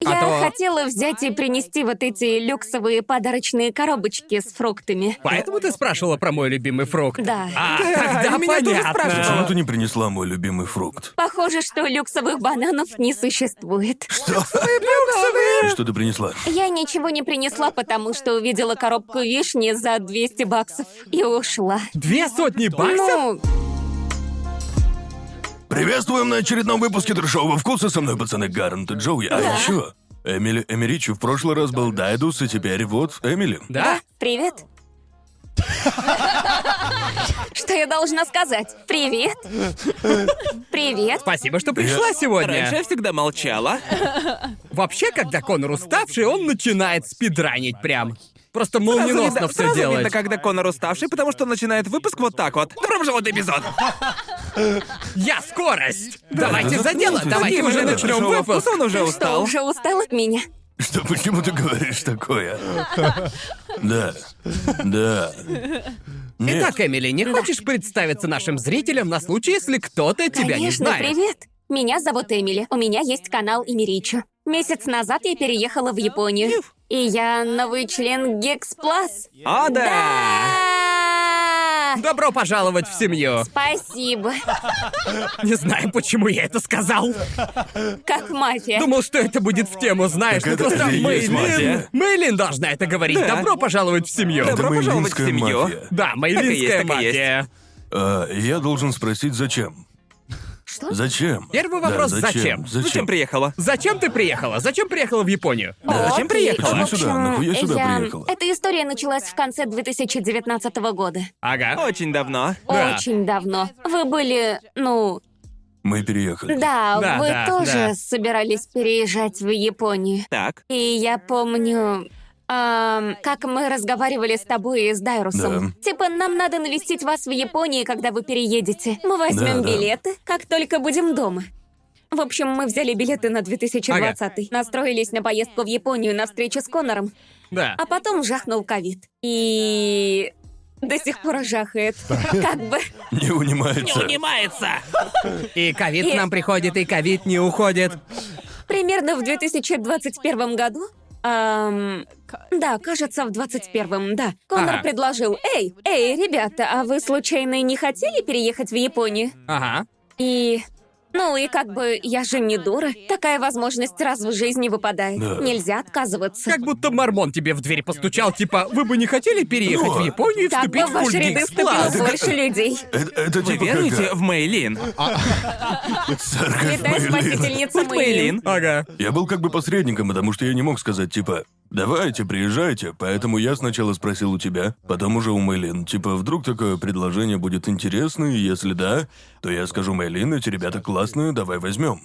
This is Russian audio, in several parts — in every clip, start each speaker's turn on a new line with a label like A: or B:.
A: Я
B: А то-
A: хотела взять и принести вот эти люксовые подарочные коробочки с фруктами.
B: Поэтому ты спрашивала про мой любимый фрукт?
A: Да.
B: А,
C: Да,
B: тогда
C: и меня тоже
B: понятно.
C: спрашивала.
D: Почему ты не принесла мой любимый фрукт?
A: Похоже, что люксовых бананов не существует.
D: Что? И Что ты принесла?
A: Я ничего не принесла, потому что увидела коробку вишни за 200 баксов и ушла.
B: Две сотни баксов?
A: Ну,
D: Приветствуем на очередном выпуске трешового вкуса. Со мной пацаны Гарнт и Джоуи. А еще Эмили Эмеричи в прошлый раз был Дайдус, и теперь вот Эмили.
B: Да?
A: привет. Что я должна сказать? Привет. Привет.
B: Спасибо, что пришла
C: Раньше я
B: сегодня.
C: всегда молчала.
B: Вообще, когда Конор уставший, он начинает спидранить прям. Просто молниеносно
C: видно-
B: все
C: сразу
B: делает.
C: видно, когда Конор уставший, потому что он начинает выпуск вот так вот. Добро пожаловать на эпизод.
B: Я скорость! Давайте за дело,
D: заткнитесь.
B: давайте
C: Таким
B: уже
C: же
B: начнем
C: трешового
B: выпуск. Ну
C: вкуса он уже
A: Что,
C: устал.
A: уже устал от меня?
D: Что, почему ты говоришь такое? Да. Да. Нет.
B: Итак, Эмили, не хочешь представиться нашим зрителям на случай, если кто-то тебя не
A: Конечно,
B: знает?
A: привет. Меня зовут Эмили. У меня есть канал Имиричу. Месяц назад я переехала в Японию. И я новый член Гекс Плас.
C: А, да.
A: А!
B: Добро пожаловать в семью.
A: Спасибо.
B: Не знаю, почему я это сказал.
A: Как мафия.
B: Думал, что это будет в тему, знаешь,
D: Так
B: ну
D: это
B: просто
D: же и есть
B: Мейлин.
D: мафия.
B: Мейлин должна это говорить.
C: Да.
B: Добро пожаловать в семью.
C: Добро
D: Это
C: пожаловать в
D: мейлинская
C: семью.
D: мафия.
B: Да, мейлинская
C: так и есть.
B: мафия.
D: А, я должен спросить, зачем?
A: Что?
D: Зачем?
B: Первый
D: Да,
B: вопрос,
D: зачем?
B: зачем?
C: Зачем приехала?
B: Зачем ты приехала? Зачем приехала в Японию?
A: Окей.
C: зачем приехала?
A: В
D: Почему сюда?
A: общем,
D: Нахуя сюда
A: я-
D: приехала?
A: Эта история началась в конце 2019 года.
B: Ага.
C: Очень давно.
B: Да.
A: Очень давно. Вы были, ну,
D: Мы переехали.
A: да,
B: Да,
A: вы
B: да,
A: тоже
B: да.
A: собирались переезжать в Японию.
C: Так.
A: И я помню, эм, как мы разговаривали с тобой и с Дайрусом. Типа, нам надо навестить вас в Японии, когда вы переедете. Мы возьмем
D: Да, да.
A: билеты, как только будем дома. В общем, мы взяли билеты на 2020 настроились на поездку в Японию на встречу с Конором,
B: Да.
A: а потом жахнул ковид. И до сих пор жахает. Как бы...
D: Не унимается.
B: Унимается! И ковид
A: И-
B: к нам приходит, и ковид не уходит.
A: Примерно в 2021 году. эм, да, кажется, в 21-м, да. Конор
B: Ага.
A: предложил, «Эй, эй, ребята, а вы случайно не хотели переехать в Японию?»
B: Ага.
A: И... Ну и как бы, я же не дура. Такая возможность раз в жизни выпадает.
D: Да.
A: Нельзя отказываться.
B: Как будто Мормон тебе в дверь постучал, типа, вы бы не хотели переехать в
D: Ну.
B: Японию и
A: Так бы
B: вступить
A: в
B: в
A: ваши
B: культ
A: ряды вступило
B: гикс-класс?
A: больше людей.
D: Это, это
C: Вы
D: типа
C: веруете
D: как,
C: в Мейлин?
D: а, церковь
A: Летая
D: Мейлина.
A: спасительница Мэйлин.
C: Мейлин.
B: Ага.
D: Я был как бы посредником, потому что я не мог сказать, типа, давайте, приезжайте, поэтому я сначала спросил у тебя, потом уже у Мэйлин, типа, вдруг такое предложение будет интересно, и если да, то я скажу Мэйлин, эти ребята классные, давай возьмем.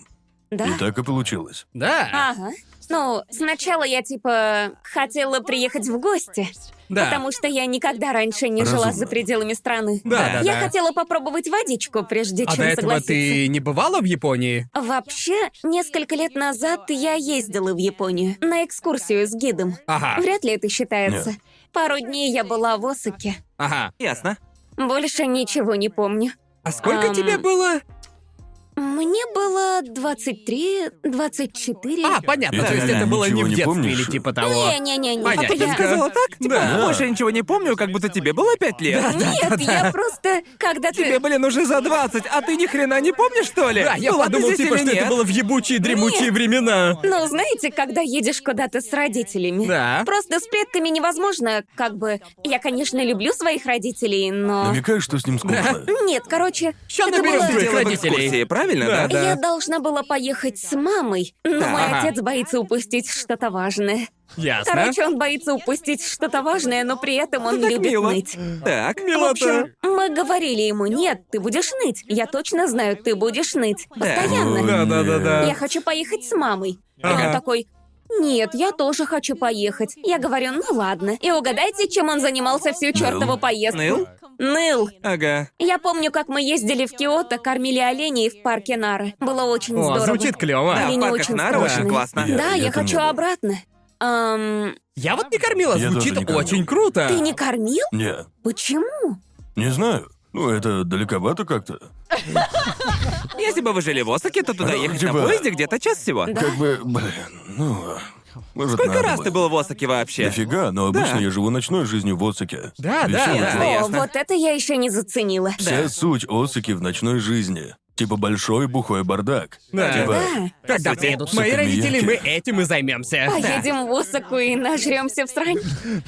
A: Да?
D: И так и получилось.
B: Да.
A: Ага. Ну, сначала я типа хотела приехать в гости.
B: Да.
A: Потому что я никогда раньше не жила
D: Разумно.
A: за пределами страны.
B: Да, да,
A: Я
B: да.
A: хотела попробовать водичку, прежде
B: А
A: чем
B: до этого
A: согласиться.
B: ты не бывала в Японии?
A: Вообще, несколько лет назад я ездила в Японию на экскурсию с гидом.
B: Ага.
A: Вряд ли это считается.
D: Нет.
A: Пару дней я была в Осаке.
B: Ага.
C: Ясно.
A: Больше ничего не помню.
B: А сколько
A: Ам.
B: тебе было?
A: Мне было 23, 24.
B: А, понятно,
D: Это
B: то есть
D: я
B: это было не
D: Э, ничего
B: в
D: не
B: детстве
D: помнишь?
B: или типа того.
A: Не-не-не-не.
B: Понятно.
C: А ты
A: Я-
C: же сказала так? Типа,
B: Да.
C: больше ничего не помню, как будто тебе было пять лет.
A: Нет, я просто, когда ты...
C: Тебе, блин, уже за 20, а ты ни хрена не помнишь, что ли?
B: Да, я
C: Была ты
B: подумал,
C: ну, здесь
B: типа,
C: или
B: что это
C: нет?
B: было в ебучие дремучие времена.
A: Ну, знаете, когда едешь куда-то с родителями.
B: Да.
A: Просто с предками невозможно, как бы... Я, конечно, люблю своих родителей, но...
D: Намекаешь, что с ним скучно.
B: Ну,
A: Нет, короче,
B: Ща
A: это
B: наберем
A: было-
C: Ты
B: своих
C: делала в
B: родителей.
C: экскурсии, правильно,
B: Да,
C: да?
B: да.
A: Я должна была поехать с мамой, но
C: Да.
A: мой
B: Ага.
A: отец боится упустить что-то важное.
B: Ясно.
A: Короче, он боится упустить что-то важное, но при этом он
C: Ну, так
A: любит
C: мило.
A: ныть.
C: Так.
A: В общем, мы говорили ему, нет, ты будешь ныть. Я точно знаю, ты будешь ныть. Постоянно.
B: Да, Ну, да, да, да.
A: Я хочу поехать с мамой. И
B: Ага.
A: он такой, нет, я тоже хочу поехать. Я говорю, ну ладно. И угадайте, чем он занимался всю чертову поездку.
C: Ныл?
A: Ныл.
C: Ага.
A: Я помню, как мы ездили в Киото, кормили оленей в парке Нары. Было очень
B: О,
A: здорово.
B: звучит клево.
C: Да,
A: Они
C: в
A: не
C: парках
A: очень
C: Нара
A: страшные.
C: очень классно.
D: Я-
A: Да, я,
D: я там
A: хочу
D: не был.
A: обратно. Ам,
B: Я вот не кормила,
D: Я
B: звучит
D: тоже не кормил.
B: очень круто.
A: ты не кормил?
D: Не,
A: Почему?
D: не знаю. Ну, это далековато как-то.
C: Если бы вы жили в Осаке, то туда
D: Ну,
C: ехать
D: типа-
C: на поезде где-то час всего.
D: Как бы, блин, ну... Может,
C: Сколько
D: надо
C: раз
D: бы.
C: ты был в Осаке вообще?
D: Дофига, но обычно
C: Да.
D: я живу ночной жизнью в Осаке.
B: Да, да,
D: Веселой
B: да.
D: жизнью.
C: Да,
A: О,
C: ясно.
A: вот это я еще не заценила.
D: Вся суть Осаки в ночной жизни. Типа большой бухой бардак.
B: Да.
D: Типа,
A: Да.
B: Когда приедут мои родители, мы этим и займемся.
A: Поедем в Осаку и нажремся в срань.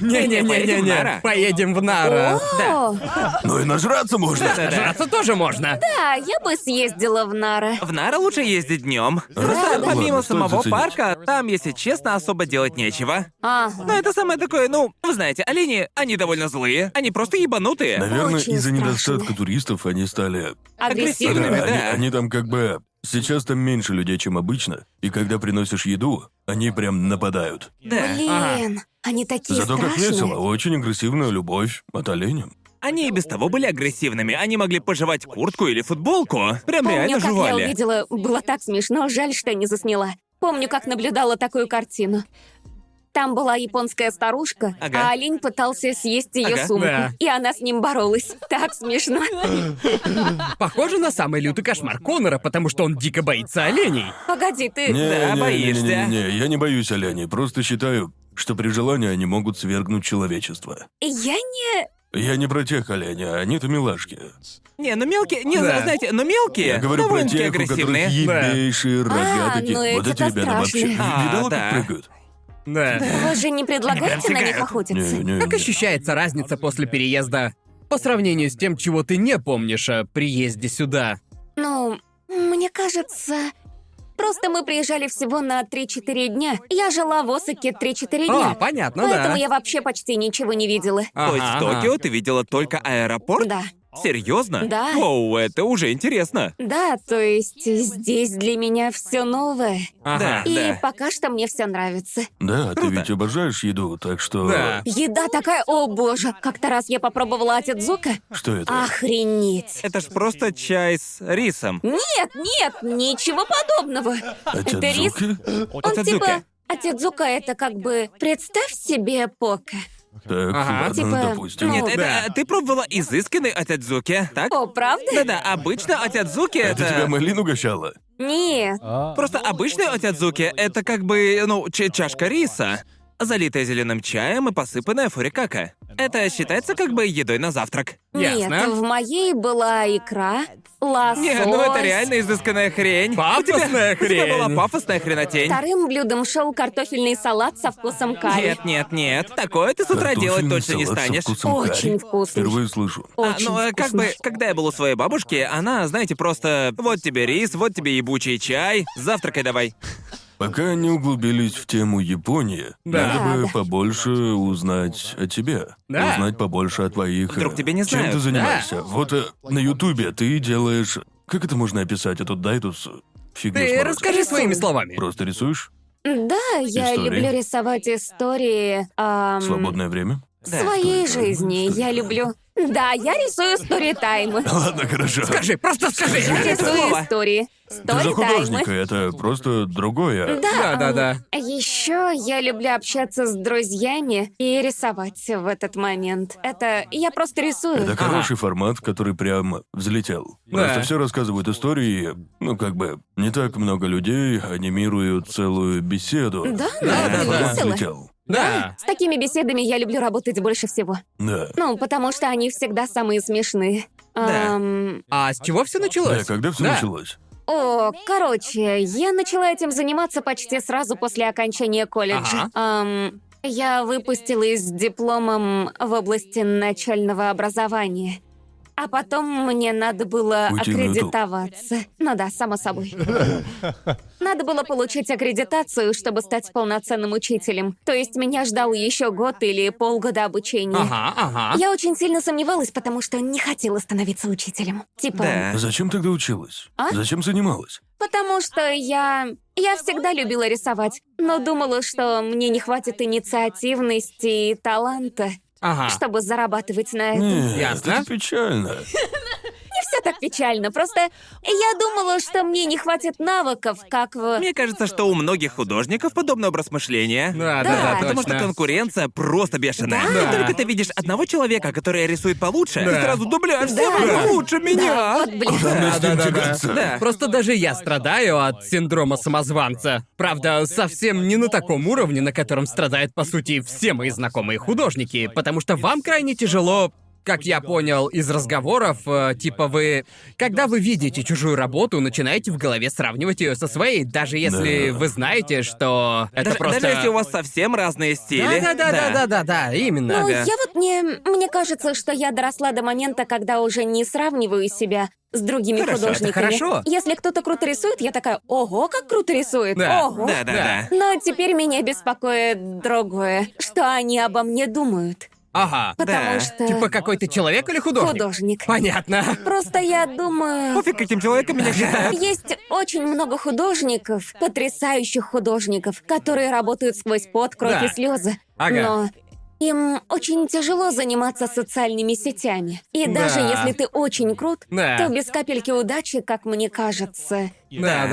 C: Поедем в
B: Не-не-не-не-не.
C: Нара?
B: Поедем в Нара.
A: О,
D: ну и нажраться можно.
B: Жраться тоже можно.
A: да, я бы съездила в Нара.
C: В Нара лучше ездить днем. Просто
D: ладно,
C: помимо
D: стоит
C: самого
D: заценить.
C: парка, там, если честно, особо делать нечего.
A: Ага.
C: Но это самое такое, ну, вы знаете, олени, они довольно злые, они просто ебанутые.
D: Наверное,
A: Очень
D: из-за
A: страшно.
D: недостатка туристов они стали... Да,
A: Агрессивно.
C: Агрессивно. Сильными,
D: они,
C: да.
D: они там как бы... Сейчас там меньше людей, чем обычно. И когда приносишь еду, они прям нападают.
C: Да.
A: Блин, они такие
D: Зато как весело.
A: страшные.
D: Очень агрессивная любовь от оленя.
C: Они и без того были агрессивными, они могли пожевать куртку или футболку. Прям
A: Помню,
C: реально
A: как я
C: жевали.
A: увидела, было так смешно, жаль, что не засняла. Помню, как наблюдала такую картину. Там была японская старушка,
C: Ага.
A: а олень пытался съесть ее
C: Ага.
A: сумку.
B: Да.
A: И она с ним боролась. Так смешно.
B: Похоже на самый лютый кошмар Конора, потому что он дико боится оленей.
A: Погоди, ты...
C: Да, боишься.
D: Не-не-не, я не боюсь оленей, просто считаю, что при желании они могут свергнуть человечество.
A: Я не...
D: Я не про тех оленей, они-то милашки.
C: Не, ну мелкие, не
B: Да.
C: знаете, ну мелкие,
D: Я говорю про
C: довольно-таки
D: тех, у которых
C: агрессивные.
D: ебейшие рога
A: А,
D: такие.
A: ну
D: вот эти
A: эти-то
D: ребята вообще.
A: страшные.
C: А,
D: Видала,
C: да.
D: как прыгают?
B: Да.
A: Вы же не предлагаете на них
B: Фигают.
A: охотиться?
D: Не-не-не.
B: Как ощущается разница после переезда по сравнению с тем, чего ты не помнишь о приезде сюда?
A: Ну, мне кажется... Просто мы приезжали всего на 3-4 дня. Я жила в Осаке 3-4 дня.
B: А, понятно,
C: Ну
A: поэтому
B: да.
A: я вообще почти ничего не видела.
C: То есть
B: Ага,
C: в
B: ага.
C: Токио ты видела только аэропорт?
A: Да.
C: Серьезно?
A: Да.
C: Воу, это уже интересно.
A: Да, то есть здесь для меня все новое.
B: Ага.
A: И
C: Да.
A: пока что мне все нравится.
D: Да, ты
C: Круто.
D: ведь обожаешь еду, так что...
B: Да.
A: Еда такая, о боже, как-то раз я попробовала отедзука.
D: Что это?
A: Охренеть.
C: Это ж просто чай с рисом.
A: Нет, нет, ничего подобного.
D: это
A: это рис?
D: дзуки?
A: Он
C: Отедзука.
A: типа... Отедзука это как бы... Представь себе пока.
D: Так,
B: Ага.
D: ладно,
A: Типа,
D: допустим.
A: ну,
C: Нет, это
B: да.
C: э, ты пробовала изысканный отядзуки, так?
A: О, правда?
C: Да-да, обычно отядзуки
D: это...
C: это...
D: А тебя Мэлин угощала?
A: Нет.
C: Просто обычный отядзуки это как бы, ну, ч- чашка риса, залитая зеленым чаем и посыпанная фурикака. Это считается как бы едой на завтрак.
A: Нет,
B: Ясно.
A: в моей была икра, лосось.
C: Не, ну это реально изысканная хрень.
B: Пафосная
C: У тебя была
B: хрень.
C: пафосная хренотень.
A: Вторым блюдом шел картофельный салат со вкусом карри.
C: Нет, нет, нет. Такое ты с утра делать
D: Картофельный
C: точно не
D: салат со
C: станет.
D: вкусом
A: Очень
D: карри?
A: вкусно.
D: Впервые слышу.
C: А,
A: Очень
C: ну, э, как
A: вкусно.
C: бы, когда я был у своей бабушки, она, знаете, просто вот тебе рис, вот тебе ебучий чай, завтракай давай.
D: Пока не углубились в тему Японии,
B: Да.
D: надо бы
A: Да.
D: побольше узнать о тебе.
B: Да.
D: Узнать побольше о твоих...
C: Вдруг
D: э,
C: тебя не
D: Чем
C: знают.
D: ты занимаешься? Вот э, на Ютубе ты делаешь... Как это можно описать? Эту дайтус? Фигню
B: Ты
D: сморозил.
B: расскажи своими словами.
D: Просто рисуешь?
A: Да, я
D: Истории.
A: люблю рисовать истории ам,
D: Свободное время?
C: Да.
A: своей
D: Истории.
A: жизни. Я люблю. Да, я рисую сторитаймы.
D: Ладно, хорошо.
B: Скажи, просто
A: Я
B: скажи.
A: рисую
C: слово.
A: истории.
D: Ты же художник, и
A: Сторитаймы.
D: это просто другое.
A: Да,
B: Да, да, да.
A: Еще я люблю общаться с друзьями и рисовать в этот момент. Это я просто
D: Это
A: рисую.
D: хороший формат, который прям взлетел. Просто
B: Да.
D: все рассказывают истории, ну как бы не так много людей анимируют целую беседу.
A: Да,
D: И
A: да,
D: этот
B: да,
D: формат
B: да.
D: взлетел.
B: Да.
A: С такими беседами я люблю работать больше всего.
D: Да.
A: Ну, потому что они всегда самые смешные.
C: Да.
A: Ам,
B: А с чего все
D: Да,
B: началось?
D: когда все
B: Да.
D: началось?
A: О, короче, я начала этим заниматься почти сразу после окончания колледжа. Эм, я выпустилась с дипломом в области начального образования. А потом мне надо было
D: Уйти на YouTube.
A: аккредитоваться. Ну да, само собой. Надо было получить аккредитацию, чтобы стать полноценным учителем. То есть меня ждал еще год или полгода обучения.
B: Ага, ага.
A: Я очень сильно сомневалась, потому что не хотела становиться учителем. Типа,
C: Да.
D: Зачем тогда училась?
A: А?
D: Зачем занималась?
A: Потому что я... Я всегда любила рисовать, но думала, что мне не хватит инициативности и таланта,
B: Ага.
A: чтобы зарабатывать на этом.
D: Нет,
B: Ясно.
D: это печально.
A: Не все так печально. Просто я думала, что мне не хватит навыков, как в...
C: Мне кажется, что у многих художников подобное образ мышления.
B: Да, да,
A: Да,
B: да,
C: Потому что
B: точно.
C: конкуренция просто бешеная. Как только ты видишь одного человека, который рисует получше,
B: Да.
C: ты сразу дубляешь, все вы
A: Да.
C: лучше меня.
A: Вот, блин.
D: Главное с
B: Да,
D: ним
B: да, да,
D: тягаться.
C: Да.
B: Просто даже я страдаю от синдрома самозванца. Правда, совсем не на таком уровне, на котором страдают, по сути, все мои знакомые художники, потому что вам крайне тяжело как я понял из разговоров, э, типа вы, когда вы видите чужую работу, начинаете в голове сравнивать ее со своей, даже если
D: Да.
B: вы знаете, что это
C: Даже,
B: просто.
C: даже если у вас совсем разные стили.
B: да, да, да, да, да, да, да,
A: Ну,
B: именно.
C: Ага.
A: я вот мне... Мне кажется, что я доросла до момента, когда уже не сравниваю себя с другими
B: Хорошо, это
A: художниками.
B: хорошо.
A: Если кто-то круто рисует, я такая, ого, как круто рисует,
B: Да,
A: ого.
C: Да, да, да.
A: Но теперь меня беспокоит другое, что они обо мне думают.
B: Ага.
A: Потому
C: Да.
A: что
B: Типа какой-то человек или художник?
A: художник.
B: Понятно.
A: Просто я думаю...
C: Пофиг, каким человеком меня считают.
A: Есть очень много художников, потрясающих художников, которые работают сквозь пот, кровь
B: Да.
A: и слезы.
B: Ага.
A: Но им очень тяжело заниматься социальными сетями. И
B: Да.
A: даже если ты очень крут,
B: Да.
A: то без капельки удачи, как мне кажется.
B: Да,
C: Да.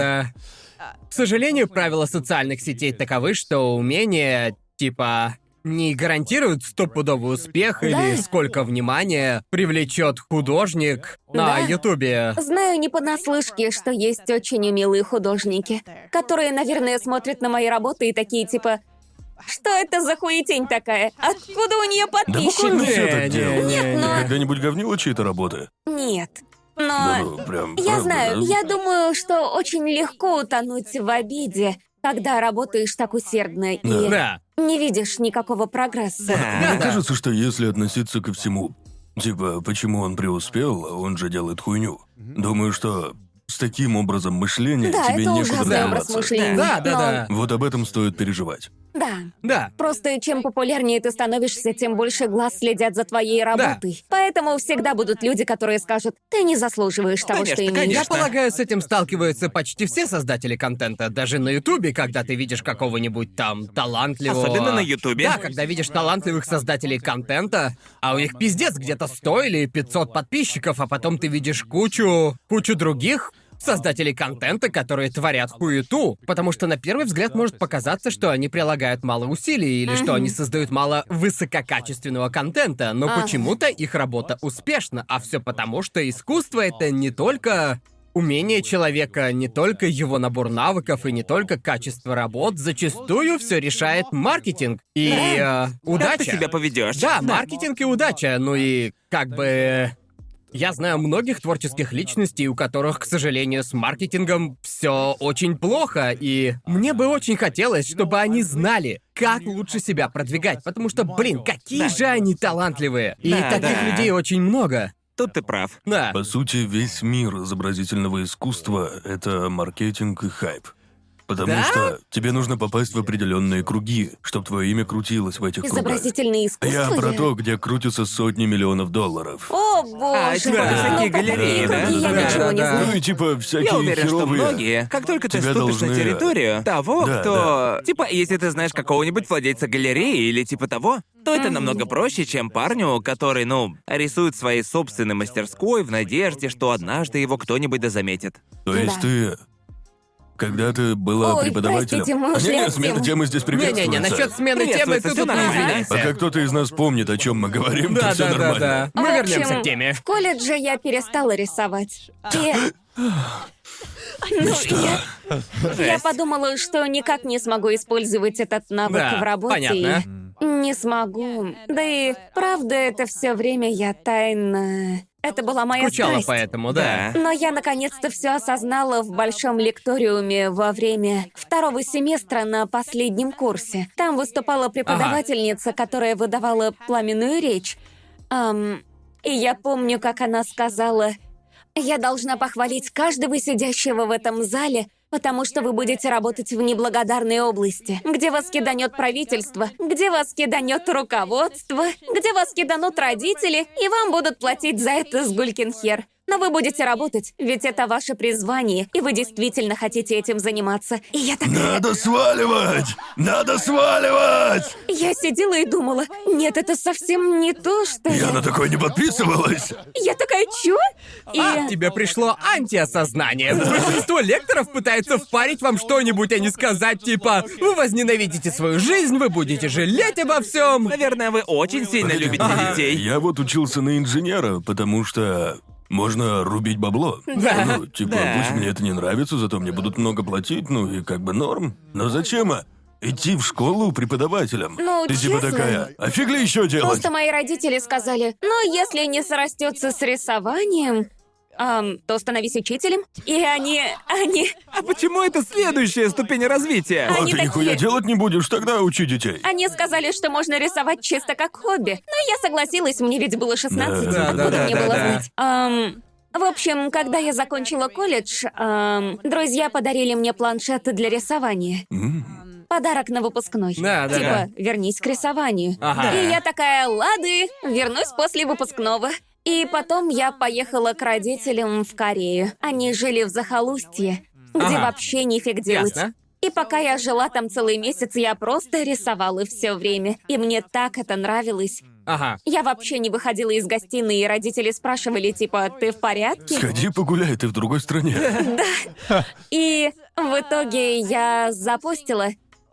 B: да. К сожалению, правила социальных сетей таковы, что умения, типа, не гарантируют стопудовый успех или
A: Да.
B: сколько внимания привлечет художник на
A: Да.
B: Ютубе.
A: Знаю не понаслышке, что есть очень умелые художники, которые, наверное, смотрят на мои работы и такие типа... Что это за хуетень такая? Откуда у нее
D: Да буквально
A: подписчики?
D: все так
B: Не,
D: делают.
B: не,
A: Нет, не. но-
D: Ты когда-нибудь говнила чьи-то работы?
A: Нет. Но...
D: Да ну, прям.
A: А, Я
D: правда,
A: знаю,
D: да?
A: я думаю, что очень легко утонуть в обиде, когда работаешь так усердно и
B: Да.
A: не видишь никакого прогресса.
D: Мне
C: Да.
D: кажется, что если относиться ко всему, типа, почему он преуспел, а он же делает хуйню, думаю, что с таким образом мышления
A: Да,
D: тебе
A: это
D: некуда
A: ужасный образ
D: развиваться.
A: мышления.
B: Да, да,
A: Но-
B: да.
D: Вот об этом стоит переживать.
A: Да.
B: Да.
A: Просто чем популярнее ты становишься, тем больше глаз следят за твоей работой. Поэтому всегда будут люди, которые скажут, ты не заслуживаешь того,
C: Конечно,
A: что имеешь.
C: конечно.
B: Я полагаю, с этим сталкиваются почти все создатели контента, даже на Ютубе, когда ты видишь какого-нибудь там талантливого.
C: Особенно на Ютубе.
B: Да, когда видишь талантливых создателей контента, а у них пиздец где-то 100 или 500 подписчиков, а потом ты видишь кучу, кучу других создателей контента, которые творят хуету, потому что на первый взгляд может показаться, что они прилагают мало усилий или что они создают мало высококачественного контента, но
A: Ага.
B: почему-то их работа успешна, а все потому, что искусство это не только Умение человека, не только его набор навыков и не только качество работ, зачастую все решает маркетинг и э,
C: Как ты
B: удача.
C: себя поведешь?
B: Да, маркетинг и удача. Ну и как бы... Я знаю многих творческих личностей, у которых, к сожалению, с маркетингом все очень плохо, и мне бы очень хотелось, чтобы они знали, как лучше себя продвигать, потому что, блин, какие
E: Да.
B: же они талантливые. И
C: Да,
B: таких
C: да.
B: людей очень много.
C: Тут ты прав.
B: Да.
D: По сути, весь мир изобразительного искусства — это маркетинг и хайп. Потому
B: Да?
D: что тебе нужно попасть в определенные круги, чтобы твое имя крутилось в этих кругах.
A: Изобразительное искусство.
D: Я про то, где крутятся сотни миллионов долларов.
A: О, боже.
C: А, типа
A: Ну,
C: всякие
A: про
C: галереи,
A: такие
C: да?
A: круги я
B: Да,
A: ничего не
B: да, да.
A: знаю.
D: Ну и типа всякие
C: Я уверен, что
D: херовые.
C: многие, как только ты
D: Тебя
C: ступишь на
D: должны-
C: территорию того,
D: Да,
C: кто... Типа, если ты знаешь какого-нибудь владельца галереи или типа того, то это намного проще, чем парню, который, ну, рисует своей собственной мастерской в надежде, что однажды его кто-нибудь да заметит.
D: То есть
A: Да.
D: ты... Когда ты была
A: Ой,
D: преподавателем...
A: простите, мы
D: А,
A: ушли
D: не-не,
A: от
D: смена
A: темы.
D: темы здесь приветствуется.
B: Не-не-не, насчет смены темы ты
C: Приветствуется,
B: тут
C: всё
B: не
C: нормально.
D: Пока
B: извиняйся.
D: кто-то из нас помнит, о чем мы говорим, то
B: Да,
D: все
B: да, да,
D: нормально.
B: да. Мы
A: В
B: вернемся
A: общем,
B: к теме.
A: В колледже я перестала рисовать. И... Ну, я... Я
C: Жесть.
A: подумала, что никак не смогу использовать этот навык
B: Да,
A: в работе.
B: понятно.
A: и Не смогу. Да и правда, это все время я тайно. Это была моя
B: Скучала
A: страсть.
B: поэтому,
D: Ну
B: да.
C: Да.
A: Но я наконец-то все осознала в большом лекториуме во время второго семестра на последнем курсе. Там выступала преподавательница, которая выдавала пламенную речь. Ам, и я помню, как она сказала, «Я должна похвалить каждого сидящего в этом зале, потому что вы будете работать в неблагодарной области, где вас киданет правительство, где вас киданет руководство, где вас киданут родители, и вам будут платить за это с гулькин хер. Но вы будете работать, ведь это ваше призвание, и вы действительно хотите этим заниматься. И я так...
D: Надо сваливать! Надо сваливать!
A: Я сидела и думала, нет, это совсем не то, что...
D: Я на такое не подписывалась.
A: Я такая, чё? И...
B: А, тебе пришло антиосознание. Большинство лекторов пытаются впарить вам что-нибудь, а не сказать типа «Вы возненавидите свою жизнь, вы будете жалеть обо всем».
C: Наверное, вы очень сильно любите
D: А.
C: детей.
D: Я вот учился на инженера, потому что можно рубить бабло.
B: Да.
D: Ну, типа,
C: Да.
D: пусть мне это не нравится, зато мне будут много платить, ну и как бы норм. Но зачем а, идти в школу преподавателем?
A: Ну,
D: Ты типа
A: честно.
D: такая, а фиг ли еще делать?
A: Просто мои родители сказали, ну, если не срастется с рисованием, ам, то становись учителем. И они, они,
C: А почему это следующая ступень развития?
D: А
A: Они
D: ты нихуя
A: такие-
D: делать не будешь, тогда учи детей.
A: они сказали, что можно рисовать чисто как хобби. Но я согласилась, мне ведь было 16,
D: Да,
A: откуда
C: да,
A: мне
C: да,
A: было
C: да.
A: знать? Ам, в общем, когда я закончила колледж, ам, друзья подарили мне планшеты для рисования. Подарок на выпускной.
B: Да, да,
A: типа, вернись к рисованию.
B: Ага.
A: И я такая, лады, вернусь после выпускного. И потом я поехала к родителям в Корею. Они жили в захолустье, где
B: Ага.
A: вообще нифиг делать.
B: Ясно.
A: И пока я жила там целый месяц, я просто рисовала все время. И мне так это нравилось.
B: Ага.
A: Я вообще не выходила из гостиной, и родители спрашивали, типа, ты в порядке?
D: Сходи погуляй, ты в другой стране.
A: И в итоге я запустила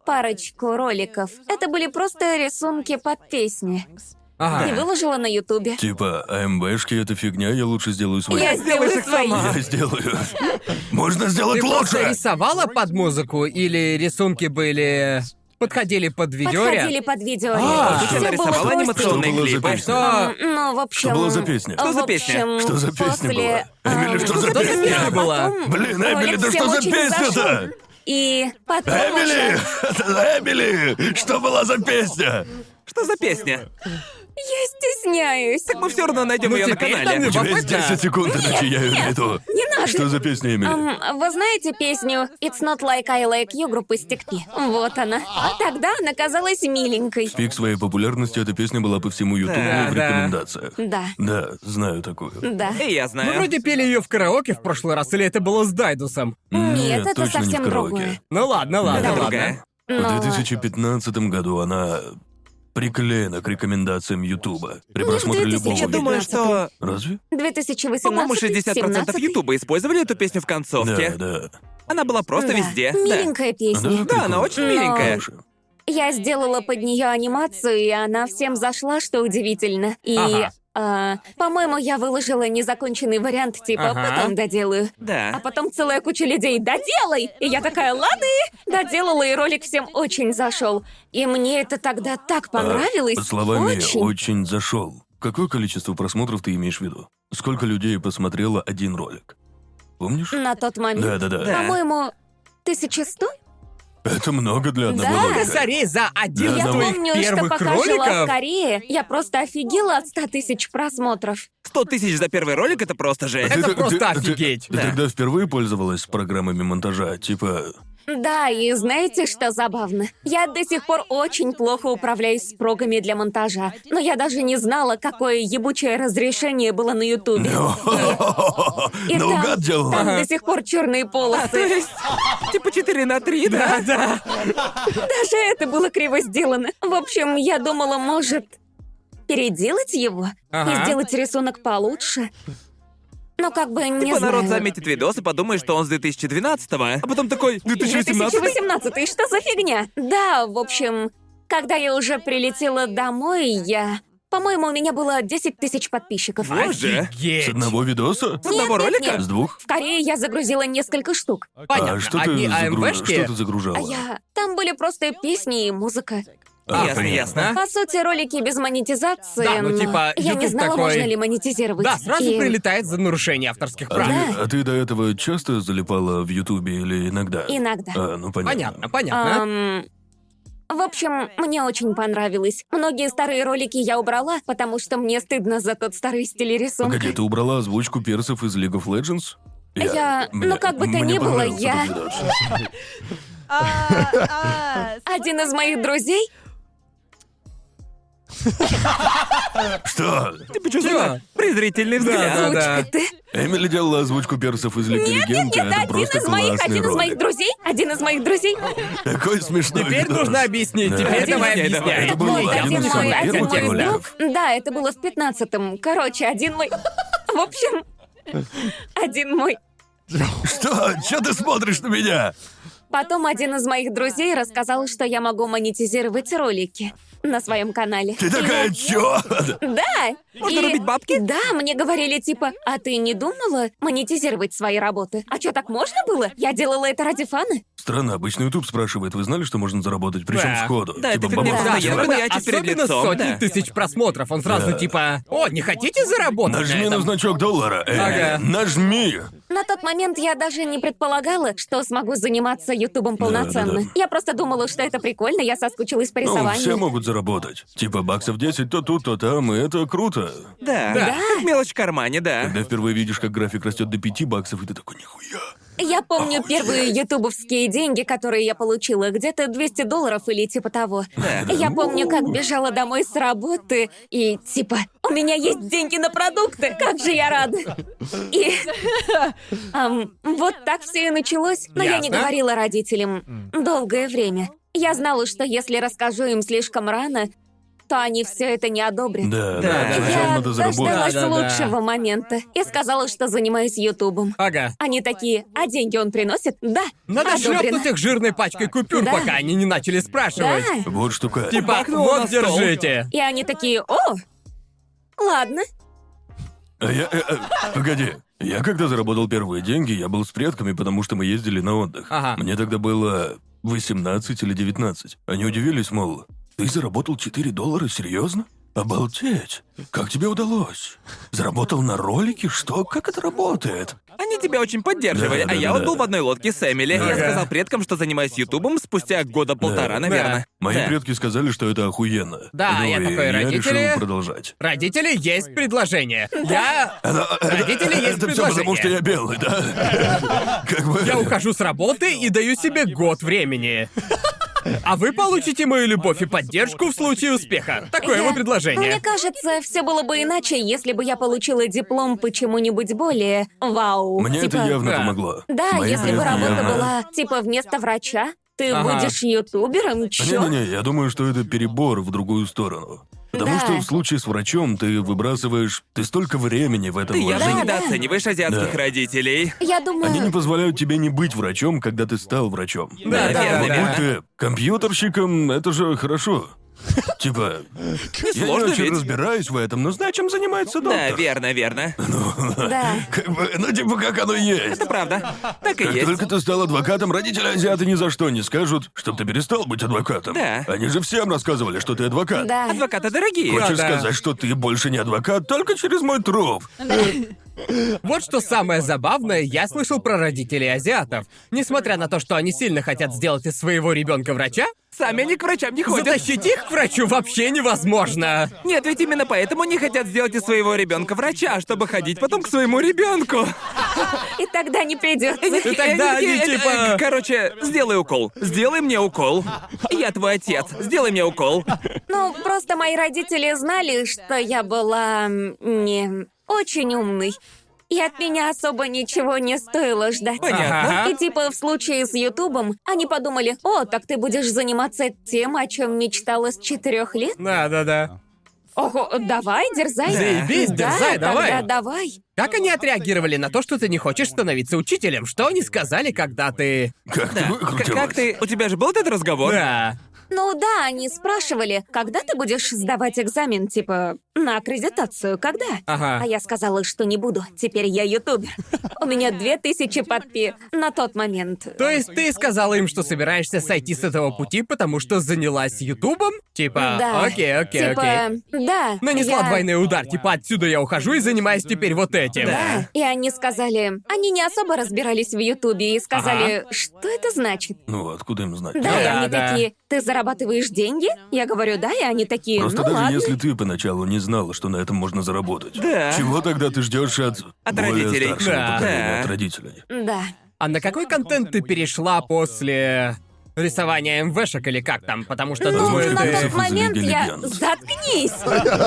A: парочку роликов. Это были просто рисунки под песни. И
B: Ага.
A: выложила на Ютубе.
D: Типа, АМБшки это фигня, я лучше сделаю свои.
A: Я сделаю
C: их
A: свои.
C: сама.
D: Я сделаю. Можно сделать
B: Ты просто
D: лучше!
B: рисовала под музыку или рисунки были... Подходили под
A: Подходили
B: видеоряд?
A: под видео.
B: А,
A: Всё
C: Ты что,
A: было
C: нарисовала
A: просто.
C: анимационные
D: Что было за
C: клипы?
D: песня?
B: Что...
A: Ну, в общем...
D: было за песня?
A: в
C: Что за
A: общем,
C: песня?
D: Что за песня
A: после,
D: была? Эмили,
A: эм,
D: что за
B: Что за
D: песня?
B: песня была?
D: Блин, Эмили,
A: ролик
D: да
A: э, всем
D: что за
A: очень зашел.
D: песня-то?
A: И потом
D: Эмили!
A: уже-
D: Эмили! Что была за песня?
C: Что за песня?
A: Я стесняюсь.
C: Мы все равно найдем
B: Ну,
C: ее на
B: теперь там
C: канале.
B: и
D: У тебя есть
B: Любопытно.
D: 10 секунд, иначе я ее найду.
A: Не надо.
D: Что за песня, Эмили?
A: Эм, вы знаете песню «It's not like I like you» группы Стекпи? Вот она. А тогда она казалась миленькой.
D: Пик своей популярности эта песня была по всему Ютубу
C: Да,
D: в
B: да.
D: рекомендациях.
A: Да,
D: Да, знаю такую.
A: да.
C: И я
B: Мы
C: знаю.
B: Ну, вроде пели ее в караоке в прошлый раз, или это было с Дайдусом?
A: Нет, это
D: точно не в
A: совсем
D: караоке.
A: другое. Ну,
B: Ну ладно, ладно,
C: Это
B: ладно.
C: другая.
D: В
A: Но...
D: 2015 году она приклеена к рекомендациям Ютуба при
A: Ну, в
D: просмотре любого
A: 2000 Ой.
C: Я
D: видео.
C: думаю, что...
D: Разве?
A: 2018
C: По-моему, 60%
A: 17?
C: Ютуба использовали эту песню в концовке.
D: Да, да.
C: Она была просто
A: Да.
C: везде. Да.
A: Миленькая песня.
C: Да, она очень миленькая.
D: Хорошая.
A: Я сделала под нее анимацию, и она всем зашла, что удивительно. И,
B: Ага.
A: а, по-моему, я выложила незаконченный вариант, типа
B: Ага.
A: потом доделаю. А
C: Да.
A: потом целая куча людей «Доделай!» И я такая «Лады!» Доделала, и ролик всем очень зашел. И мне это тогда так понравилось.
D: Под А, словами
A: очень.
D: очень зашел. Какое количество просмотров ты имеешь в виду? Сколько людей посмотрело один ролик? Помнишь?
A: На тот момент.
D: Да, да, да.
C: Да.
A: По-моему, 1100?
D: Это много для одного
A: Да.
D: ролика.
B: Косарей за один из
A: Я
D: ну,
B: твоих
A: помню, что
B: первых
A: пока жила в
B: роликов?
A: Корее, я просто офигела от 100 тысяч просмотров.
C: 100 тысяч за первый ролик — это просто жесть.
B: Это
D: так-
B: просто
D: ты- ты-
B: офигеть.
D: Ты
C: Да.
D: тогда впервые пользовалась программами монтажа, типа...
A: Да, и знаете, что забавно? Я до сих пор очень плохо управляюсь с прогами для монтажа, но я даже не знала, какое ебучее разрешение было на Ютубе.
D: Ну,
A: И
D: Наугад
A: там, там
D: делала.
A: до сих пор черные
B: А
A: полосы.
C: Типа 4 на 3, да?
B: Да, да.
A: Даже это было криво сделано. В общем, я думала, может, переделать его
B: Ага.
A: и сделать рисунок получше. Но как бы не
C: Типа
A: знаю.
C: народ заметит видос и подумает, что он с 2012-го, а потом такой 2018
A: 2018 что за фигня? Да, в общем, когда я уже прилетела домой, я... По-моему, у меня было 10 тысяч подписчиков.
C: Боже.
D: С
B: Офигеть.
D: одного видоса?
C: С одного
A: Нет, нет,
C: ролика?
A: нет.
D: С двух?
A: В Корее я загрузила несколько штук.
B: Понятно.
D: А что
B: Одни
D: ты, загру-
B: АМВшки?
D: что ты загружала?
A: А я... Там были просто песни и музыка.
D: А,
C: ясно,
D: понятно.
C: ясно.
A: По сути, ролики без монетизации.
B: Да, ну
A: но
B: типа,
A: Я не
B: YouTube
A: знала,
B: такой-
A: можно ли монетизировать.
B: Да, сразу
A: И-
B: прилетает за нарушение авторских
D: А,
B: прав.
D: ты, а ты до этого часто залипала в Ютубе или иногда?
A: Иногда.
D: А, ну
B: Понятно,
D: понятно.
B: понятно.
A: Ам, В общем, мне очень понравилось. Многие старые ролики я убрала, потому что мне стыдно за тот старый стиль рисунка.
D: Погоди, ты убрала озвучку персов из League of Legends?
A: Я-
D: мне-
A: ну, как бы то
D: мне
A: ни было,
D: понравился
A: я-
D: этот видос.
E: Uh, uh,
A: Один из моих друзей
D: Что?
C: Ты почувствовал? Презрительный
B: Да,
C: взгляд.
B: да.
A: Сучка ты.
D: Эмили делала озвучку персов из Лиги
A: Нет, нет,
D: Легенд, и
A: нет,
D: это
A: один
D: просто
A: из моих,
D: классный
A: один из
D: ролик.
A: моих друзей, один из моих друзей.
D: Такой смешной
B: Теперь
D: видос.
B: нужно объяснить.
D: Да.
B: Теперь
D: Один-
B: давай
C: Объясняй, давай.
B: объясняй.
D: Это был
A: Мой,
B: Я
A: один
B: не
D: из
A: мой,
B: знаю,
A: один
B: первых
A: мой
B: роликов.
A: друг. Да, это было в пятнадцатом. Короче, один мой. В общем, один мой.
D: Что? Че ты смотришь на меня?
A: Потом один из моих друзей рассказал, что я могу монетизировать ролики на своем канале.
D: Ты такая, чё?
A: Да!
C: Можно
A: и-
C: рубить бабки?
A: Да, мне говорили типа, а ты не думала монетизировать свои работы? А что, так можно было? Я делала это ради фана.
D: Странно, обычно YouTube спрашивает, вы знали, что можно заработать, причем
B: Да.
D: сходу? Типа
C: Да, это
D: бабах
C: фигня.
B: Да,
D: хотела.
C: я-
B: особенно,
C: я теперь
B: особенно
C: лицом,
B: сотни
C: да.
B: тысяч просмотров. Он сразу типа, о, не хотите заработать? на
D: Нажми на
B: этом?»
D: значок доллара, Эмили.
B: Ага.
D: Нажми!
A: На тот момент я даже не предполагала, что смогу заниматься Ютубом полноценно.
D: да, да.
A: Я просто думала, что это прикольно, я соскучилась по
D: Ну,
A: рисованию.
D: все могут заработать. Типа баксов 10 то тут, то там, и это круто.
C: Да.
B: Да.
C: Как мелочь в кармане, да.
D: Когда впервые видишь, как график растет до 5 баксов, и ты такой, нихуя.
A: Я помню первые ютубовские деньги, которые я получила, где-то 200 долларов или типа того. Я помню, как бежала домой с работы и типа, у меня есть деньги на продукты, как же я рада. И ам, вот так все и началось, но я не
B: Ясно.
A: говорила родителям долгое время. Я знала, что если расскажу им слишком рано, то они все это не одобрят.
D: Да, да,
B: да.
D: сначала
A: Я
D: надо заработать.
A: дождалась
B: Да, да, да.
A: лучшего момента и сказала, что занимаюсь Ютубом.
B: Ага.
A: Они такие, а деньги он приносит? Да,
B: Надо
A: одобрено.
B: шлепнуть их жирной пачкой купюр,
A: Да.
B: пока они не начали
A: Да.
B: спрашивать.
D: Вот штука.
B: Типа,
C: Бахнула на
B: вот,
C: стол.
B: держите.
A: И они такие, о, ладно.
D: А я, э, э, погоди. Я когда заработал первые деньги, я был с предками, потому что мы ездили на отдых.
B: Ага.
D: Мне тогда было 18 или 19. Они удивились, мол, ты заработал 4 доллара, серьезно? Обалдеть! Как тебе удалось? Заработал на ролике? Что? Как это работает?
C: Они тебя очень поддерживали,
D: Да,
C: а
D: да,
C: я
D: да,
C: вот
D: да.
C: был в одной лодке с Эмили. Я
B: Ага.
C: сказал предкам, что занимаюсь Ютубом спустя года полтора,
D: Да.
C: наверное.
D: Мои
C: Да.
D: предки сказали, что это охуенно.
B: Да,
D: Ну,
B: я
D: и
B: такой,
D: я
B: родители-
D: решил продолжать.
B: Родители, есть предложение. Я... Родители, есть
D: э, это все потому,
B: предложение.
D: что я белый, да? Как бы...
B: Я ухожу с работы и даю себе год времени. А вы получите мою любовь и поддержку в случае успеха. Такое
A: Я- Ну,
B: его предложение.
A: Мне кажется, все было бы иначе, если бы я получила диплом почему-нибудь более вау.
D: Мне
A: типа,
D: это явно
B: да.
D: помогло.
A: Да,
D: Мои
A: если бы
D: предки
A: работа
D: явно-
A: была типа вместо врача, ты
B: Ага.
A: будешь ютубером, чё?
D: Не-не-не, я думаю, что это перебор в другую сторону. Потому
A: Да.
D: что в случае с врачом ты выбрасываешь... Ты столько времени в этом
C: Ты явно
D: вложил.
A: Да, да.
C: недооцениваешь азиатских
D: Да.
C: родителей.
A: Я думаю,
D: Они не позволяют тебе не быть врачом, когда ты стал врачом.
B: Да,
C: да,
D: Но
C: да.
D: Будь ты компьютерщиком, это же хорошо. Типа, я не
C: Сложно
D: очень
C: ведь.
D: разбираюсь в этом, но знаю, чем занимается
C: Да,
D: доктор.
C: верно, верно.
A: да.
D: Как бы, ну типа, как оно есть.
C: Это правда. Так и
D: Как
C: есть.
D: только ты стал адвокатом, родители азиаты ни за что не скажут, чтоб ты перестал быть адвокатом.
C: Да.
D: Они же всем рассказывали, что ты адвокат.
A: Да.
C: Адвокаты дорогие.
D: Хочешь
B: Да, да.
D: сказать, что ты больше не адвокат только через мой труп?
B: Вот что самое забавное, я слышал про родителей азиатов. Несмотря на то, что они сильно хотят сделать из своего ребенка врача,
C: Сами они к врачам не ходят.
B: затащить их к врачу вообще невозможно.
C: Нет, ведь именно поэтому не хотят сделать из своего ребенка врача, а чтобы ходить потом к своему ребенку. Э,
A: И тогда не придется.
B: И тогда они типа-
C: Короче, сделай укол. Сделай мне укол. Я твой отец. Сделай мне укол.
A: Ну, просто мои родители знали, что я была м, не очень умной. И от меня особо ничего не стоило ждать.
C: Понятно.
A: И типа в случае с Ютубом они подумали, о, так ты будешь заниматься тем, о чем мечтала с четырех лет?
B: Да-да-да.
A: Ого, давай, дерзай.
B: Заебись, дерзай,
A: да,
B: давай.
A: Тогда давай.
B: Как они отреагировали на то, что ты не хочешь становиться учителем? Что они сказали, когда ты...
D: Как ты
C: К-
D: выкрутилась?
C: Как ты... У тебя же был этот разговор?
B: Да.
A: Ну да, они спрашивали, когда ты будешь сдавать экзамен, типа, на аккредитацию, когда?
B: Ага.
A: А я сказала, что не буду. Теперь я ютубер. У меня две тысячи подпи на тот момент.
B: То есть ты сказала им, что собираешься сойти с этого пути, потому что занялась Ютубом? Типа,
A: Да.
B: окей, окей,
A: Типа,
B: окей. Ну,
A: да.
B: Нанесла
A: я-
B: двойной удар, типа отсюда я ухожу и занимаюсь теперь вот этим.
A: Да. И они сказали, они не особо разбирались в Ютубе и сказали, что это значит.
D: Ну, откуда им знать?
A: Да, и
B: да,
A: они
B: да.
A: такие, ты зарабатываешь деньги? Я говорю, да, и они такие,
D: Просто
A: ну
D: даже
A: ладно.
D: если ты поначалу не знала, что на этом можно заработать,
C: Да.
D: чего тогда ты ждешь от,
C: От
D: более
C: родителей.
D: старшего
B: Да.
D: поколения,
C: Да.
D: от родителей?
A: Да.
B: А на какой контент ты перешла после рисование МВшек или как там, потому что
A: Ну,
B: думаю,
A: на
D: ты-
A: тот момент
D: завели
A: я...
D: легенд.
A: Заткнись!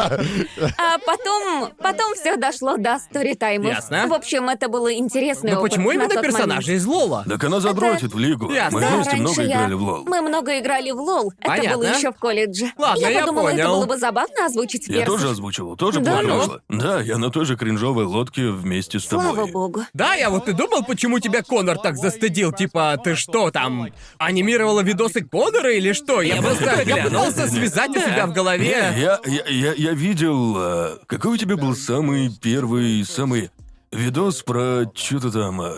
A: А потом... Потом все дошло до сторитаймов.
B: Ясно.
A: В общем, это было интересно.
B: Но Ну, почему именно персонажи из Лола?
D: Так она задротит в лигу.
B: Ясно.
D: Мы
B: Да,
D: вместе
A: раньше
D: много
A: я-
D: играли в лол.
A: Мы много играли в лол. Это было
B: Понятно.
A: еще в колледже.
B: Ладно, я
A: подумала, это
B: понял.
A: было бы забавно озвучить
D: Я
A: персов.
D: тоже озвучивал, тоже
A: Да?
D: плохо
B: Ну?
D: вышло. Да, я на той же кринжовой лодке вместе с тобой.
A: Слава богу.
B: Да, я вот и думал, почему тебя Конор так застыдил. Типа, ты что там, анимировала видосы Конора или что? Я
C: Я бы
B: просто
C: тоже
B: я
C: глянул.
B: пытался связать у себя в
D: Не,
B: голове.
D: я, я, я, я видел... э, какой у тебя был самый первый, самый... Видос про что-то там... э,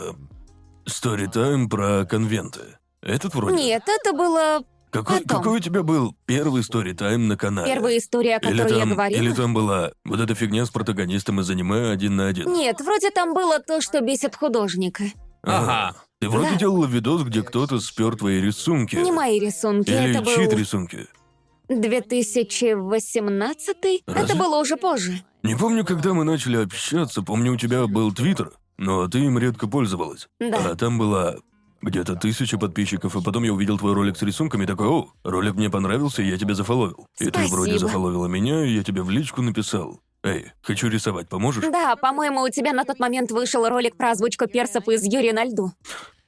D: Storytime про конвенты. Этот вроде.
A: Нет, это
D: Э,
A: было
D: Какой,
A: потом.
D: какой у тебя был первый сторитайм на канале?
A: первая история, о
D: или
A: которой я
D: там,
A: говорила.
D: или там была вот эта фигня с протагонистом из аниме один на один.
A: Нет, вроде там было то, что бесит художника.
B: Ага.
D: Ты вроде
A: Да.
D: делала видос, где кто-то спер твои рисунки.
A: Не мои рисунки,
D: Э, Или
A: это был
D: чьи-то рисунки.
A: 2018 Это
D: Разве?
A: было уже позже.
D: Не помню, когда мы начали общаться, помню, у тебя был твиттер, но ты им редко пользовалась.
A: Да.
D: А там была где-то тысяча подписчиков, и потом я увидел твой ролик с рисунками, и такой, о, ролик мне понравился, и я тебя зафоловил. И ты
A: Спасибо.
D: вроде зафоловила меня, и я тебе в личку написал. Эй, хочу рисовать, поможешь?
A: Да, по-моему, у тебя на тот момент вышел ролик про озвучку персов из Юрия на льду.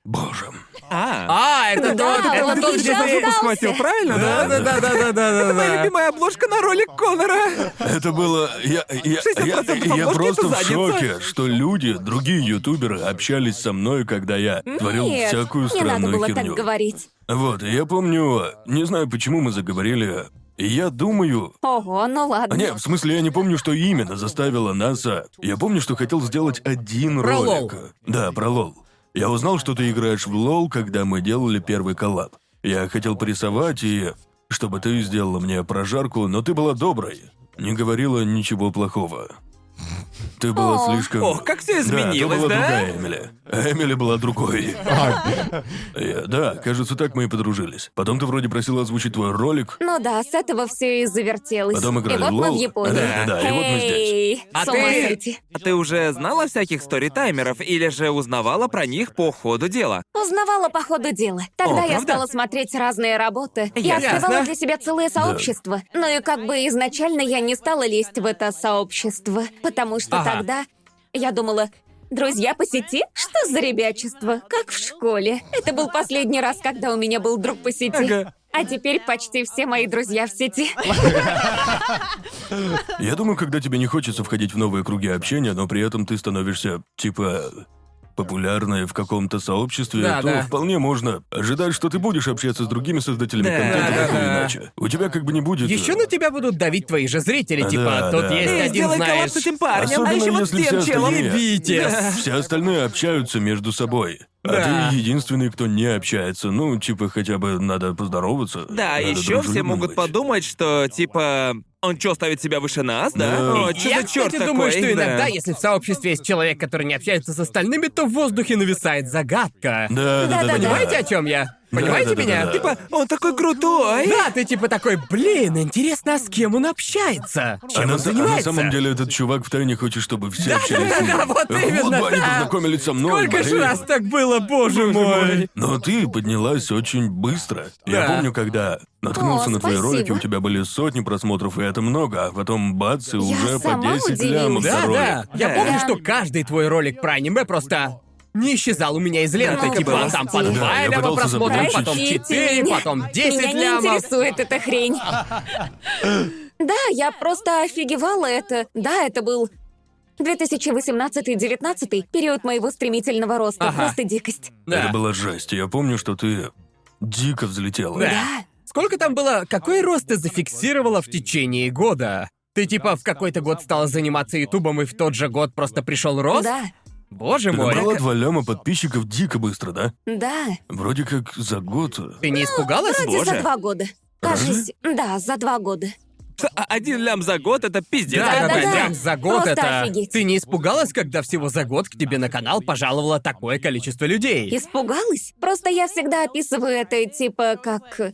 D: Боже.
C: А,
B: А, это
A: Да,
B: тот, это
A: он
B: тот, где
A: обещал
B: ты-
A: выпуск.
C: схватил, правильно,
B: Да, да, да, да, да, да,
C: Моя
B: да.
C: любимая обложка на ролик Конора.
D: Это было... Я, я,
C: 60%
D: я- я
C: обложки
D: просто
C: это
D: в
C: задница.
D: шоке, что люди, другие ютуберы, общались со мной, когда я творил
A: Нет,
D: всякую
A: не надо
D: странную
A: было
D: херню.
A: так говорить.
D: Вот, и я помню... Не знаю, почему мы заговорили... и Я думаю...
A: Ого, ну
D: А,
A: ладно.
D: Не, в смысле, я не помню, что именно заставило НАСА. Я помню, что хотел сделать один
B: Про
D: ролик. Да, про лол. Я узнал, что ты играешь в лол, когда мы делали первый коллаб. Я хотел порисовать и... Чтобы ты сделала мне прожарку, но ты была доброй. Не говорила ничего плохого. Ты была
A: О.
D: слишком...
C: Ох, как все
D: да, ты
C: изменилось,
D: была
C: да?
D: другая Эмили. А Эмили была другой.
B: А.
D: Я- да, кажется, так мы и подружились. Потом ты вроде просила озвучить твой ролик.
A: Ну да, с этого все и завертелось.
D: Потом играли
A: и вот
D: в
A: мы в
D: лол.
A: Японии.
D: Да, да, да, и вот мы здесь.
A: Эй,
B: А
A: с ума
B: ты-
A: сойти.
C: А ты уже знала всяких сторитаймеров или же узнавала про них по ходу дела?
A: Узнавала по ходу дела. Тогда
C: О,
A: я
C: правда?
A: стала смотреть разные работы. Я
C: Ясно.
A: открывала для себя целое сообщество. Но и как бы изначально я не стала лезть в это сообщество, потому что
B: Ага.
A: тогда я думала... Друзья по сети? Что за ребячество? Как в школе. Это был последний раз, когда у меня был друг по сети.
C: Ага.
A: А теперь почти все мои друзья в сети.
D: Я думаю, когда тебе не хочется входить в новые круги общения, но при этом ты становишься, типа, популярной в каком-то сообстве,
B: Да,
D: то
B: да.
D: вполне можно ожидать, что ты будешь общаться с другими создателями
C: Да,
D: контента,
B: да,
D: так или
B: да.
D: иначе. У тебя как бы не будет... э,
B: Еще на тебя будут давить твои же зрители,
D: Да,
B: типа, тот
D: да.
B: есть
D: Эй,
C: Ты
B: один,
C: сделай коллапс
B: знаешь.
C: с этим парнем, а
D: Особенно,
C: еще вот с
D: если
C: тем
D: все
C: челом.
D: остальные-
B: BTS.
D: Все остальные общаются между собой.
B: Да.
D: А ты единственный, кто не общается. Ну, типа, хотя бы надо поздороваться.
C: Да,
D: надо
C: еще все
D: дружелюбным
C: могут
D: быть.
C: подумать, что типа он что, ставит себя выше нас, да?
D: Да.
C: О, чё
B: Я,
C: за черт
B: кстати,
C: такой?
B: думаю, что
C: Да.
B: иногда, если в сообществе есть человек, который не общается с остальными, то в воздухе нависает загадка.
D: Да, да, да, да. А
B: Понимаете,
D: да.
B: о чем я? Понимаете
D: да, да,
B: меня?
D: да, да.
B: Типа,
C: Типа, он такой крутой.
B: да, ты типа такой, блин, интересно, а с кем он общается?
D: А
B: Чем
D: на,
B: он
D: а на
B: занимается?
D: самом деле этот чувак втайне хочет, чтобы все общались с ним.
B: да, вот именно,
D: бы они
B: да.
D: познакомились со мной.
B: Сколько же
D: блин.
B: раз так было, боже мой!
D: Но ты поднялась очень быстро. Я
B: Да.
D: помню, когда наткнулся
A: О,
D: на твои
A: спасибо.
D: ролики, у тебя были сотни просмотров, и это много, а потом бац, и уже по
A: сама
D: 10
A: удивилась.
D: лямов за
B: Да,
D: ролик.
B: да. Я
C: Да.
B: помню,
A: Да.
B: что каждый твой ролик про аниме просто не исчезал у меня из ленты.
A: Ну,
B: Типа там по
A: прости.
D: Да,
B: два
D: я
B: ляма
D: пытался
B: просмотров,
D: задрочить.
B: потом четыре,
A: Меня-
B: потом десять
A: Меня не
B: лямов.
A: интересует эта хрень. Да, я просто офигевала это. Да, это был 2018-19 период моего стремительного роста.
B: Ага.
A: Просто дикость.
D: Это
B: Да.
D: была жесть. Я помню, что ты дико взлетела.
B: Да.
A: Да.
B: Сколько там было? Какой рост ты зафиксировала в течение года? Ты типа в какой-то год стала заниматься Ютубом, и в тот же год просто пришел рост?
A: Да,
B: Боже
D: Ты
B: мой.
D: набрала 2 ляма подписчиков дико быстро, да?
A: да.
D: Вроде как за год.
B: Ты не испугалась?
A: Вроде за
C: Боже.
A: два года. Кажись, да, за два года.
C: А Один лям за год это пиздец.
B: Да, да,
C: какой.
B: да,
A: да.
B: прям за год
A: Просто
B: это.
A: офигеть.
B: Ты не испугалась, когда всего за год к тебе на канал пожаловало такое количество людей?
A: Испугалась? Просто я всегда описываю это типа как э,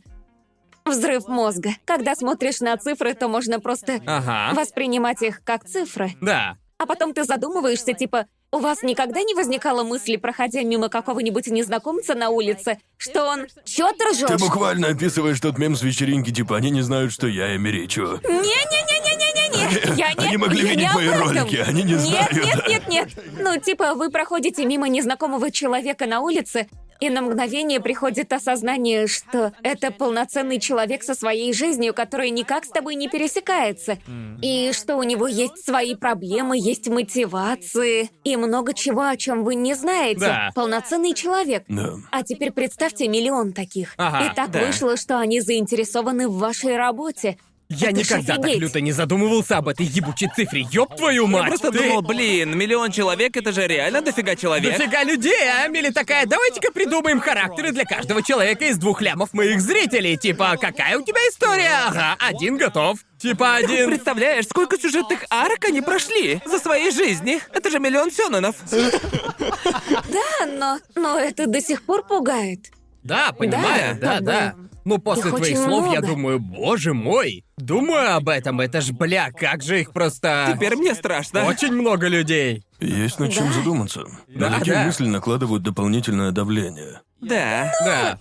A: взрыв мозга. Когда смотришь на цифры, то можно просто
B: Ага.
A: воспринимать их как цифры.
B: Да.
A: А потом ты задумываешься, типа, У вас никогда не возникало мысли, проходя мимо какого-нибудь незнакомца на улице, что он... Чё ты
D: Ты
A: ржёшь?
D: буквально описываешь тот мем с вечеринки, типа они не знают, что я ими речу.
A: Не-не-не-не-не-не-не! Я не...
D: Они могли
A: я
D: видеть
A: не
D: мои
A: об этом.
D: ролики, они не
A: Нет,
D: знают.
A: нет, нет, нет. Ну, типа, вы проходите мимо незнакомого человека на улице, и на мгновение приходит осознание, что это полноценный человек со своей жизнью, который никак с тобой не пересекается. И что у него есть свои проблемы, есть мотивации и много чего, о чем вы не знаете.
B: Да.
A: Полноценный человек.
D: Да.
A: А теперь представьте миллион таких.
B: Ага,
A: и так
C: да.
A: вышло, что они заинтересованы в вашей работе.
B: Я
A: Это ж
B: никогда так
A: офигеть.
B: люто не задумывался об этой ебучей цифре. Ёб твою мать!
C: Я просто
B: ты-
C: думал, блин, миллион человек, это же реально дофига человек.
B: Дофига людей, а Мили такая, давайте-ка придумаем характеры для каждого человека из двух лямов моих зрителей. Типа, какая у тебя история? Ага, один готов. Типа один...
C: Представляешь, сколько сюжетных арок они прошли за своей жизни? Это же миллион сёнонов.
A: Да, А, но, но это до сих пор пугает.
B: Да, понимаю, да,
A: Да, как
B: да.
A: бы,
B: Ну, после
A: их
B: твоих
A: очень
B: слов я
A: много.
B: думаю, боже мой. Думаю об этом, это ж, бля, как же их просто...
C: Теперь мне страшно.
B: Очень много людей.
D: Есть над чем
A: Да.
D: задуматься. На
B: Да,
D: такие
B: да.
D: мысли накладывают дополнительное давление.
C: Да.
B: Да.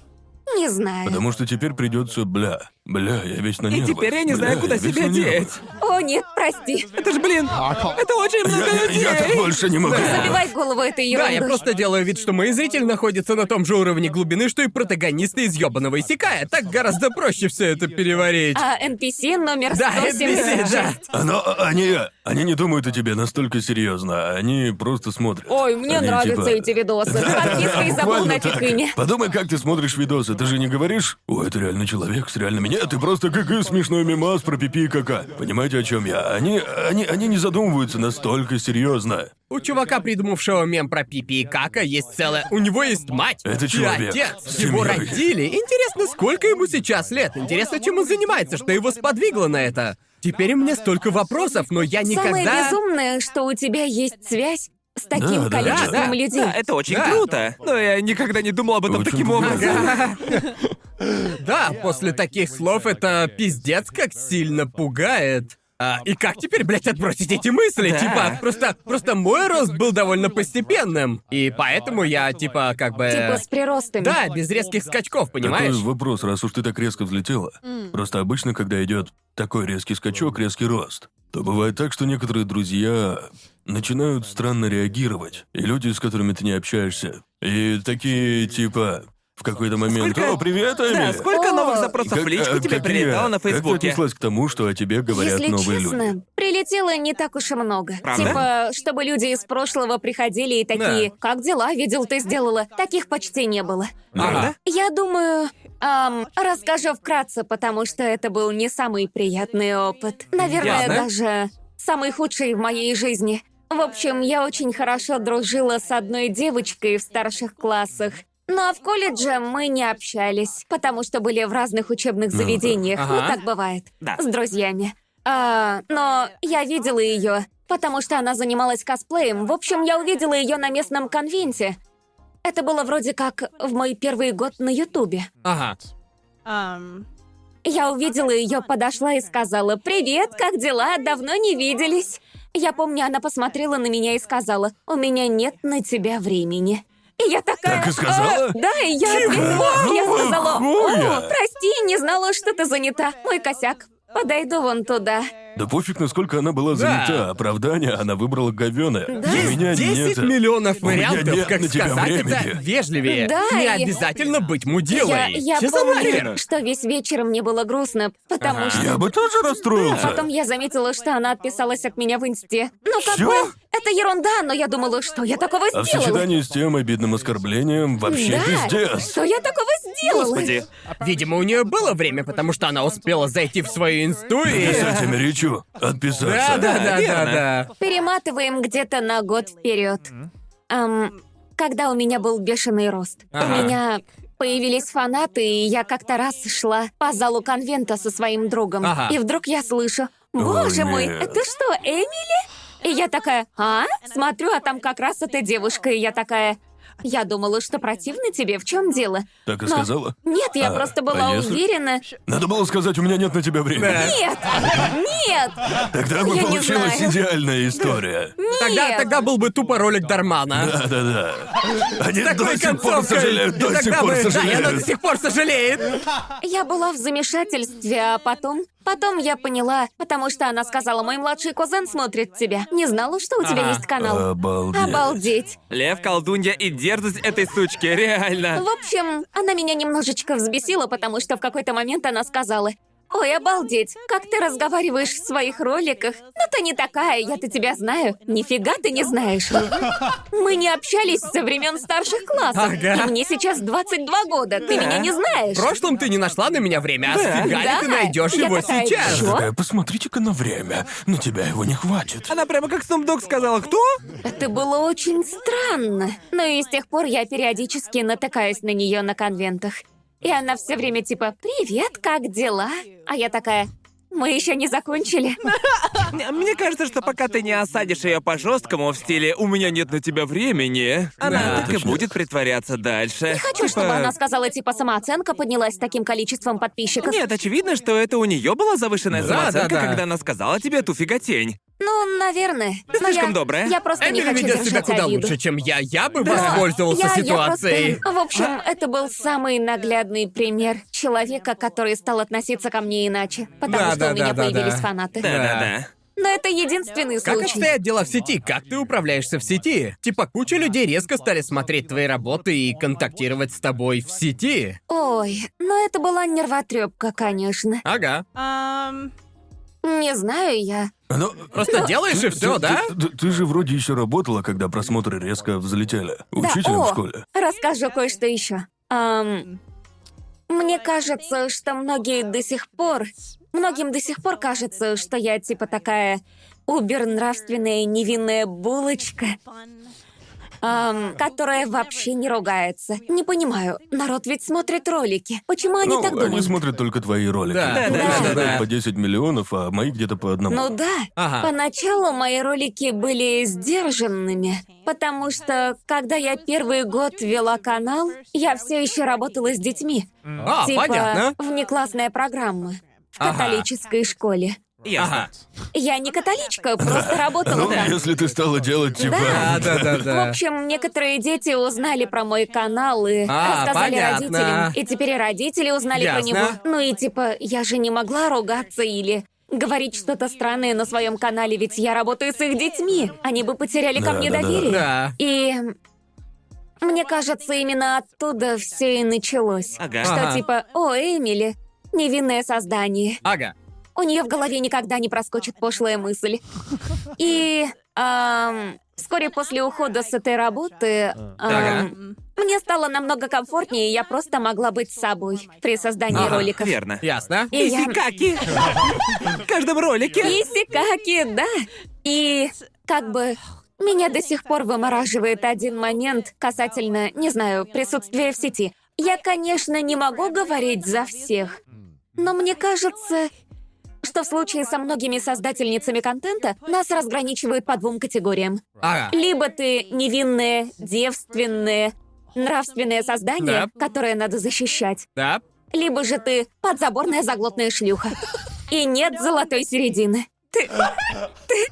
A: Не знаю.
D: Потому что теперь придется бля. Бля, я весь на
C: И
D: нервах.
C: теперь я не знаю,
D: Бля,
C: куда
D: весь
C: себя
D: на нервах.
C: деть.
A: О, нет, прости.
C: Это ж, блин, это очень много людей.
D: Я так больше не могу.
A: Забивай голову этой
B: Да, я
A: ерундой.
B: просто делаю вид, что мои зрители находятся на том же уровне глубины, что и протагонисты из ёбаного Исекая. Так гораздо проще все это переварить.
A: А NPC номер
B: Да, NPC,
A: 176.
B: да.
D: Оно, они, они не думают о тебе настолько серьезно, они просто смотрят.
A: Ой, мне
D: Они
A: нравятся
D: типа,
A: эти видосы. Подписка и забыл
D: Буквально
A: на
D: так.
A: пекине.
D: Подумай, как ты смотришь видосы. Ты же не говоришь, о, это реально человек с реально меня. Ты просто как смешной мимас про пипи и кака. Понимаете, о чем я? Они, они, они не задумываются настолько серьезно.
B: У чувака, придумавшего мем про Пипи и Кака, есть целая... У него есть мать
D: Это
B: и
D: человек
B: отец.
D: с
B: Его
D: семьей.
B: родили. Интересно, сколько ему сейчас лет? Интересно, чем он занимается, что его сподвигло на это? Теперь у меня столько вопросов, но я
A: Самое
B: никогда...
A: безумное, что у тебя есть связь с таким
D: Да, да,
A: количеством
B: да, да.
A: людей.
C: Да, это очень
B: Да.
C: круто. Но я никогда не думал об этом
D: Очень
C: таким
D: круто.
C: образом.
B: Да, после таких слов это пиздец как сильно пугает. А, и как теперь, блядь, отбросить эти мысли?
C: Да.
B: Типа, просто, просто мой рост был довольно постепенным. И поэтому я, типа, как бы...
A: Типа с приростами.
B: Да, без резких скачков, понимаешь?
D: Такой вопрос, раз уж ты так резко взлетела. Просто обычно, когда идет такой резкий скачок, резкий рост, то бывает так, что некоторые друзья начинают странно реагировать. И люди, с которыми ты не общаешься, и такие типа в какой-то момент
C: Сколько-
D: «О, привет, Эми!»
C: Да, сколько новых
A: О.
C: запросов
D: Как-
C: в личку
D: а,
C: тебе
D: какие-
C: прилетало на
D: Как ты
C: Фейсбуке?
D: отнеслась к тому, что о тебе говорят
A: Если
D: новые
A: честно,
D: люди?
A: прилетело не так уж и много.
C: Правда?
A: Типа, чтобы люди из прошлого приходили и такие, как дела, видел, ты сделала. Таких почти не было.
B: Ага.
A: Я думаю, ам, расскажу вкратце, потому что это был не самый приятный опыт. Наверное,
C: Ясно.
A: даже самый худший в моей жизни. В общем, я очень хорошо дружила с одной девочкой в старших классах. Но в колледже мы не общались, потому что были в разных учебных
D: да.
A: заведениях. Ну,
B: Ага.
A: так бывает.
C: Да.
A: С друзьями. А, но я видела ее, потому что она занималась косплеем. В общем, я увидела ее на местном конвенте. Это было вроде как в мой первый год на Ютубе.
B: Ага.
A: Я увидела ее, подошла и сказала, «Привет, как дела? Давно не виделись». Я помню, она посмотрела на меня и сказала, «У меня нет на тебя времени». И я такая...
D: Так и сказала?
A: «А, да, и я ответила, я сказала,
D: хуя?
A: «О, прости, не знала, что ты занята. Мой косяк. Подойду вон туда».
D: Да пофиг, насколько она была занята. Оправдание она выбрала говёное. У меня
B: 10
D: нет...
B: миллионов
D: меня
B: вариантов,
D: нет
B: как
D: на тебя
B: сказать это
D: времени.
B: вежливее.
A: Да,
B: не
A: я-
B: обязательно быть мудилой.
A: Я, я
B: Чё за
A: помню,
B: хрень?
A: что весь вечер мне было грустно, потому
B: Ага.
A: что...
D: Я бы тоже расстроился.
A: Потом я заметила, что она отписалась от меня в инсте. Ну, как
D: Всё?
A: бы, это ерунда, но я думала, что я такого
D: А в
A: сделала?
D: сочетании с тем обидным оскорблением вообще
A: да,
D: пиздец.
A: что я такого сделала?
C: Господи.
B: Видимо, у нее было время, потому что она успела зайти в свою инсту и...
D: Писать им речу, отписаться.
B: Да, да, да, да,
C: верно.
B: да.
A: Перематываем где-то на год вперед. Ам, когда у меня был бешеный рост,
B: Ага.
A: у меня появились фанаты, и я как-то раз шла по залу конвента со своим другом,
B: Ага.
A: и вдруг я слышу: "Боже
D: Ой,
A: мой,
D: нет.
A: это что, Эмили?" И я такая: "А?" Смотрю, а там как раз эта девушка, и я такая: Я думала, что противно тебе. В чем дело?
D: Так и
A: Но-
D: сказала?
A: Нет, я
D: А,
A: просто была
D: а если-
A: уверена.
D: Надо было сказать, у меня нет на тебя времени.
A: Нет! Нет!
D: Тогда бы
A: Я не
D: получилась
A: знаю.
D: идеальная история.
B: Тогда,
A: Нет.
B: тогда был бы тупо ролик Дармана.
D: Да-да-да. Они до
B: Такой
D: сих пор
B: концовкой.
D: сожалеют, до сих
B: Тогда
D: пор
B: бы- Да, и она до
D: сожалеют.
B: сих пор сожалеет.
A: Я была в замешательстве, а потом... Потом я поняла, потому что она сказала, мой младший кузен смотрит тебя. Не знала, что у тебя
B: А.
A: есть
D: Э,
A: канал.
D: Обалдеть.
A: Обалдеть.
C: Лев, колдунья и дерзость этой сучки, реально.
A: В общем, она меня немножечко взбесила, потому что в какой-то момент она сказала, «Ой, обалдеть, как ты разговариваешь в своих роликах? Ну ты не такая, я-то тебя знаю. Нифига ты не знаешь». Мы не общались со времен старших классов,
B: Ага.
A: и мне сейчас 22 года, ты меня не знаешь.
B: В прошлом ты не нашла на меня время, а с фига ли
A: Да.
B: ты найдешь
A: Я
B: его
A: такая,
B: сейчас?
A: «Чё?»
D: Такая, посмотрите-ка на время. На тебя его не хватит.
C: Она прямо как Сумдок сказала, кто?
A: Это было очень странно. Но и с тех пор я периодически натыкаюсь на нее на конвентах. И она все время типа «Привет, как дела?» А я такая «Мы еще не закончили».
B: Ну,
C: М- Мне кажется, что пока ты не осадишь ее по-жесткому в стиле «У меня нет на тебя времени», она
B: Да.
C: так и будет притворяться дальше.
A: Хочу, чтобы
C: Типа,
A: она сказала, типа, самооценка поднялась с таким количеством подписчиков.
C: Нет, очевидно, что это у нее была завышенная
B: Да,
C: самооценка,
B: да, да.
C: когда она сказала тебе ту фиготень.
A: Ну, наверное.
C: Ты
A: Но
C: слишком
A: я-
C: добрая.
A: Я просто не
B: Эмили
A: хочу
B: ведет себя
A: держать
B: куда
A: обиду.
B: лучше, чем я. Я бы
A: Но
B: воспользовался
A: я- я
B: ситуацией.
A: просто- В общем,
B: А?
A: это был самый наглядный пример человека, который стал относиться ко мне иначе, потому
B: Да,
A: что
B: да,
A: у меня
B: да, да,
A: появились
B: да.
A: фанаты.
C: Да-да-да.
A: Но это единственный
B: Как
A: случай.
B: обстоят дела в сети? Как ты управляешься в сети? Типа куча людей резко стали смотреть твои работы и контактировать с тобой в сети.
A: Ой, но это была нервотрепка, конечно.
B: Ага.
A: Не знаю я.
D: Ну,
B: Просто делаешь и все,
D: ты-
B: да?
D: Ты, ты- ты же вроде еще работала, когда просмотры резко взлетели. Учителем
A: о!
D: в школе.
A: Расскажу кое-что еще. Ам, мне кажется, что многие до сих пор... Многим до сих пор кажется, что я типа такая убер-нравственная невинная булочка, ам, которая вообще не ругается. Не понимаю, народ ведь смотрит ролики. Почему они
D: ну,
A: так
D: они
A: думают?
D: смотрят только твои ролики.
B: Да,
D: Ну,
C: да,
D: я
A: да,
D: смотрю
C: да.
D: по 10 миллионов, а мои где-то по одному.
A: Ну да.
B: Ага.
A: Поначалу мои ролики были сдержанными, потому что, когда я первый год вела канал, я все еще работала с детьми.
B: А,
A: типа
B: понятно.
A: внеклассная программа в
B: Ага.
A: католической школе.
C: Ясно.
B: Ага.
A: Я не католичка, просто работала
D: Ну,
A: там.
D: если ты стала делать типа...
B: Да, А, да, да,
A: В
B: да.
A: общем, некоторые дети узнали про мой канал и
B: А,
A: рассказали
B: понятно.
A: родителям. И теперь и родители узнали про
B: Ясно.
A: него. Ну и типа, я же не могла ругаться или говорить что-то странное на своем канале, ведь я работаю с их детьми. Они бы потеряли ко
D: Да,
A: мне
D: да, да,
A: доверие.
B: Да.
A: И мне кажется, именно оттуда все и началось.
C: Ага.
A: Что
B: Ага.
A: типа, о, Эмили, невинное создание.
B: Ага.
A: У нее в голове никогда не проскочит пошлая мысль. И ам, вскоре после ухода с этой работы
C: А.
A: ам,
B: Ага.
A: мне стало намного комфортнее, и я просто могла быть собой при создании
C: Ага,
A: роликов.
C: Верно.
B: Ясно.
A: И я-
C: Исикаки! В каждом ролике.
A: Исикаки, да. И как бы меня до сих пор вымораживает один момент касательно, не знаю, присутствия в сети. Я, конечно, не могу говорить за всех, но мне кажется, что в случае со многими создательницами контента нас разграничивают по двум категориям.
B: Ага.
A: Либо ты невинное, девственное, нравственное создание,
B: Да.
A: которое надо защищать,
B: Да.
A: либо же ты подзаборная заглотная шлюха. И нет золотой середины. Ты... Ты...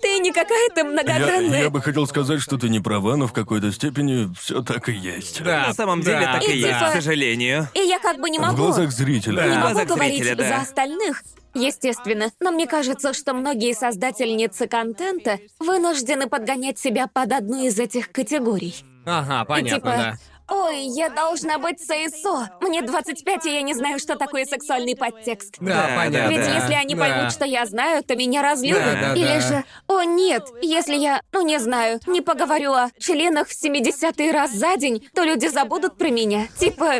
A: Ты не какая-то
D: Я,
A: многогранная.
D: я бы хотел сказать, что ты не права, но в какой-то степени все так и есть.
B: Да.
C: На самом деле
B: Да,
C: так и
A: да.
C: есть, к сожалению.
A: И я как бы не
D: В
A: могу...
D: глазах А. зрителя.
A: Не
C: Да.
A: могу
C: глазах
A: говорить
C: зрителя, да.
A: за остальных, естественно. Но мне кажется, что многие создательницы контента вынуждены подгонять себя под одну из этих категорий.
B: Ага, понятно, да.
A: типа, Ой, я должна быть ССО. Мне 25, и я не знаю, что такое сексуальный подтекст.
B: Да,
C: Да,
B: понятно.
A: Ведь
B: да,
A: если они
B: да.
A: поймут, что я знаю, то меня разлюбят.
B: Да, да,
A: Или
B: да.
A: же, о нет, если я, ну не знаю, не поговорю о членах в 70-й раз за день, то люди забудут про меня. Типа,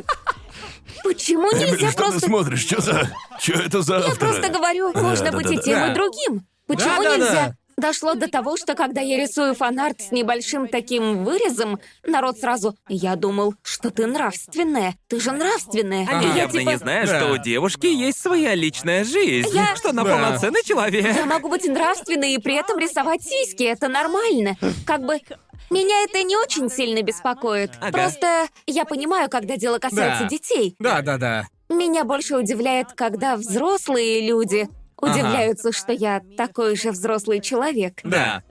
A: почему
D: Блин,
A: нельзя
D: что ты
A: просто...
D: смотришь? Что за... Что это за
A: Я
D: авторы?
A: просто говорю, можно
D: да,
A: быть
D: да,
A: и
D: да.
A: тем,
B: Да.
A: и другим. Почему
B: да, да.
A: нельзя? Дошло до того, что когда я рисую фанарт с небольшим таким вырезом, народ сразу «Я думал, что ты нравственная, ты же нравственная».
C: Они
A: И я
C: явно
A: типа, Ну.
C: не знают,
B: Да.
C: что у девушки есть своя личная жизнь,
A: Я-
C: что она
B: Да.
C: полноценный человек.
A: Я могу быть нравственной и при этом рисовать сиськи, это нормально. Как бы Меня это не очень сильно беспокоит.
C: Ага.
A: Просто я понимаю, когда дело касается
B: Да.
A: детей.
B: Да, да, да.
A: Меня больше удивляет, когда взрослые люди удивляются, что я такой же взрослый человек.
B: Да.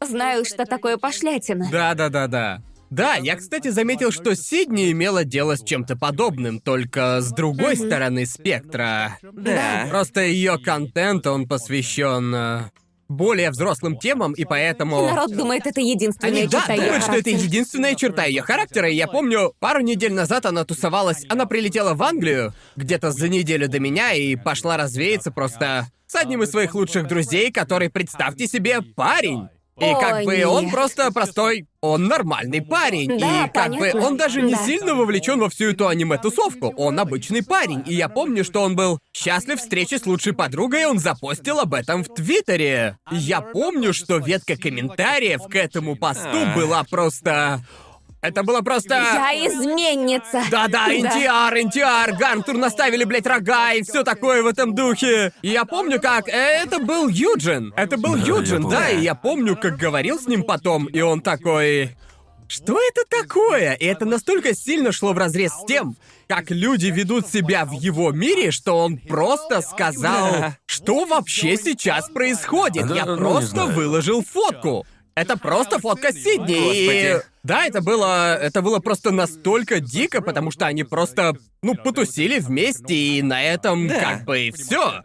A: Знаю, что такое пошлятина.
B: Да, да, да, да. Да, я, кстати, заметил, что Сидни имела дело с чем-то подобным, только с другой стороны спектра.
C: Да.
B: Просто ее контент, он посвящен более взрослым темам, и поэтому...
A: Народ думает, это единственная
B: Они, да,
A: черта её
B: думают, что это
A: характера.
B: единственная черта ее характера. И я помню, пару недель назад она тусовалась, она прилетела в Англию где-то за неделю до меня и пошла развеяться просто с одним из своих лучших друзей, который, представьте себе, парень. И как
A: О,
B: бы он
A: нет.
B: просто простой, он нормальный парень.
A: Да,
B: и как бы
A: понятно.
B: он даже не
A: Да.
B: сильно вовлечен во всю эту аниме-тусовку. Он обычный парень. И я помню, что он был счастлив встрече с лучшей подругой, и он запостил об этом в Твиттере. И Я помню, что ветка комментариев к этому посту
C: А.
B: была просто... Это было просто...
A: Я изменница.
B: Да-да, NTR, NTR, Гантур наставили, блядь, рога и все такое в этом духе. И я помню, как... э, Это был Юджин. Это был
D: Да, я
B: Юджин,
D: помню.
B: да, и я помню, как говорил с ним потом, и он такой... Что это такое? И это настолько сильно шло вразрез с тем, как люди ведут себя в его мире, что он просто сказал, что вообще сейчас происходит.
D: Да,
B: Я
D: ну, не
B: просто
D: знаю.
B: выложил фотку. Это просто фотка Сидни. и-
C: Господи.
B: Да, это было, это было просто настолько дико, потому что они просто, ну, потусили вместе и на этом как бы и все.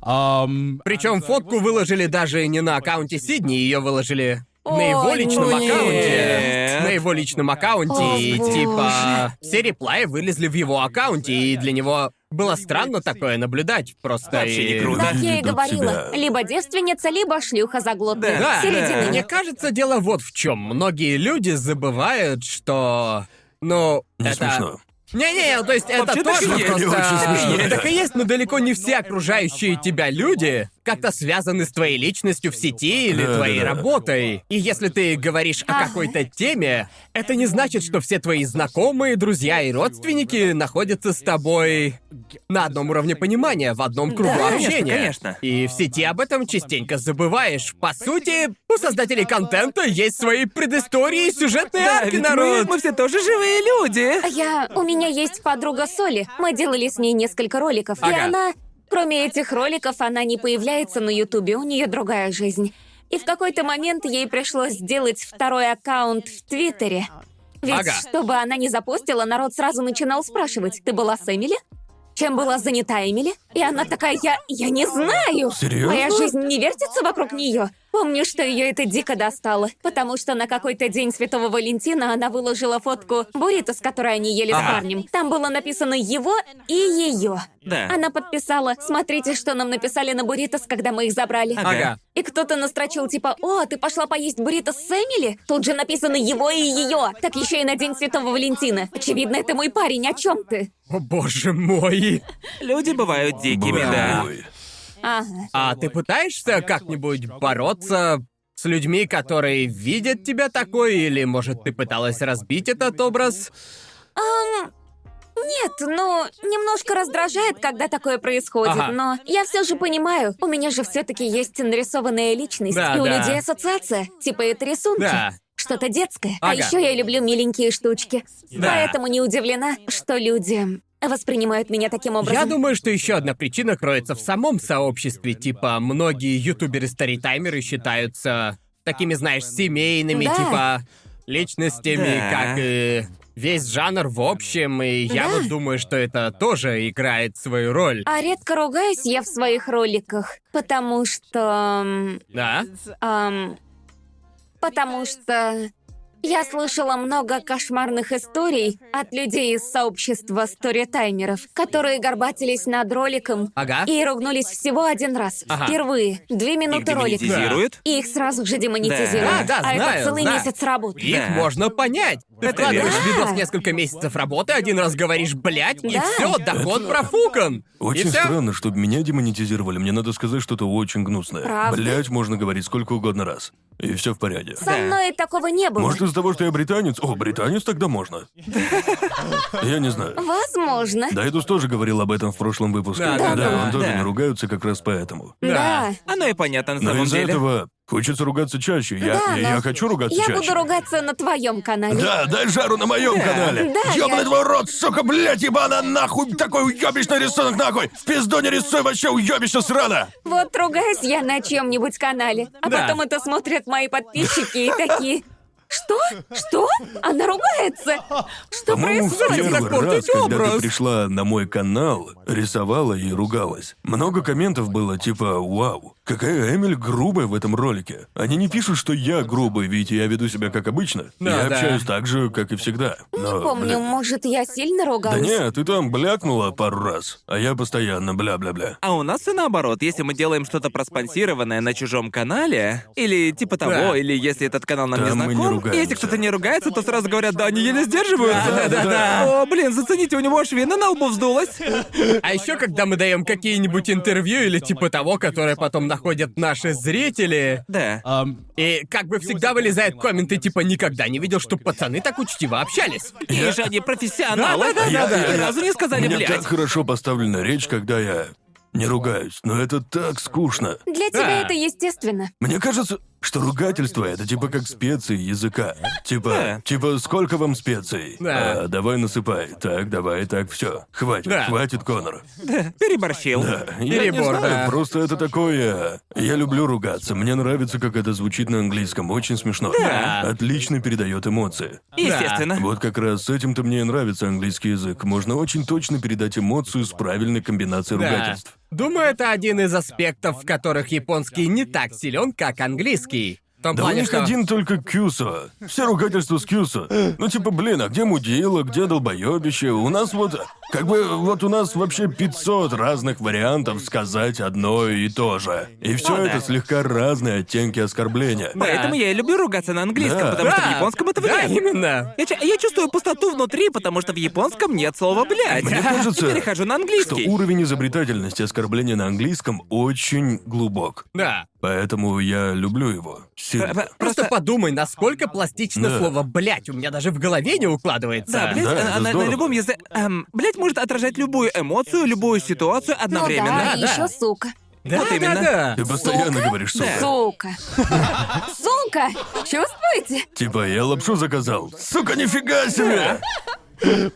B: Причем фотку выложили даже не на аккаунте Сидни, ее выложили на его
A: О,
B: личном
A: нет.
B: аккаунте. На его личном аккаунте,
A: О,
B: и
A: боже.
B: типа все реплаи вылезли в его аккаунте, и для него было странно такое наблюдать. Просто
C: Вообще не
B: и-
C: круто.
A: Как я и
D: Ведут
A: говорила,
D: себя.
A: либо девственница, либо шлюха заглотная.
B: Да,
A: Середины
B: мне
A: нет.
B: кажется, дело вот в чем. Многие люди забывают, что. Ну,
D: Не
B: это.
D: смешно.
B: Не-не, то есть это
C: Вообще так и
B: тоже
C: есть.
B: просто...
D: Не очень смешно.
B: Так и есть, но далеко не все окружающие тебя люди как-то связаны с твоей личностью в сети или
D: Да,
B: твоей
D: да, да.
B: работой. И если ты говоришь о какой-то теме, это не значит, что все твои знакомые, друзья и родственники находятся с тобой на одном уровне понимания, в одном кругу
C: Да, конечно,
B: общения.
C: конечно.
B: И в сети об этом частенько забываешь. По сути, у создателей контента есть свои предыстории и сюжетные арки,
C: ведь мы,
B: народ.
C: мы все тоже живые люди.
A: А Я... У меня есть подруга Соли. Мы делали с ней несколько роликов. И
B: Ага.
A: она... Кроме этих роликов, она не появляется на Ютубе, у нее другая жизнь. И в какой-то момент ей пришлось сделать второй аккаунт в Твиттере. Ведь
B: Ага.
A: чтобы она не запостила, народ сразу начинал спрашивать, ты была с Эмили? Чем была занята Эмили? И она такая, я, я не знаю. А
D: Серьёзно?
A: Моя жизнь не вертится вокруг нее. Помню, что ее это дико достало, потому что на какой-то день Святого Валентина она выложила фотку буррито, с которой они ели с
B: Ага.
A: парнем. Там было написано его и ее.
C: Да.
A: Она подписала, смотрите, что нам написали на бурритос, когда мы их забрали.
B: Ага.
A: И кто-то настрочил типа, о, ты пошла поесть буррито с Эмили? Тут же написано его и ее. Так еще и на День Святого Валентина. Очевидно, это мой парень, о чем ты?
B: О, боже мой.
C: Люди бывают дикими,
D: Бывает
C: да.
D: такое.
A: Ага.
B: А ты пытаешься как-нибудь бороться с людьми, которые видят тебя такой, или, может, ты пыталась разбить этот образ?
A: Нет, ну, немножко раздражает, когда такое происходит,
B: Ага.
A: но я все же понимаю, у меня же все-таки есть нарисованная личность,
B: Да,
A: и у
B: да.
A: людей ассоциация, типа это рисунки.
B: Да.
A: Что-то детское. А
B: Ага.
A: еще я люблю миленькие штучки.
B: Да.
A: Поэтому не удивлена, что люди воспринимают меня таким образом.
B: Я думаю, что еще одна причина кроется в самом сообществе. Типа, многие ютуберы-старитаймеры считаются такими, знаешь, семейными,
A: Да.
B: типа, личностями,
C: Да.
B: как и весь жанр в общем. И я
A: Да.
B: вот думаю, что это тоже играет свою роль.
A: А редко ругаюсь я в своих роликах, потому что... м,
B: Да?
A: ам, потому что... Я слышала много кошмарных историй от людей из сообщества сторитаймеров, которые горбатились над роликом
B: Ага.
A: и ругнулись всего один раз,
B: Ага.
A: впервые, две
C: Их
A: минуты ролика.
C: демонетизируют.
A: И их сразу же демонетизируют.
B: Да, да,
A: а
B: знаю,
A: это целый
B: знаю.
A: месяц работы.
B: Их
C: Да.
B: можно понять. Ты
C: Это
B: вкладываешь
A: верно.
B: в видос несколько месяцев работы, один раз говоришь «блядь», и
A: Да.
B: все, доход профукан.
D: Очень
B: и всё.
D: странно, чтобы меня демонетизировали. Мне надо сказать что-то очень гнусное.
A: Правда?
D: Блять, можно говорить сколько угодно раз. И все в порядке.
A: Со мной такого не было.
D: Может, из-за того, что я британец? О, британец тогда можно. Я не знаю.
A: Возможно.
D: Дайдус тоже говорил об этом в прошлом выпуске.
B: Да, да,
D: Да,
B: да.
D: он тоже
C: Да.
D: не ругаются как раз поэтому.
B: Да.
A: Да.
C: Оно и понятно на
D: Но
C: самом
D: из-за
C: деле.
D: этого Хочется ругаться чаще. Я,
A: Да,
D: я
A: но-
D: хочу ругаться
A: Я
D: чаще.
A: буду ругаться на твоем канале.
D: Да, дай жару на моем канале.
A: Да,
D: Ёбаный
A: я-
D: твой рот, сука, блядь, ебана, нахуй, такой уёбищный рисунок, нахуй. В пизду не рисуй, вообще уёбище срано.
A: Вот ругаюсь я на чьем-нибудь канале, а
B: Да.
A: потом это смотрят мои подписчики и такие. Что? Что? Она ругается? Что
D: По-моему, в
A: происходит?
D: первый раз,
B: Запортить
D: когда ты
B: образ.
D: пришла на мой канал, рисовала и ругалась. Много комментов было типа «Вау, какая Эмиль грубая в этом ролике». Они не пишут, что я грубый, ведь я веду себя как обычно.
B: Да,
D: я
B: да.
D: общаюсь так же, как и всегда. Но,
A: Не помню,
D: бля-
A: может, я сильно
D: Да
A: ругалась?
D: не, ты там блякнула пару раз, а я постоянно бля-бля-бля.
C: А у нас все наоборот. Если мы делаем что-то проспонсированное на чужом канале, или типа того,
B: Да.
C: или если этот канал нам не
D: Там мы не
C: знаком,
D: ругаемся.
C: если кто-то не ругается, то сразу говорят, да, они еле сдерживаются.
B: Да, да, да.
C: О, блин, зацените, у него швина на лбу вздулась.
B: А еще, когда мы даем какие-нибудь интервью или типа того, которые потом находят наши зрители,
C: Да.
B: А. и как бы всегда вылезают комменты типа «Никогда не видел, что пацаны так учтиво общались».
C: И же они профессионалы.
B: Да, да, да, да,
C: Ни
B: да.
C: разу не сказали,
D: Мне так
C: блядь.
D: хорошо поставлена речь, когда я не ругаюсь, но это так скучно.
A: Для тебя это естественно.
D: Мне кажется, что ругательство это типа как специи языка. Типа,
C: Да.
D: типа, сколько вам специй?
B: Да.
D: А, давай насыпай. Так, давай, так, все. Хватит,
B: Да.
D: хватит, Конор.
C: Переборщил.
D: Я не
B: Перебор,
D: знаю,
B: да.
D: просто это такое. Я люблю ругаться. Мне нравится, как это звучит на английском. Очень смешно.
B: Да.
D: Отлично передает эмоции.
C: Естественно.
D: Вот как раз с этим-то мне и нравится английский язык. Можно очень точно передать эмоцию с правильной комбинацией
B: Да.
D: ругательств.
B: Думаю, это один из аспектов, в которых японский не так силен, как английский. В том
D: Да у
B: плане,
D: них
B: что...
D: один только Кюсо. Все ругательства с Кюсо. Ну типа, блин, а где мудила, где долбоебище? У нас вот... Как бы вот у нас вообще 500 разных вариантов сказать одно и то же. И все
C: Ну да.
D: это слегка разные оттенки оскорбления.
B: Да.
C: Поэтому я и люблю ругаться на английском,
D: Да.
C: потому что в
B: Да,
C: японском это
B: Да,
C: вряд ли.
B: именно.
C: Я, чу- я чувствую пустоту внутри, потому что в японском нет слова «блядь».
D: Мне кажется,
C: И перехожу на
D: Что
C: английский.
D: уровень изобретательности оскорбления на английском очень глубок.
B: Да.
D: Поэтому я люблю его.
C: П-
D: Сильно.
C: п-
B: Просто подумай, насколько пластично
D: Да.
B: слово «блять» у меня даже в голове не укладывается.
C: Да, блядь,
D: Да,
C: э,
D: это
C: на, на
D: здорово.
C: любом языке... эм, блядь может отражать любую эмоцию, любую ситуацию
A: Ну да,
C: одновременно.
A: и
B: да.
A: еще сука.
B: Да,
C: Вот
B: да,
C: именно.
B: да.
D: Ты постоянно говоришь сука.
A: Сука. Сука! Чувствуете?
D: Типа, я лапшу заказал. Сука, нифига себе!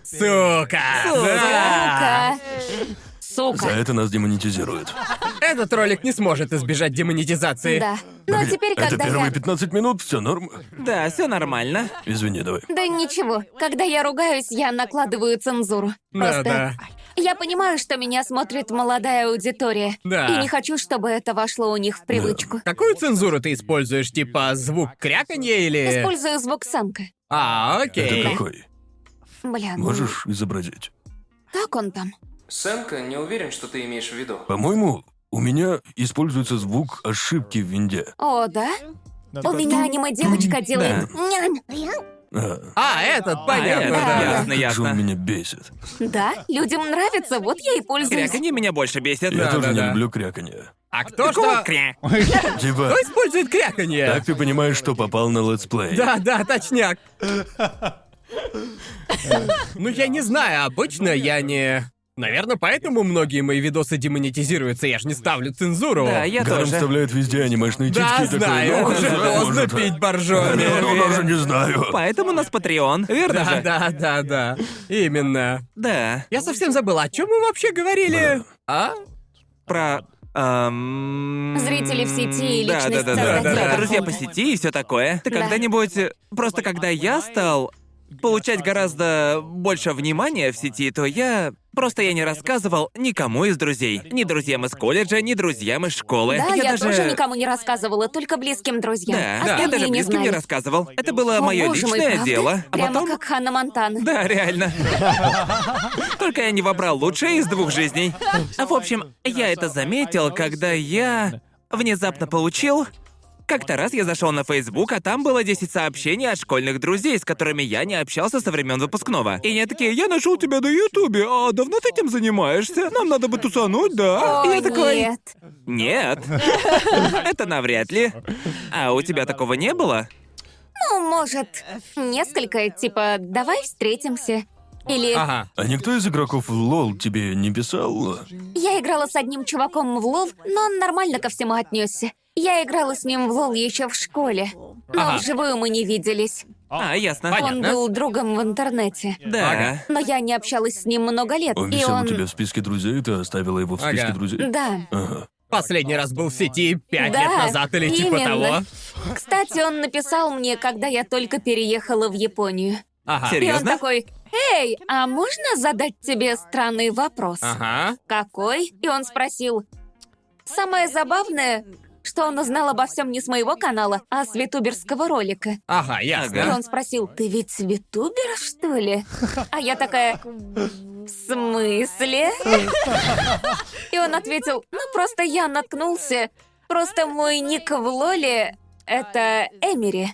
B: Сука. Да.
A: Сука. Сука.
D: За это нас демонетизируют.
B: Этот ролик не сможет избежать демонетизации.
A: Да. Но
D: Погоди,
A: Ну, а теперь,
D: а Это
A: когда
D: первые
A: я...
D: 15 минут, все норм.
C: Да, все нормально.
D: Извини, давай.
A: Да ничего. Когда я ругаюсь, я накладываю цензуру.
B: Да,
A: Просто
B: да.
A: я понимаю, что меня смотрит молодая аудитория.
B: Да.
C: А.
A: И не хочу, чтобы это вошло у них в привычку.
B: Какую цензуру ты используешь? Типа звук кряканья
C: Э.
B: или...
A: Использую звук самка.
B: А,
D: Это
B: окей.
A: Э.
D: какой?
A: Бля, ну,
D: Можешь изобразить?
A: как он там?
E: Сенка, не уверен, что ты имеешь в виду.
D: По-моему, у меня используется звук ошибки в винде.
A: О, да? У меня аниме-девочка делает ням.
D: А,
B: А, этот, понятно,
C: этот,
B: да.
C: ясно,
D: как же
C: ясно.
D: он меня бесит.
A: Да, людям нравится, вот я и пользуюсь.
C: Кряканье меня больше бесит.
D: Я
B: Да,
D: тоже
B: да,
D: не
B: да.
D: люблю кряканье.
B: А кто
C: Какого
B: что...
C: кря?
D: Типа,
B: Кто использует кряканье?
D: так ты понимаешь, что попал на летсплей.
B: Да, да, точняк. Ну, я не знаю, обычно я не... Наверное, поэтому многие мои видосы демонетизируются, я же не ставлю цензуру.
C: Да, я
D: Гарм
C: тоже.
D: вставляет везде анимешные титки
B: Да,
D: и такой,
B: знаю,
D: ну,
B: уже
D: да,
B: поздно
D: может, а.
B: пить
D: Ну,
B: боржоми.
D: ну, даже не знаю.
C: Поэтому у нас Патреон,
B: Да,
C: верно же?
B: да, да, да. Именно.
C: Да.
B: Я совсем забыла, о чем мы вообще говорили? А?
C: Про... эм,
A: Зрители в сети и
C: да,
A: личность
C: да, да, да,
B: создателя.
C: да, друзья по сети и все такое. Ты
A: Да.
C: когда-нибудь... э, Просто когда я стал получать гораздо больше внимания в сети, то я... Просто я не рассказывал никому из друзей. Ни друзьям из колледжа, ни друзьям из школы.
A: Да, я,
C: даже...
A: тоже никому не рассказывала, только близким друзьям. А
C: Да,
A: Остальные
C: я даже
A: не
C: близким
A: знали.
C: не рассказывал. Это было
A: О,
C: мое
A: боже мой,
C: личное
A: правда?
C: дело. А
A: Прямо
C: потом...
A: как Ханна Монтана.
C: Да, реально. Только я не вобрал лучшее из двух жизней. А в общем, я это заметил, когда я внезапно получил... Как-то раз я зашел на Facebook, а там было 10 сообщений от школьных друзей, с которыми я не общался со времен выпускного. И они такие, я нашел тебя на Ютубе, а давно ты этим занимаешься? Нам надо бы тусануть, да?
A: О,
C: И я такой,
A: нет.
C: нет. Это навряд ли. А у тебя такого не было?
A: Ну, может, несколько, типа, давай встретимся. Или
B: Ага.
D: А никто из игроков в лол тебе не писал?
A: я играла с одним чуваком в лол, но он нормально ко всему отнесся. Я играла с ним в лол еще в школе, но
B: Ага.
A: вживую мы не виделись.
C: А, ясно.
A: Он
B: Понятно.
A: был другом в интернете.
C: Да.
A: Но я не общалась с ним много лет,
D: Он
A: и
D: висел
A: он...
D: у тебя в списке друзей, ты оставила его в
B: Ага.
D: списке друзей?
A: Да.
D: Ага.
B: Последний раз был в сети пять
A: Да,
B: лет назад или типа
A: именно.
B: того.
A: Кстати, он написал мне, когда я только переехала в Японию.
B: Ага.
C: Серьёзно?
A: И он такой, «Эй, а можно задать тебе странный вопрос?»
B: Ага.
A: «Какой?» И он спросил. «Самое забавное, что он узнал обо всем не с моего канала, а с витуберского ролика».
B: Ага, ясно.
A: И
C: Ага.
A: он спросил, «Ты ведь витубер, что ли?» А я такая, «В смысле?» И он ответил, «Ну, просто я наткнулся. Просто мой ник в лоле — это Эмери».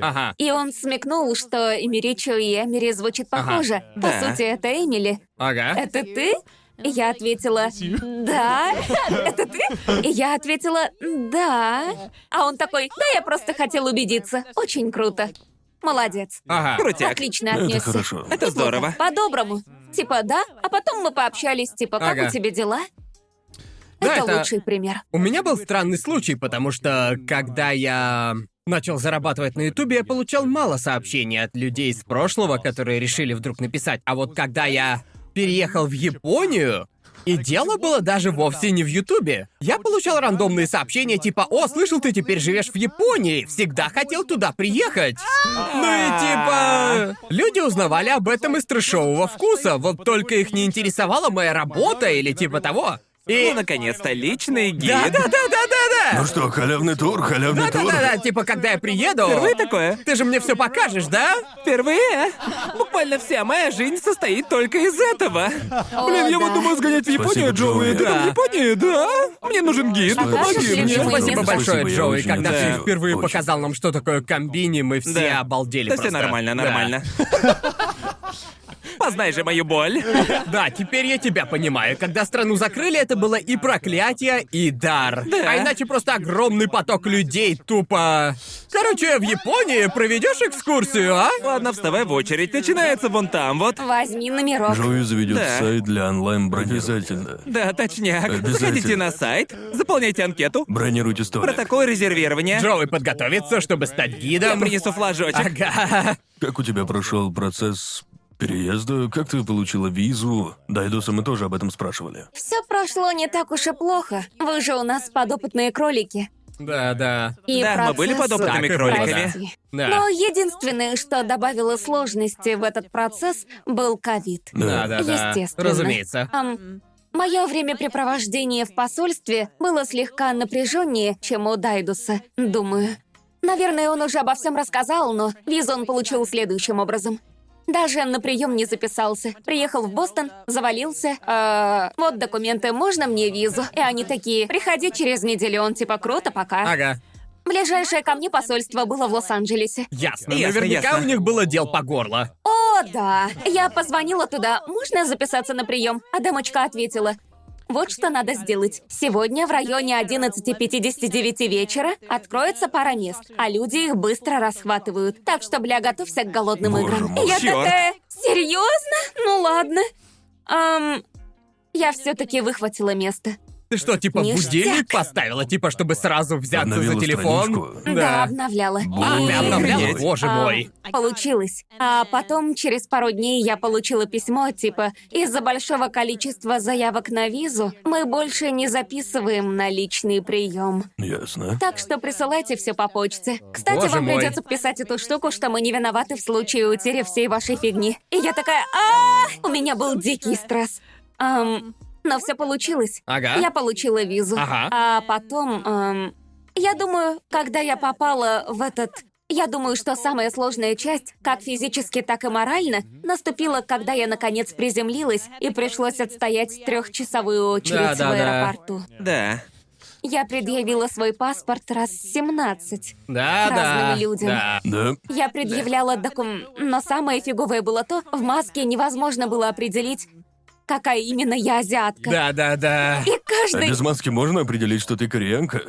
B: Ага.
A: И он смекнул, что Эмиричо и Эмери звучит
B: Ага.
A: похоже. По
C: Да.
A: сути, это Эмили.
B: Ага.
A: Это ты? И я ответила, да. Это ты? И я ответила, да. А он такой, да, я просто хотел убедиться. Очень круто. Молодец.
B: Ага.
C: Крутяк.
A: Отлично
D: Это
A: отнесся.
D: хорошо.
C: Это здорово.
A: По-доброму. Типа, да, а потом мы пообщались, типа, как
B: Ага.
A: у тебя дела?
B: Да,
A: это
B: это-
A: лучший пример.
B: У меня был странный случай, потому что когда я начал зарабатывать на Ютубе, я получал мало сообщений от людей из прошлого, которые решили вдруг написать. А вот когда я переехал в Японию, и дело было даже вовсе не в Ютубе. Я получал рандомные сообщения типа «О, слышал, ты теперь живешь в Японии! Всегда хотел туда приехать!» Ну и типа... Люди узнавали об этом из трешового вкуса, вот только их не интересовала моя работа или типа того. И
C: Ну, наконец-то, личный гид.
B: да, да, да, да, да, да.
D: Ну что, халявный тур,
B: Да,
D: халявный тур.
B: да, да, типа, когда я приеду.
C: Ну, Впервые такое.
B: Ты же мне все покажешь, да?
C: Впервые. Буквально вся моя жизнь состоит только из этого. Блин, я вот думаю сгонять в Японию,
D: Спасибо,
C: Джоуи.
D: Джоуи.
C: Ты там в
B: Да.
C: Японии, да? Мне нужен гид.
D: Спасибо,
C: Помоги
A: Слушай,
C: мне.
A: любимый.
B: Спасибо
A: Спасибо,
B: большое,
D: я
B: Джоуи.
D: очень
B: Когда
D: это
B: ты
D: ценю.
B: впервые
D: Очень.
B: показал нам, что такое комбини, мы все
C: Да.
B: обалдели
C: Да все
B: просто.
C: нормально,
B: Да.
C: нормально. Познай же мою боль.
B: Да, теперь я тебя понимаю. Когда страну закрыли, это было и проклятие, и дар. А иначе просто огромный поток людей тупо... Короче, в Японии проведешь экскурсию, а?
C: Ладно, вставай в очередь. Начинается вон там, вот.
A: Возьми номерок.
D: Джоуи заведет
C: Да.
D: сайт для онлайн-бронирования.
C: Да, точняк.
D: Обязательно.
C: Заходите на сайт, заполняйте анкету,
D: Бронируйте столик.
C: протокол резервирования.
B: Джоуи подготовится, чтобы стать
C: Я
B: гидом.
C: принесу флажочек.
B: Ага.
D: Как у тебя прошел процесс переезда? Как ты получила визу? Дайдоса мы тоже об этом спрашивали.
A: Все прошло не так уж и плохо. Вы же у нас подопытные кролики.
B: Да, да.
A: И
C: Да, мы были
A: процесс-
C: подопытными
B: Так и было,
C: кроликами.
A: Прости.
B: Да.
A: Но единственное, что добавило сложности в этот процесс, был ковид.
B: Да, да, да.
A: Ну, Естественно.
B: Разумеется.
A: Мое времяпрепровождение в посольстве было слегка напряженнее, чем у Дайдуса, думаю. Наверное, он уже обо всем рассказал, но визу он получил следующим образом. Даже на прием не записался. Приехал в Бостон, завалился. «Э, вот документы, можно мне визу? И они такие, приходи через неделю, он типа круто, пока.
B: Ага.
A: Ближайшее ко мне посольство было в Лос-Анджелесе.
B: Ясно.
C: Ясно,
B: Наверняка
C: ясно.
B: у них было дел по горло.
A: О, да. Я позвонила туда. Можно записаться на прием? А дамочка ответила. Вот что надо сделать. Сегодня в районе 11.59 вечера откроется пара мест, а люди их быстро расхватывают. Так что, бля, готовься к голодным
D: Боже
A: играм.
D: мой.
A: И я
C: Чёрт.
A: такая, серьезно? Ну ладно. Ам, я все-таки выхватила место.
B: Ты что, типа
A: Ништяк.
B: будильник поставила, типа, чтобы сразу взяться
D: Обновила
B: за телефон?
D: страничку?
A: Да, обновляла.
B: А,
D: Боже
B: ты обновляла?
D: мой.
B: Боже
A: А,
B: мой.
A: Получилось. А потом, через пару дней, я получила письмо, типа, из-за большого количества заявок на визу мы больше не записываем на личный прием.
D: Ясно.
A: Так что присылайте все по почте. Кстати,
B: Боже
A: вам
B: мой.
A: придется писать эту штуку, что мы не виноваты в случае утери всей вашей фигни. И я такая, а У меня был дикий стресс. Ам, но все получилось.
B: Ага.
A: Я получила визу.
B: Ага.
A: А потом, эм, я думаю, когда я попала в этот... Я думаю, что самая сложная часть, как физически, так и морально, наступила, когда я наконец приземлилась и пришлось отстоять трехчасовую очередь
B: Да-да-да.
A: в аэропорту.
C: Да.
A: Я предъявила свой паспорт раз 17.
B: Да, да.
A: разными людям.
B: Да.
D: Да?
A: Я предъявляла докум... Но самое фиговое было то, в маске невозможно было определить, какая именно я азиатка.
B: Да, да, да.
A: И
D: А
A: каждый...
D: без маски можно определить, что ты кореянка?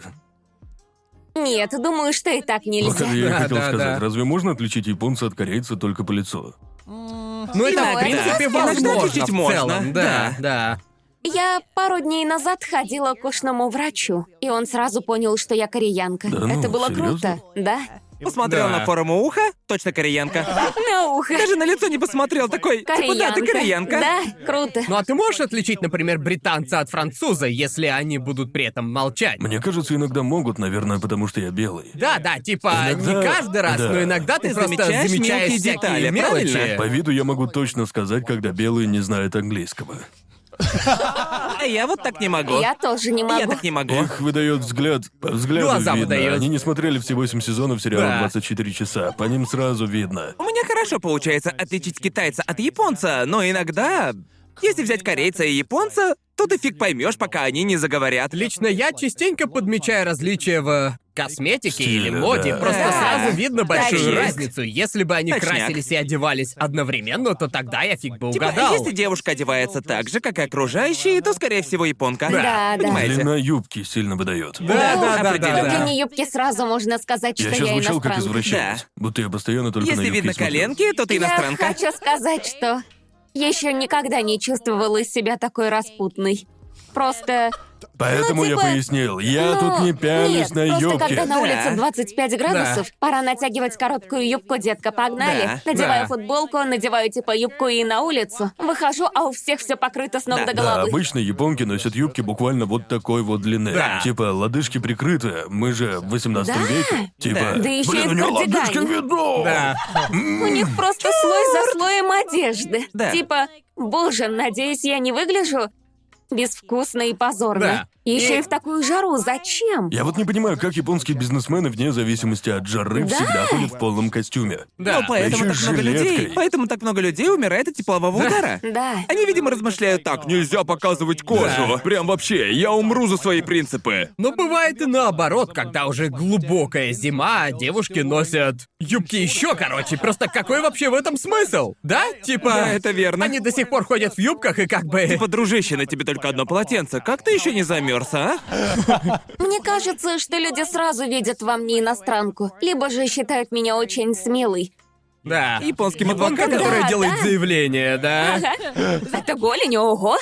A: Нет, думаю, что и так
D: Вот
A: нельзя.
D: это я и
B: Да,
D: хотел
B: да, да.
D: сказать. Разве можно отличить японца от корейца только по лицу?
B: Ну, это, в
A: Иногда
B: принципе,
C: можно.
B: возможно.
C: Чуть-чуть
B: в целом,
C: можно,
B: Да, да.
A: Я пару дней назад ходила к ушному врачу, и он сразу понял, что я кореянка.
D: Да ну,
A: Это было
D: серьёзно?
A: круто, да?
C: Посмотрел
B: Да.
C: на форму уха, точно кореянка.
A: На ухо.
C: Даже на лицо не посмотрел, такой, Ну, типа, да, ты кореянка.
A: Да, круто.
B: Ну а ты можешь отличить, например, британца от француза, если они будут при этом молчать?
D: Мне кажется, иногда могут, наверное, потому что я белый.
B: Да, да, типа
D: Иногда-
B: не каждый раз,
D: да. Типа,
B: но иногда ты,
C: Ты
B: просто
C: замечаешь
B: замечаешь,
C: мелкие
B: всякие
C: детали,
B: мелочи.
C: правильно?
D: По виду я могу точно сказать, когда белый не знает английского.
C: А я вот так не
D: Ну,
C: могу.
A: Я тоже не
C: Я
A: могу.
C: так не могу.
D: Их выдает взгляд, по взгляду
B: Глаза
D: видно.
B: выдаёт.
D: Они не смотрели все восемь сезонов сериала
B: Да.
D: 24 часа, по ним сразу видно.
C: У меня хорошо получается отличить китайца от японца, но иногда, если взять корейца и японца, то ты фиг поймешь, пока они не заговорят.
B: Лично я частенько подмечаю различия в косметике
D: Стиле,
B: или моде.
D: да.
B: Просто
C: Да.
B: сразу видно большую
C: есть.
B: разницу. Если бы они
C: Точняк.
B: красились и одевались одновременно, то тогда я фиг бы
C: Типа,
B: угадал.
C: если девушка одевается так же, как и окружающие, то, скорее всего, японка.
A: Да, да.
C: Понимаете?
D: Длина юбки сильно выдает.
B: Да, да, да, да,
A: По
B: да.
A: длине юбки сразу можно сказать, что
D: Я
A: я,
D: сейчас звучал как
A: иностранка.
D: извращенец.
C: Да.
D: Будто я постоянно только на
C: Если
D: юбки
C: видно
D: и смотрел.
C: коленки, то ты
A: Я
C: иностранка.
A: хочу сказать, что я еще никогда не чувствовала себя такой распутной. Просто... Ну,
D: Поэтому я
A: типа,
D: пояснил, я
A: ну,
D: тут не
A: нет,
D: пялюсь на
A: просто
D: юбки.
A: когда на
C: Да.
A: улице 25 градусов, пора натягивать короткую юбку, детка, погнали.
C: Да,
A: Надеваю
B: да.
A: футболку, надеваю типа юбку и на улицу. Выхожу, а у всех все покрыто с ног
C: Да.
A: до
D: Да,
A: головы.
D: обычно японки носят юбки буквально вот такой вот длины.
C: Да.
D: Типа лодыжки прикрыты. Мы же в 18
A: Да.
D: веке. Типа.
C: Да
A: ещё и
D: «Блин,
A: в
D: у нее
A: кардигане».
D: лодыжки видно!»
B: Да.
A: У них просто слой за слоем одежды.
C: Да.
A: Типа, боже, надеюсь, я не выгляжу безвкусно и позорно.
B: Да.
A: Еще и... в такую жару. Зачем?
D: Я вот не понимаю, как японские бизнесмены, вне зависимости от жары,
A: Да.
D: всегда ходят в полном костюме.
B: Да.
C: Но Ну, поэтому
D: Да
C: так
D: ещё и
C: много людей.
D: жилеткой.
C: Поэтому так много людей умирает от теплового удара.
A: Да.
C: Они, видимо, размышляют так. Нельзя показывать кожу. Прям вообще, я умру за свои принципы.
B: Но бывает и наоборот, когда уже глубокая зима, а девушки носят юбки еще короче. Просто какой вообще в этом смысл? Да? Типа.
C: Да, А, это верно.
B: Они до сих пор ходят в юбках и как бы.
C: Типа, дружище, на тебе только одно полотенце. Как ты еще не замерз, а?
A: Мне кажется, что люди сразу видят во мне иностранку, либо же считают меня очень смелой.
B: Да.
C: Японским
B: Японка,
C: адвокатом.
B: которая
A: Ну, да,
B: делает
A: да.
B: заявление,
D: Э.
B: да.
A: Это голень, ого!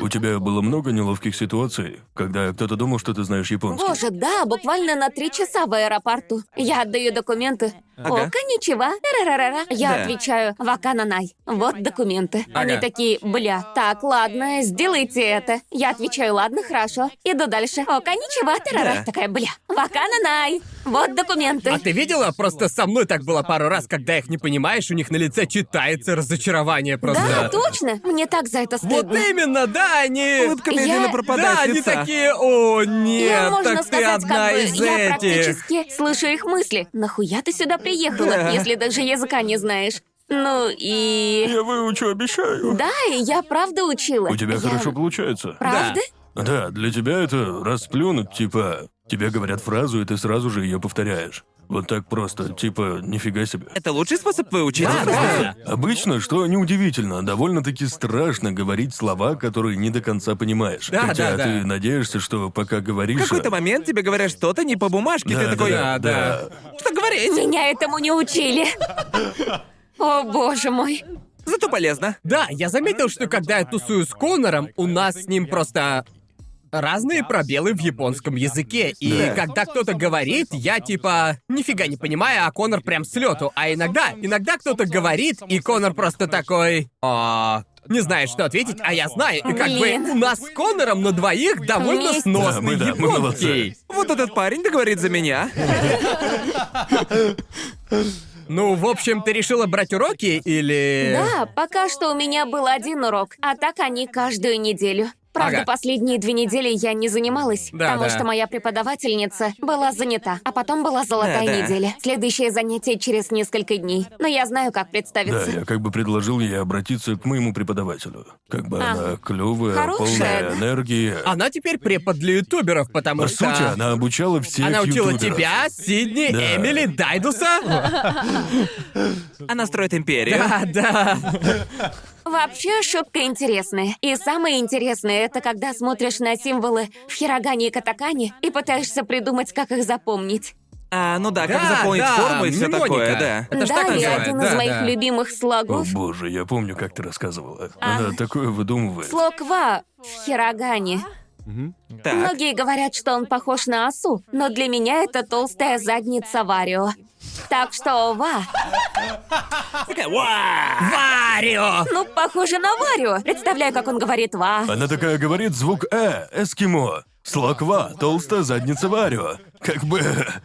D: У тебя было много неловких ситуаций, когда кто-то думал, что ты знаешь японский.
A: Боже, да, буквально на три часа в аэропорту. Я отдаю документы.
C: Ага.
A: Ока, ничего. Ра-ра-ра-ра. Я
C: Да.
A: отвечаю, вакананай. Вот документы. Они
B: Ага.
A: такие, бля, так, ладно, сделайте это. Я отвечаю, ладно, хорошо. Иду дальше. Ока, ничего. Тарара.
C: Да.
A: Такая, бля, вакананай. Вот документы.
B: А ты видела? Просто со мной так было пару раз, когда их не понимаешь, у них на лице читается разочарование просто.
A: Да, точно. Мне так за это
B: Вот
A: стыдно.
B: именно, да, они...
C: Улыбка
A: Я-
C: медленно
A: Да,
C: пропадает
B: Да,
C: с
B: они
C: лица.
B: такие, о,
A: Я,
B: нет,
A: Ну, можно
B: так ты
A: сказать,
B: одна
A: как бы,
B: из
A: я
B: этих.
A: практически слышу их мысли. Нахуя ты сюда приехала,
C: Да.
A: если даже языка не знаешь? Ну и...
D: Я выучу, обещаю.
A: Да, и я правда учила.
D: У тебя
A: Я-
D: хорошо получается.
A: Правда?
D: Да, для тебя это расплюнуть, типа, тебе говорят фразу, и ты сразу же ее повторяешь. Вот так просто, типа, нифига себе.
C: Это лучший способ выучить.
B: Да, да.
D: Обычно, что неудивительно, довольно-таки страшно говорить слова, которые не до конца понимаешь.
B: Да,
D: Хотя
B: да, да.
D: ты надеешься, что пока говоришь... э,
C: В какой-то момент тебе говорят что-то не по бумажке,
D: Да,
C: ты
D: да,
C: такой,
B: а,
D: да, да.
C: что говорить?
A: Меня этому не учили. О, боже мой.
C: Зато Ну, полезно.
B: Да, я заметил, что когда я тусую с Конором, у нас с ним просто разные пробелы в японском языке. И
D: Да.
B: когда кто-то говорит, я типа нифига не понимаю, а Конор прям с лету. А иногда, иногда кто-то говорит, и Конор просто такой. «А, не знаю, что ответить, а я знаю. И как
A: Блин.
B: бы у нас с Конором на двоих довольно
A: Вместе.
D: Да,
B: сносный
D: мы- да, мы
B: японский.
D: молодцы.
C: Вот этот парень договорит за меня.
B: Ну, в общем, ты решила брать уроки или...
A: Да, пока что у меня был один урок, а так они каждую неделю. Правда,
B: Ага.
A: последние две недели я не занималась,
B: Да,
A: потому
B: да.
A: что моя преподавательница была занята, а потом была золотая
C: Да, да.
A: неделя. Следующее занятие через несколько дней. Но я знаю, как
D: Да,
A: представиться.
D: я как бы предложил ей обратиться к моему преподавателю. Как бы
A: А.
D: она клевая,
A: Хорошая,
D: полная
A: да.
D: энергии.
B: Она теперь препод для ютуберов, потому
D: По
B: что...
D: сути, она обучала всех
B: Она учила
D: ютуберов.
B: тебя, Сидни,
D: Да.
B: Эмили, Дайдуса.
C: Она строит империю.
B: Да, да.
A: Вообще, шутка интересная. И самое интересное, это когда смотришь на символы в хирогане и катакане и пытаешься придумать, как их запомнить.
C: А, ну да, как
B: Да,
C: заполнить
B: да,
C: форму и все
B: мнемоника.
C: такое, да.
B: Это ж
A: да,
B: так
A: и
B: называют,
A: один из
B: да,
A: моих
B: да.
A: любимых
D: О
A: слогов
D: боже, я помню, как ты рассказывала.
A: А.
D: Она такое выдумывает.
A: слог Ва в хирогане.
C: Так.
A: Многие говорят, что он похож на осу, но для меня это толстая задница Варио. Так что Ва,
C: Такая, «Уа!»
B: Варио!
A: ну, похоже на Варио. Представляю, как он говорит Ва.
D: Она такая говорит звук «э», «эскимо». Слоква, толстая задница Варио. Как бы...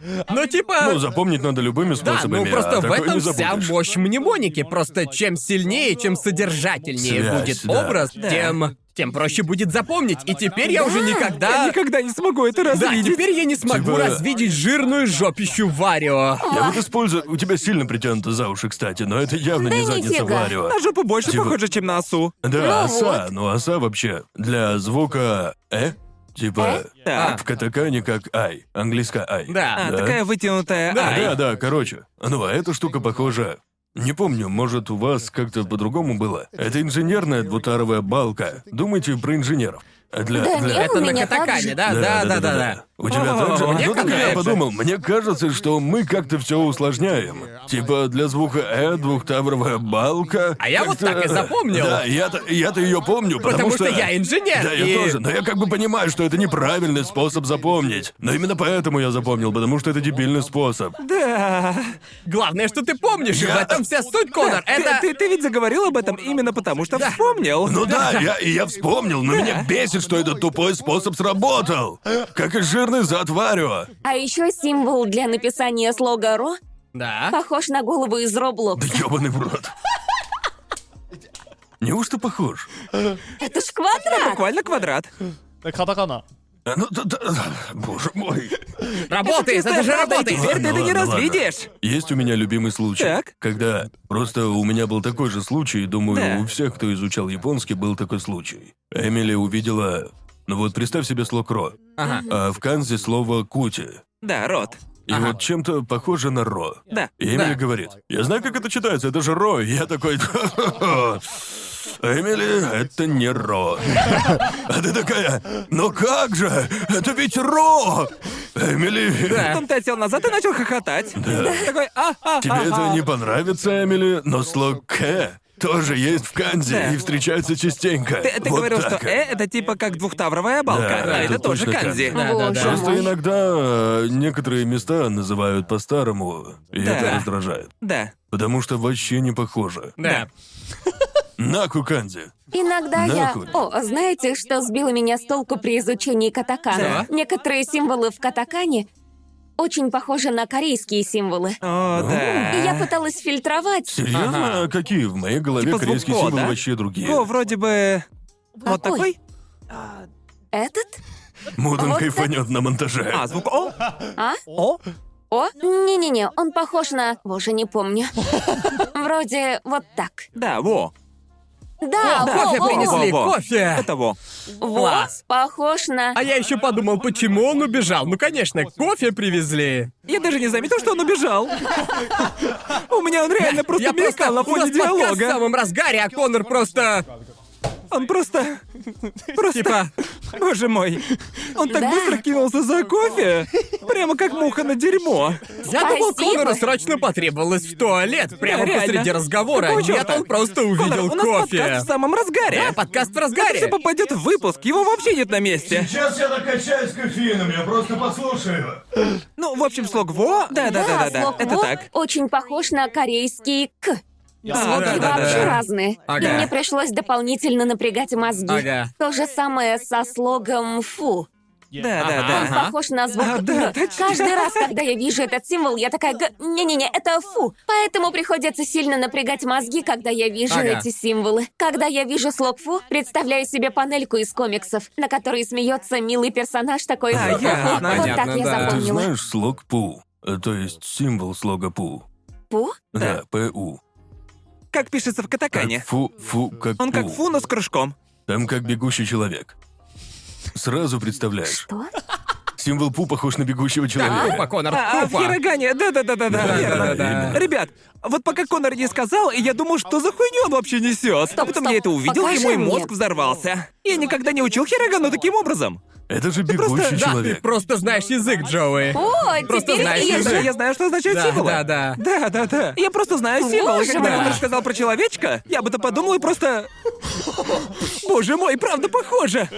B: Ну, типа...
D: Ну, запомнить надо любыми
B: Да,
D: способами,
B: ну просто
D: а
B: в
D: такой не
B: этом вся
D: забудешь.
B: мощь мнемоники. Просто чем сильнее, чем содержательнее
D: Связь,
B: будет
D: да.
B: образ, тем тем проще будет запомнить. И теперь я уже никогда...
C: Никогда не смогу это
B: Да,
C: развидеть.
B: теперь я не смогу
D: Типа-
B: развидеть жирную жопищу Варио.
D: Я вот использую... У тебя сильно притянуто за уши, кстати, но это явно не задница
A: нифига.
D: Варио.
C: На жопу больше
D: Типа-
C: похоже, чем на осу.
D: Да,
A: Ну
D: оса, ну оса вообще для звука «э», типа...
C: Так.
D: В катакане как «ай», английская «ай».
B: А, «э»? Да.
C: А, такая вытянутая А,
B: Да,
C: ай.
D: Да, да, короче. Ну, а эта штука похожа... Не помню, может, у вас как-то по-другому было. Это инженерная двутаровая балка. Думайте про инженеров. А Для,
A: Да
D: для...
A: не,
B: Это
A: у
B: на
A: меня так
B: катакане,
A: же.
B: А, да, да, да, да, да.
D: У тебя
C: О,
D: так же?
B: мне
D: Ну так я
B: кажется.
D: подумал, мне кажется, что мы как-то все усложняем. Типа для звука «э» двухтавровая балка.
B: А я вот
D: как-то- э,
B: так и запомнил.
D: Да, я-то, я-то ее помню, потому,
B: Потому что я инженер,
D: Да,
B: и-
D: я тоже, но я как бы понимаю, что это неправильный способ запомнить. Но именно поэтому я запомнил, потому что это дебильный способ.
C: Да.
B: Главное, что ты помнишь, и в этом вся суть, Конор.
C: Ты-
B: Это...
C: Ты, ты ведь заговорил об этом именно потому, что вспомнил.
D: Ну да, я, и я вспомнил, но меня бесит, что этот тупой способ сработал. Как и жирный зад Варио.
A: А еще символ для написания слога Ро
B: Да.
A: похож на голову из
D: Да
A: Роблокс.
D: ёбаный в рот. Неужто похож?
A: Это ж квадрат!
C: Буквально квадрат.
D: А, Ну, да, да, да, боже мой.
B: Работает, это же
C: Чистая правда, и
B: работает.
C: Теперь ты
D: Ладно,
C: это не
D: ладно, ладно.
C: развидишь.
D: Есть у меня любимый случай.
C: Так.
D: Когда... Просто у меня был такой же случай, и, думаю,
C: Да.
D: у всех, кто изучал японский, был такой случай. Эмили увидела... Ну вот представь себе слог «ро»,
B: Ага.
D: а в канзе слово «кути».
C: Да, рот.
D: И вот чем-то похоже на «ро».
C: Да.
D: И
B: Да.
D: Эмили говорит, я знаю, как это читается, это же «ро». И Я такой, «Ха-ха-ха, Эмили, это не «ро». А ты такая, но как же, это ведь «ро». Эмили,
C: Потом ты отсел назад и начал хохотать. Такой, а, а,
B: Типа
D: Тебе это не понравится, Эмили, но слог «к» тоже есть в канзе
C: Да.
D: и встречается частенько.
C: Ты, ты
D: Вот
C: говорил,
D: так.
C: что «э» — это типа как двухтавровая балка,
D: Да,
C: а это
D: это
C: тоже
D: точно
A: канзи.
C: канзи.
B: Да, да,
A: Боже.
B: да.
D: Просто
A: Мой.
D: иногда э, некоторые места называют по-старому, и
C: Да.
D: это раздражает.
C: Да.
D: Потому что вообще не похоже.
B: Да.
D: Наку канзи.
A: Иногда я...
D: Нахуй.
A: О, знаете, что сбило меня с толку при изучении катакана? Некоторые символы в катакане очень похожи на корейские символы.
C: О,
A: И я
C: да.
A: пыталась фильтровать.
D: Серьезно? А Какие? В моей голове
C: Типа звук
D: корейские
C: «о»,
D: символы
C: да?
D: вообще другие.
C: О, вроде бы... Вот
A: Какой?
C: такой?
A: Этот?
D: Мудон
A: Вот
D: кайфанет на монтаже.
C: А, звук «о».
A: А?
C: О?
A: О, не-не-не, он похож на... Боже, не помню. Вроде вот так.
C: Да, во.
A: Да,
C: да,
B: Кофе
A: во-во.
B: принесли,
C: Во-во.
B: кофе.
C: Это во.
A: Во,
B: Класс.
A: похож на...
B: А я еще подумал, почему он убежал. Ну, конечно, кофе привезли.
C: Я даже не заметил, что он убежал. У меня он реально просто
B: Я просто...
C: мелькал
B: У
C: на
B: нас
C: фоне
B: подкаст в
C: диалога.
B: самом разгаре, а Конор просто...
C: Он просто... Просто...
B: Типа...
C: Боже мой. Он так
A: Да.
C: быстро кинулся за кофе. Прямо как муха на дерьмо.
B: Я думал,
A: Спасибо.
B: Конору срочно потребовалось в туалет, прямо
C: реально.
B: посреди разговора.
C: Какого
B: Нет,
C: чёрта?
B: он просто увидел
C: Конор, у нас
B: кофе.
C: подкаст в самом разгаре.
B: Да, подкаст в
C: Если
B: разгаре.
C: попадет в выпуск, его вообще нет на месте.
F: Сейчас я накачаюсь кофеином, я просто послушаю.
C: Ну, в общем, слог во. Да, да, да, да, да.
A: слог
C: Это
A: «во»
C: так.
A: очень похож на корейский «к».
B: Да, да,
A: Звуки
B: да,
A: вообще
B: да.
A: разные.
B: Ага.
A: И мне пришлось дополнительно напрягать мозги.
B: Ага.
A: То же самое со слогом «фу».
C: Да, да,
B: Ага.
C: да.
A: Он похож на звук
C: А, да,
A: «г». Каждый раз, когда я вижу этот символ, я такая «г». Не-не-не, это «фу». Поэтому приходится сильно напрягать мозги, когда я вижу
B: Ага.
A: эти символы. Когда я вижу слог «фу», представляю себе панельку из комиксов, на которой смеется милый персонаж такой
C: А,
A: «фу».
C: ясно,
A: Вот
B: понятно,
A: так я
B: да.
D: Ты
A: запомнила.
D: знаешь слог «пу», э, то есть символ слога «пу».
A: «Фу»?
D: Да, «пу».
C: Как пишется в
D: Как
C: катакане.
D: фу, фу, как
C: Он как
D: «пу».
C: фу, но с крышком.
D: Там как бегущий человек. Сразу представляешь.
A: Что?
D: Символ пу похож на бегущего
B: Тупо,
D: человека.
B: Конор,
C: А, а в
B: тупо.
C: Хирогане, да-да-да-да-да. верно.
D: да,
B: Да-да-да.
D: именно.
C: Ребят, вот пока Конор не сказал, я думал, что за хуйню он вообще несет. А потом
A: стоп,
C: я это увидел, и
A: покажи
C: мой
A: мне.
C: мозг взорвался. Я никогда не учил Хирогану таким образом.
D: Это же бегущий
B: Да, ты
D: человек.
B: просто знаешь язык, Джоуи.
A: О,
B: Просто
A: теперь
B: знаешь,
A: вижу.
B: язык.
C: Я знаю, что означают
B: Да,
C: символы.
B: да, да.
C: Да, да, да. Я просто знаю символы.
A: Боже
C: Когда
A: мой.
C: он рассказал про человечка, я бы то подумал и просто... Боже мой, правда похоже.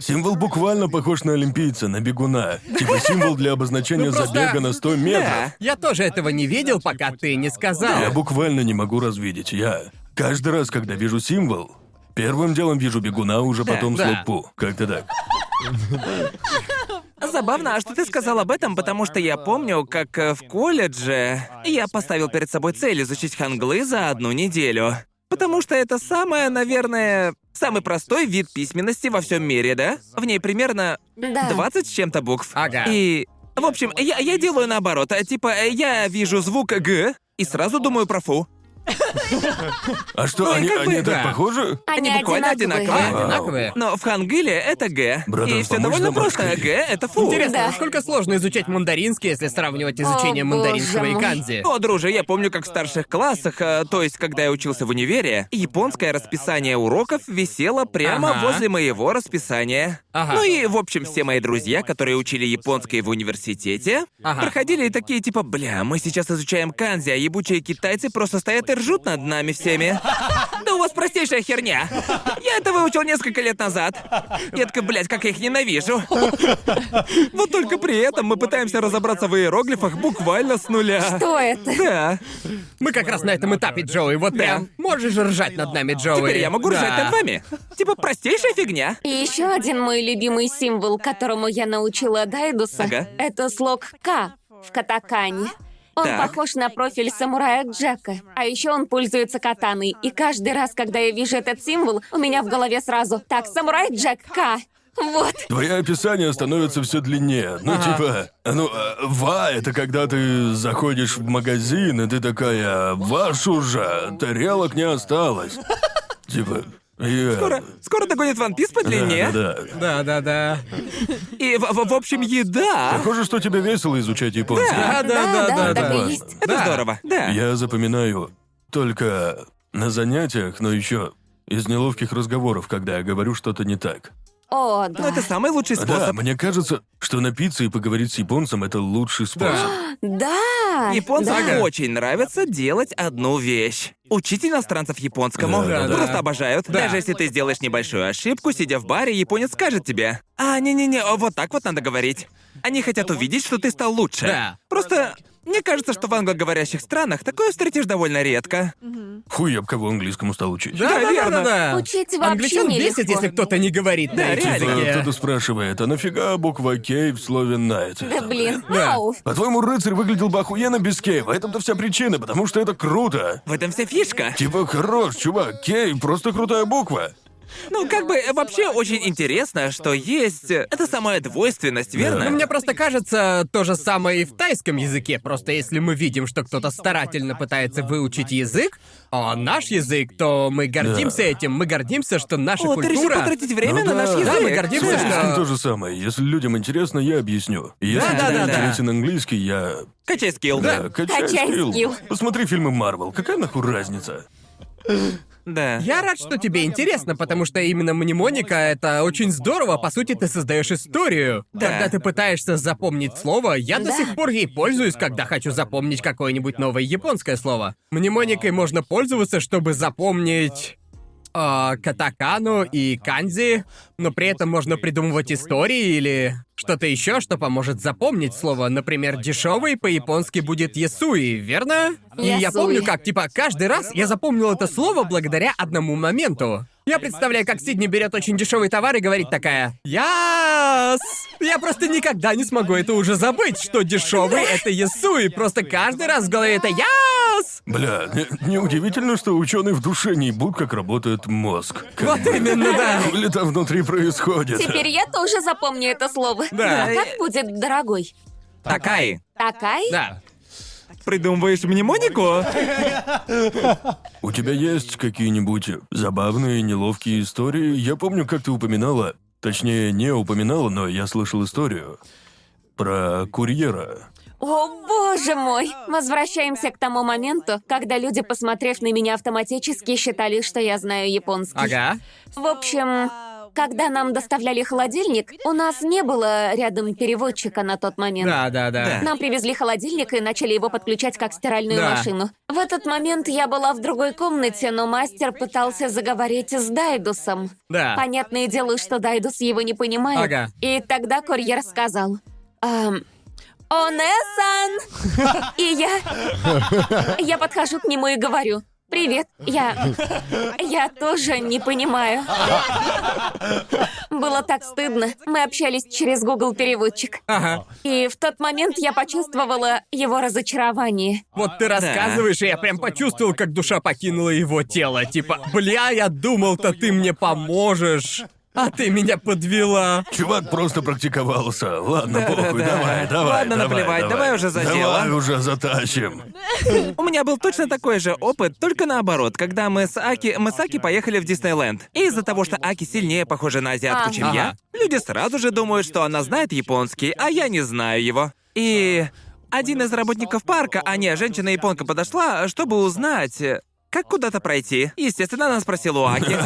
D: Символ буквально похож на олимпийца, на бегуна. Типа символ для обозначения
B: просто-
D: забега на 100 метров.
C: Ну, Да.
B: Я тоже этого не видел, пока ты не
D: Я
B: сказал.
D: буквально не могу развидеть. Я каждый раз, когда вижу символ, первым делом вижу бегуна, уже потом
B: да.
D: слупу. Как-то так.
C: Забавно, а что ты сказал об этом, потому что я помню, как э, в колледже я поставил перед собой цель изучить ханглы за одну неделю. Потому что это самое, наверное, самый простой вид письменности во всем мире, да? В ней примерно
A: Да.
C: 20 с чем-то букв.
B: Ага.
C: И, в общем, я, я делаю наоборот. Э, Типа, э, я вижу звук «г» и сразу думаю про «фу».
D: А что,
C: Ну и
D: они,
C: как бы
D: они
B: да.
D: так похожи?
A: Они,
C: Они буквально
A: одинаковые.
B: А, одинаковые.
C: Но в хангыле это «г».
D: Братан,
C: и все
D: поможешь
C: довольно
D: нам
C: просто.
D: раскрыть?
C: «г» — это «фу».
B: Интересно,
A: Да.
B: насколько сложно изучать мандаринский, если сравнивать изучение
A: О,
B: мандаринского
A: боже
B: и
A: мой.
B: канзи?
C: О, друже, я помню, как в старших классах, э, то есть, когда я учился в универе, японское расписание уроков висело прямо
B: Ага.
C: возле моего расписания.
B: Ага.
C: Ну и, в общем, все мои друзья, которые учили японский в университете,
B: Ага.
C: проходили и такие типа, бля, мы сейчас изучаем канзи, а ебучие китайцы просто стоят и ржут над нами всеми. Да у вас простейшая херня. Я это выучил несколько лет назад. Я такой, блядь, как я их ненавижу. Вот только при этом мы пытаемся разобраться в иероглифах буквально с нуля.
A: Что это?
C: Да.
B: Мы как раз на этом этапе, Джоуи, вот прям. Можешь ржать над нами, Джоуи.
C: Теперь я могу ржать
B: Да.
C: над вами. Типа простейшая фигня.
A: И еще один мой любимый символ, которому я научила Дайдуса,
C: Ага.
A: это слог К в катакане. Он
C: Так.
A: похож на профиль самурая Джека. А еще он пользуется катаной. И каждый раз, когда я вижу этот символ, у меня в голове сразу «Так, самурай Джек К». Вот.
D: Твои описания становятся все длиннее. Ну, типа, ну, э, ва, это когда ты заходишь в магазин, и ты такая, вашу же, тарелок не осталось. Типа, я-
C: Скоро, скоро догонит Ван Пис по
D: Да,
C: длине.
D: да, да.
B: Да, да, да.
C: И, в, в- в общем, еда.
D: Похоже, что тебе весело изучать японский.
B: Да, да,
A: Да,
B: да,
A: да,
B: да.
A: так и
B: да.
A: есть.
C: Это здорово. Да.
D: Я запоминаю только на занятиях, но еще из неловких разговоров, когда я говорю что-то не так.
A: О, да.
C: Но это самый лучший
D: Да,
C: способ.
D: мне кажется, что напиться и поговорить с японцем это лучший способ.
A: Да.
C: Японцам
B: Да.
C: очень нравится делать одну вещь. Учить иностранцев японскому.
D: Да, да.
C: Просто обожают.
B: Да.
C: Даже если ты сделаешь небольшую ошибку, сидя в баре, японец скажет тебе. А, не-не-не, а вот так вот надо говорить. Они хотят увидеть, что ты стал лучше.
B: Да.
C: Просто мне кажется, что в англоговорящих странах такое встретишь довольно редко.
D: Хуй я б кого английскому стал учить.
B: Да, да, да,
C: верно.
B: да, да.
A: Учить вообще
B: Англичан
A: нелегко.
B: бесит, если кто-то не говорит на
C: Да,
B: их
C: реально.
D: Типа,
B: языке.
D: кто-то спрашивает, а нафига буква Кей в слове Найт?
A: Да блин,
B: Да.
A: ау.
D: По-твоему, рыцарь выглядел бы охуенно без Кей. В этом-то вся причина, потому что это круто.
C: В этом вся фишка.
D: Типа, хорош, чувак, Кей просто крутая буква.
C: Ну, как бы, э, вообще очень интересно, что есть... э, Это самая двойственность, верно?
B: Ну, мне просто кажется, то же самое и в тайском языке. Просто если мы видим, что кто-то старательно пытается выучить язык, а наш язык, то мы гордимся этим. Мы гордимся, что наша
C: О, ты решил
B: культура...
C: потратить время
D: Ну
C: на наш
D: да.
C: язык?
B: Да, мы
D: С
B: гордимся,
D: английским
B: что...
D: то же самое. Если людям интересно, я объясню. Если
B: Да, да,
D: тебе
B: да, да.
D: интересен английский, я...
C: Качай скилл.
D: Да, качай,
A: Качай
D: скилл.
A: скилл.
D: Посмотри фильмы Марвел. Какая нахуй разница?
C: Да.
B: Я рад, что тебе интересно, потому что именно мнемоника — это очень здорово. По сути, ты создаешь историю.
C: Да.
B: Когда ты пытаешься запомнить слово, я до
A: Да.
B: сих пор ей пользуюсь, когда хочу запомнить какое-нибудь новое японское слово. Мнемоникой можно пользоваться, чтобы запомнить... а, катакану и канзи, но при этом можно придумывать истории или что-то еще, что поможет запомнить слово. Например, дешевый по-японски будет ясуи, верно? И я
A: Ясуи.
B: помню, как типа каждый раз я запомнил это слово благодаря одному моменту. Я представляю, как Сидни берет очень дешевый товар и говорит такая «Яс!» Я просто никогда не смогу это уже забыть, что дешевый — это ясуи. Просто каждый раз в голове это «Яс!»
D: Бля, не- неудивительно, что ученые в душе не ебут, как работает мозг. Как
B: Вот именно, да.
D: Или там внутри происходит.
A: Теперь я тоже запомню это слово.
B: Да.
A: А как будет, дорогой?
C: Такай.
A: Такай?
B: Да.
C: Придумываешь мнемонику?
D: У тебя есть какие-нибудь забавные, неловкие истории? Я помню, как ты упоминала, точнее, не упоминала, но я слышал историю про курьера.
A: О боже мой! Возвращаемся к тому моменту, когда люди, посмотрев на меня автоматически, считали, что я знаю японский.
B: Ага.
A: В общем, Когда нам доставляли холодильник, у нас не было рядом переводчика на тот момент.
B: Да, да, да.
A: Нам привезли холодильник и начали его подключать как стиральную
B: Да.
A: машину. В этот момент я была в другой комнате, но мастер пытался заговорить с Дайдусом.
B: Да.
A: Понятное дело, что Дайдус его не понимает.
B: Ага.
A: И тогда курьер сказал... «Эм, «Оне-сан!» И я... Я подхожу к нему и говорю... «Привет, я... Я тоже не понимаю». Было так стыдно. Мы общались через Google переводчик.
B: Ага.
A: И в тот момент я почувствовала его разочарование.
B: Вот ты рассказываешь, и я прям почувствовал, как душа покинула его тело. Типа, бля, я думал-то ты мне поможешь, а ты меня подвела.
D: Чувак просто практиковался. Ладно, похуй, давай, давай. давай,
C: Ладно, наплевать, давай уже за
D: Давай
C: дело.
D: уже затащим.
C: У меня был точно такой же опыт, только наоборот, когда мы с Аки, мы с Аки поехали в Диснейленд. И из-за того, что Аки сильнее похожа на азиатку, чем
B: Ага.
C: я, люди сразу же думают, что она знает японский, а я не знаю его. И один из работников парка, а не, женщина-японка подошла, чтобы узнать, э, как куда-то пройти. Естественно, она спросила у Аки.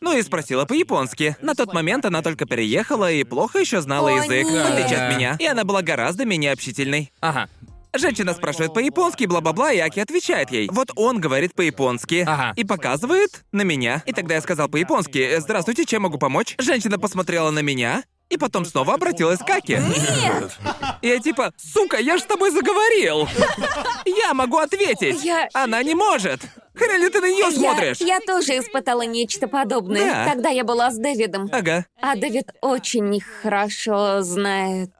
C: Ну и спросила по-японски. На тот момент она только переехала и плохо еще знала
A: О,
C: язык, в
A: нет.
C: отличие от меня. И она была гораздо менее общительной.
B: Ага,
C: Женщина спрашивает по-японски, бла-бла-бла, и Аки отвечает ей. Вот он говорит по-японски.
B: Ага.
C: И показывает на меня. И тогда я сказал по-японски, «Э, «Здравствуйте, чем могу помочь?» Женщина посмотрела на меня, и потом снова обратилась к Аки. И я типа, сука, я же с тобой заговорил! Я могу ответить!
A: Я-
C: Она не может! Хрен ли ты на нее смотришь?
A: Я, я тоже испытала нечто подобное.
C: Да.
A: Тогда я была с Дэвидом.
C: Ага.
A: А Дэвид очень хорошо знает.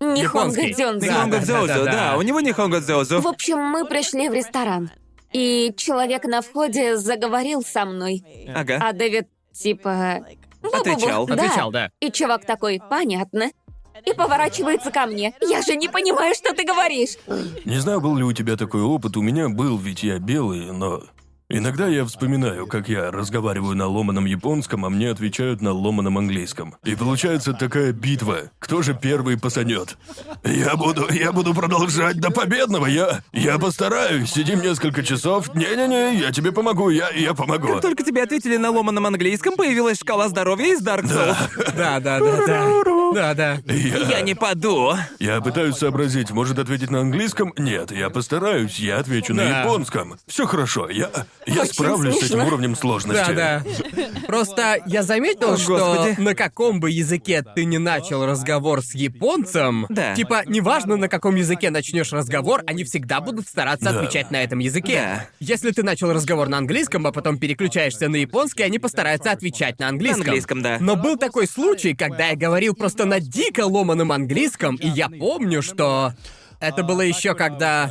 A: Нихонго
B: Японский.
A: Дзёнзо.
B: Да,
C: Нихонго
B: да,
C: дзёузу,
B: да, да, да.
C: да, у него нихонго дзёузу.
A: В общем, мы пришли в ресторан. И человек на входе заговорил со мной.
C: Ага.
A: А Дэвид типа... «Бу-бу-бу».
C: Отвечал.
A: Да.
B: отвечал, да.
A: И чувак такой, понятно. И поворачивается ко мне. Я же не понимаю, что ты говоришь.
D: Не знаю, был ли у тебя такой опыт, у меня был, ведь я белый, но... Иногда я вспоминаю, как я разговариваю на ломаном японском, а мне отвечают на ломаном английском. И получается такая битва. Кто же первый посадет? Я буду, я буду продолжать до победного, я, я постараюсь. Сидим несколько часов. Не-не-не, я тебе помогу, я, я помогу.
C: Только тебе ответили на ломаном английском, появилась шкала здоровья из Dark Souls.
B: Да, да, да, да. Да, да.
C: Я не паду.
D: Я пытаюсь сообразить, может ответить на английском? Нет, я постараюсь, я отвечу
B: Да.
D: на японском. Все хорошо, я, я
A: Очень
D: справлюсь с
A: смешно.
D: этим уровнем сложности.
B: Да, да. Просто я заметил,
C: О,
B: что
C: господи.
B: на каком бы языке ты не начал разговор с японцем,
C: Да.
B: типа, неважно, на каком языке начнешь разговор, они всегда будут стараться
D: Да.
B: отвечать на этом языке.
C: Да.
B: Если ты начал разговор на английском, а потом переключаешься на японский, они постараются отвечать на
C: На
B: английском.
C: английском, да.
B: Но был такой случай, когда я говорил просто на дико ломаном английском, и я помню, что это было еще когда...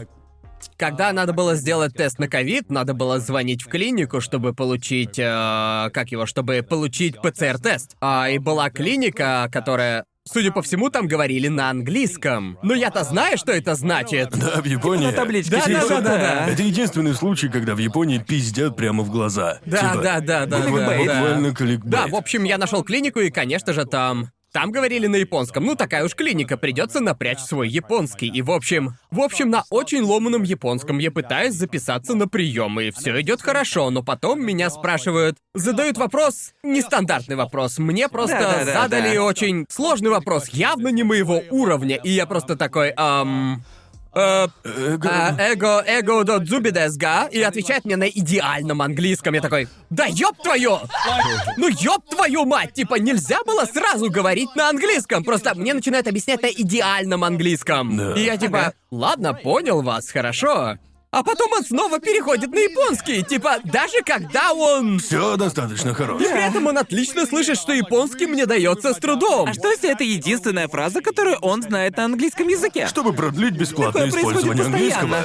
B: Когда надо было сделать тест на ковид, надо было звонить в клинику, чтобы получить... э, как его? Чтобы получить ПЦР-тест. А, и была клиника, которая... Судя по всему, там говорили на английском. Но я-то знаю, что это значит.
D: Да, в Японии.
C: На табличке
B: Да, да,
C: типа,
B: да, да, да.
D: Это единственный случай, когда в Японии пиздят прямо в глаза.
B: Да,
D: Типа,
B: да, да, да,
D: буква-
B: да, да.
D: Буквально кликбейт.
B: Да, в общем, я нашел клинику, и, конечно же, там. Там говорили на японском. Ну, такая уж клиника, придется напрячь свой японский. И, в общем, в общем, на очень ломаном японском я пытаюсь записаться на прием, и все идет хорошо, но потом меня спрашивают, задают вопрос, нестандартный вопрос. Мне просто
C: Да-да-да-да.
B: задали очень сложный вопрос, явно не моего уровня, и я просто такой, эм... э, а, эго, эго до дзубидесга, и отвечает мне на идеальном английском. Я такой, да ёб твою! Ну ёб твою мать! Типа нельзя было сразу говорить на английском, просто мне начинают объяснять на идеальном английском.
D: Да.
B: И я типа, ладно, понял вас, хорошо. А потом он снова переходит на японский, типа, даже когда он...
D: Все достаточно
B: И
D: хорошо.
B: при этом он отлично слышит, что японский мне дается с трудом.
C: А что если это единственная фраза, которую он знает на английском языке?
D: Чтобы продлить бесплатное
C: Такое происходит
D: использование английского.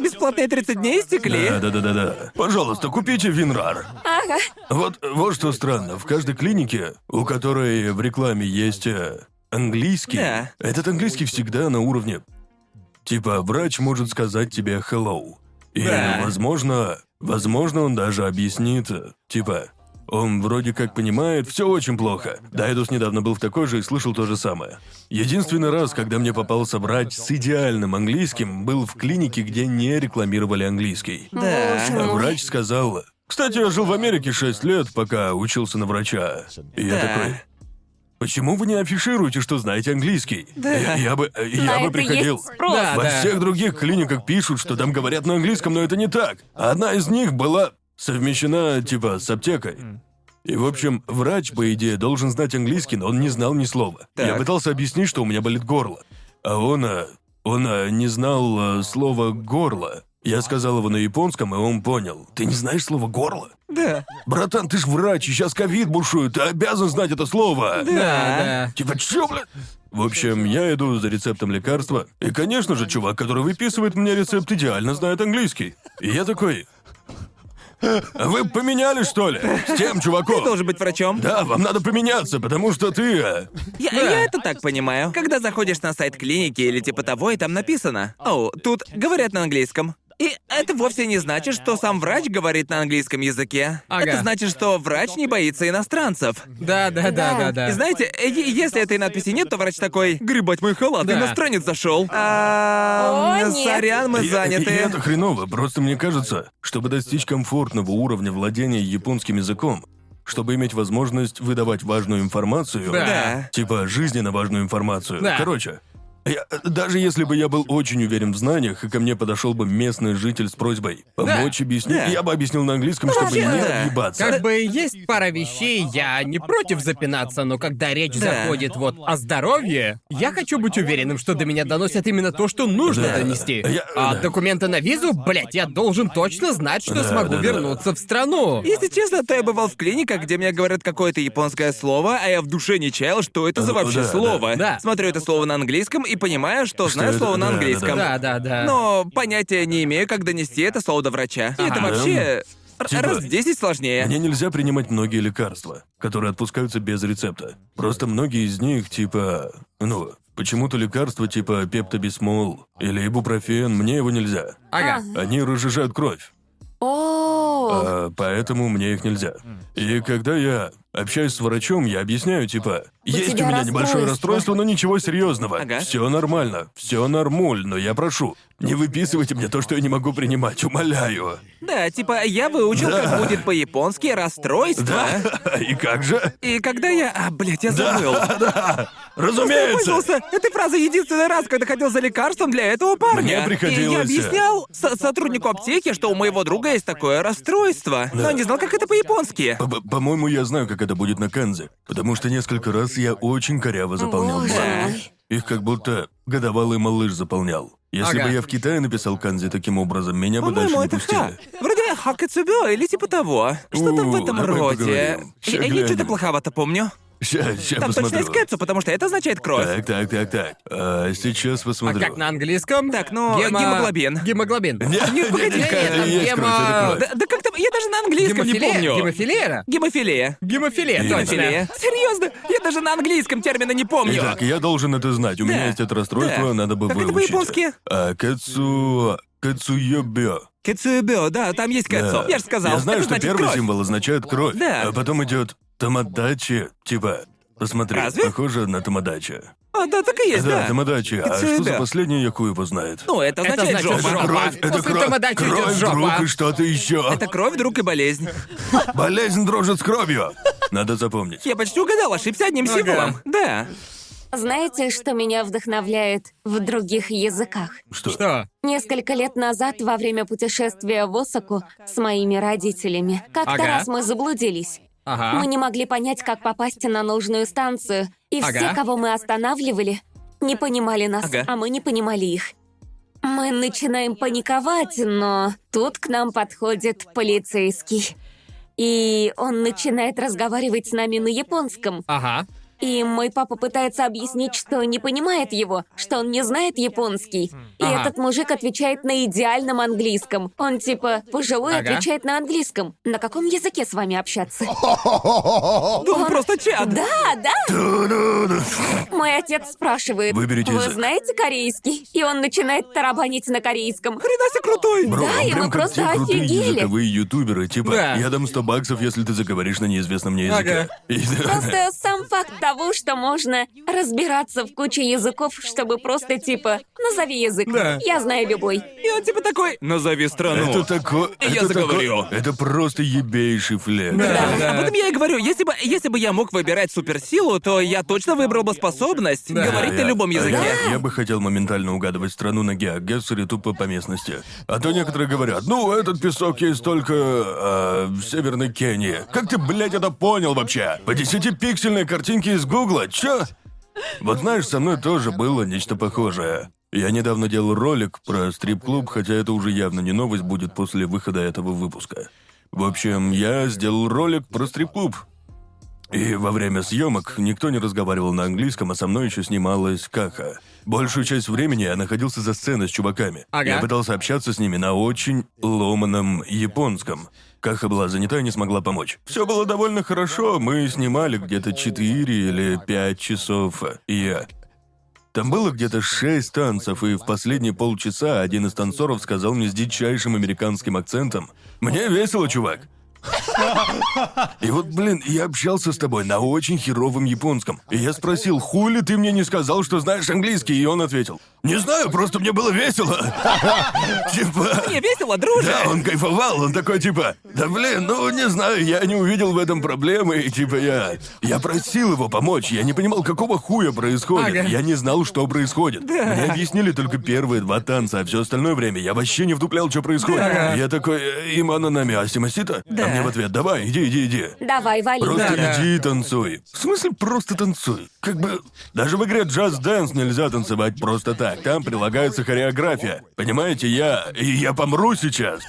C: Бесплатные 30 дней истекли.
D: Да, да, да, да, да. Пожалуйста, купите Винрар.
A: Ага.
D: Вот, вот что странно, в каждой клинике, у которой в рекламе есть э, английский,
C: Да.
D: этот английский всегда на уровне. Типа, врач может сказать тебе hello. И,
C: Да.
D: возможно, возможно, он даже объяснит, э, типа, он вроде как понимает, все очень плохо. Дайдус недавно был в такой же и слышал то же самое. Единственный раз, когда мне попался врач с идеальным английским, был в клинике, где не рекламировали английский.
C: Да.
A: Боже мой.
D: Врач сказал, Кстати, я жил в Америке 6 лет, пока учился на врача. И я
C: Да.
D: такой... Почему вы не афишируете, что знаете английский? Я, я бы, э, я
A: На
D: бы
A: это
D: приходил.
A: есть спрос.
B: А, Да.
D: Во всех других клиниках пишут, что там говорят на английском, но это не так. Одна из них была совмещена, типа, с аптекой. И, в общем, врач, по идее, должен знать английский, но он не знал ни слова. Я
C: Так.
D: пытался объяснить, что у меня болит горло. А он, э, он э, не знал э, слова «горло». Я сказал его на японском, и он понял. Ты не знаешь слово «горло»?
C: Да.
D: Братан, ты ж врач, и сейчас ковид бушует, ты обязан знать это слово.
B: Да,
D: Типа, чё, бля? В общем, я иду за рецептом лекарства, и, конечно же, чувак, который выписывает мне рецепт, идеально знает английский. И я такой... «А Вы поменяли, что ли? С тем чуваком?
C: Должен быть врачом.
D: Да, вам надо поменяться, потому что ты... э,
C: Я, я это так понимаю. Когда заходишь на сайт клиники или типа того, и там написано. О, тут говорят на английском. И это вовсе не значит, что сам врач говорит на английском языке.
B: Ага.
C: Это значит, что врач не боится иностранцев.
B: да, да, да, да, да.
C: И знаете, э, е- если этой надписи нет, то врач такой, гребать мой халат,
B: Да.
C: иностранец зашел. А,
A: О,
C: м,
A: нет.
C: Сорян, мы
D: и-
C: заняты.
D: и это хреново, просто мне кажется, чтобы достичь комфортного уровня владения японским языком, чтобы иметь возможность выдавать важную информацию,
B: Да.
C: Да.
D: Типа жизненно важную информацию.
B: Да.
D: Короче. я- даже если бы я был очень уверен в знаниях, и ко мне подошел бы местный житель с просьбой помочь объяснить,
C: Да. Ну,
D: я бы объяснил на английском, чтобы не
C: Да.
D: отъебаться.
B: Как бы есть пара вещей, я не против запинаться, но когда речь
C: Да.
B: заходит вот о здоровье, я хочу быть уверенным, что до меня доносят именно то, что нужно
D: Да.
B: донести.
D: Я-
B: А
D: да.
B: документы на визу, блять, я должен точно знать, что
D: Да,
B: смогу
D: да, да.
B: вернуться в страну.
C: Если честно, то я бывал в клиниках, где мне говорят какое-то японское слово, а я в душе не чаял, что это за
D: Ну,
C: вообще
D: да,
C: слово.
B: да. Да.
C: Смотрю это слово на английском и понимаю, что,
D: Что
C: знаю
D: это-
C: слово
D: да,
C: на
D: да,
C: английском.
B: Да, да, да.
C: Но понятия не имею, как донести это слово до врача. И это
B: Ага.
C: вообще р-
D: Типа-
C: раз в 10 сложнее.
D: Мне нельзя принимать многие лекарства, которые отпускаются без рецепта. Просто многие из них, типа... Ну, почему-то лекарства типа пептобисмол или ибупрофен, мне его нельзя.
B: Ага.
D: Они разжижают кровь.
A: О,
D: А, поэтому мне их нельзя. И когда я общаюсь с врачом, я объясняю, типа, есть у
A: тебя
D: меня небольшое
A: расстройство».
D: расстройство, но ничего серьезного.
C: Ага.
D: Все нормально, все нормуль, но я прошу, не выписывайте мне то, что я не могу принимать, умоляю.
C: Да, типа, я выучил, как будет по-японски расстройство.
D: И как же?
C: И когда я... А, блядь, я забыл. Я
D: Разумеется.
C: пользовался этой фразой единственный раз, когда ходил за лекарством для этого парня.
D: Мне
C: И я
D: приходилось. э,
C: объяснял со- сотруднику аптеки, что у моего друга есть такое расстройство, но не знал, как это по-японски.
D: По- по- По-моему, я знаю, как это будет на Канзе, потому что несколько раз я очень коряво заполнял
A: Боже
D: бланки.
A: мой.
D: Их как будто годовалый малыш заполнял. Если
B: Ага.
D: бы я в Китае написал Канзи таким образом, меня бы дальше
C: По-моему,
D: не
C: это ха.
D: пустили.
C: Вроде хакэцубё или типа того. Что-то в
D: У,
C: этом
D: давай
C: роде.
D: поговорим. Ща
C: Я, я
D: глянем.
C: что-то плоховато помню.
D: Сейчас, сейчас
C: Там точно
D: посмотрю.
C: есть кэтсу, потому что это означает кровь.
D: Так, так, так, так. А, сейчас
B: А
D: посмотрю.
B: как на английском?
C: Так, ну,
B: Гемо-
C: гемоглобин.
B: Гемоглобин.
D: Нет, нет,
B: погоди, нет,
D: нет, это
B: там
D: и есть
B: гемо-
D: кровь, это кровь.
C: Да, да как-то... Я даже на английском не
B: Гемофилия?
C: помню.
B: Гемофилера?
C: Гемофилия.
B: Гемофилия,
C: Гемофилия.
B: точно.
C: Серьезно? Я даже на английском термина не помню.
D: Итак, я должен это знать. У меня
C: Да.
D: есть это расстройство,
C: Да.
D: надо бы
C: Как это
D: выучить.
C: по-японски?
D: А, кэцу... Кэцуёбё.
C: Кэцубё, да, там есть кэтсу.
D: Да.
C: Я же сказал.
D: Я знаю,
C: это
D: что
C: значит
D: первый
C: кровь.
D: символ означает кровь.
C: Да.
D: А потом идет тамадачи, типа... Посмотри,
C: Разве?
D: похоже на тамадачи.
C: А, да, так и есть, да.
D: Да, тамадачи. А
C: Кэцуёбё.
D: что за последнее, я хуй его знает.
C: Ну, это
B: Это
C: означает
B: значит
C: жопа.
B: жопа.
D: Кровь, это
B: После
D: кровь,
B: тамадачи идет
D: кровь,
B: жопа.
D: друг, и что-то еще.
C: Это кровь, друг и болезнь.
D: Болезнь дрожит с кровью. Надо запомнить.
C: Я почти угадал, ошибся одним
B: Ага.
C: символом. Да.
A: знаете, что меня вдохновляет в других языках?
B: Что?
A: Несколько лет назад, во время путешествия в Осаку с моими родителями, как-то
B: Ага. А?
A: раз мы заблудились. Мы
B: Ага.
A: не могли понять, как попасть на нужную станцию, и все,
B: Ага.
A: кого мы останавливали, не понимали нас,
C: Ага.
A: а мы не понимали их. Мы начинаем паниковать, но тут к нам подходит полицейский. И он начинает разговаривать с нами на японском.
B: Ага.
A: И мой папа пытается объяснить, что не понимает его, что он не знает японский. И
B: Ага.
A: этот мужик отвечает на идеальном английском. Он типа пожилой
B: Ага.
A: отвечает на английском. На каком языке с вами общаться?
C: Да он просто чад.
D: Ну,
A: Да, да. Мой Мой отец спрашивает,
D: Выберите
A: вы
D: язык».
A: знаете корейский? И он начинает тарабанить на корейском.
C: Хрена себе крутой!
D: Бро,
A: Да,
D: он
A: и
D: прям
A: мы
D: как
A: просто
D: те крутые
A: офигели.
D: языковые ютуберы, типа,
B: Да.
D: я дам 100 баксов, если ты заговоришь на неизвестном мне языке. И-
A: Просто сам факт того, что можно разбираться в куче языков, чтобы просто типа «назови язык».
B: Да.
A: Я знаю любой.
C: И он типа такой, назови страну.
D: Это такое...
C: Ну, Я
D: это тако-
C: заговорил.
D: Это просто ебейший флер.
B: Да,
C: Об
B: да.
C: этом А я и говорю. Если бы, если бы я мог выбирать суперсилу, то я точно выбрал бы способность говорить на любом языке.
D: Я, я бы хотел моментально угадывать страну на геогессере тупо по местности. А то некоторые говорят, ну, этот песок есть только э, в Северной Кении. Как ты, блядь, это понял вообще? По десятипиксельной картинке из Гугла, чё? Вот знаешь, со мной тоже было нечто похожее. Я недавно делал ролик про стрип-клуб, хотя это уже явно не новость будет после выхода этого выпуска. В общем, я сделал ролик про стрип-клуб. И во время съемок никто не разговаривал на английском, а со мной еще снималась Каха. Большую часть времени я находился за сценой с чуваками.
B: Ага.
D: Я пытался общаться с ними на очень ломаном японском. Каха была занята и не смогла помочь. Все было довольно хорошо, мы снимали где-то 4 или 5 часов. И я. Там было где-то шесть танцев, и в последние полчаса один из танцоров сказал мне с дичайшим американским акцентом «Мне весело, чувак». И вот, блин, я общался с тобой на очень херовом японском. И я спросил, хули ты мне не сказал, что знаешь английский? И он ответил, не знаю, просто мне было весело. Типа...
C: Мне весело, друже.
D: Да, он кайфовал, он такой типа, да блин, ну не знаю, я не увидел в этом проблемы, и типа я... Я просил его помочь, я не понимал, какого хуя происходит,
B: Ага.
D: я не знал, что происходит. Мне объяснили только первые два танца, а все остальное время я вообще не вдуплял, что происходит. Я такой, «Э, имана нами асимасита? А мне в ответ, давай, иди, иди, иди.
A: Давай, вали.
D: Просто
B: Да.
D: иди и танцуй. В смысле, просто танцуй. Как бы. Даже в игре джаз Dance нельзя танцевать просто так. Там прилагается хореография. Понимаете, я. И я помру сейчас.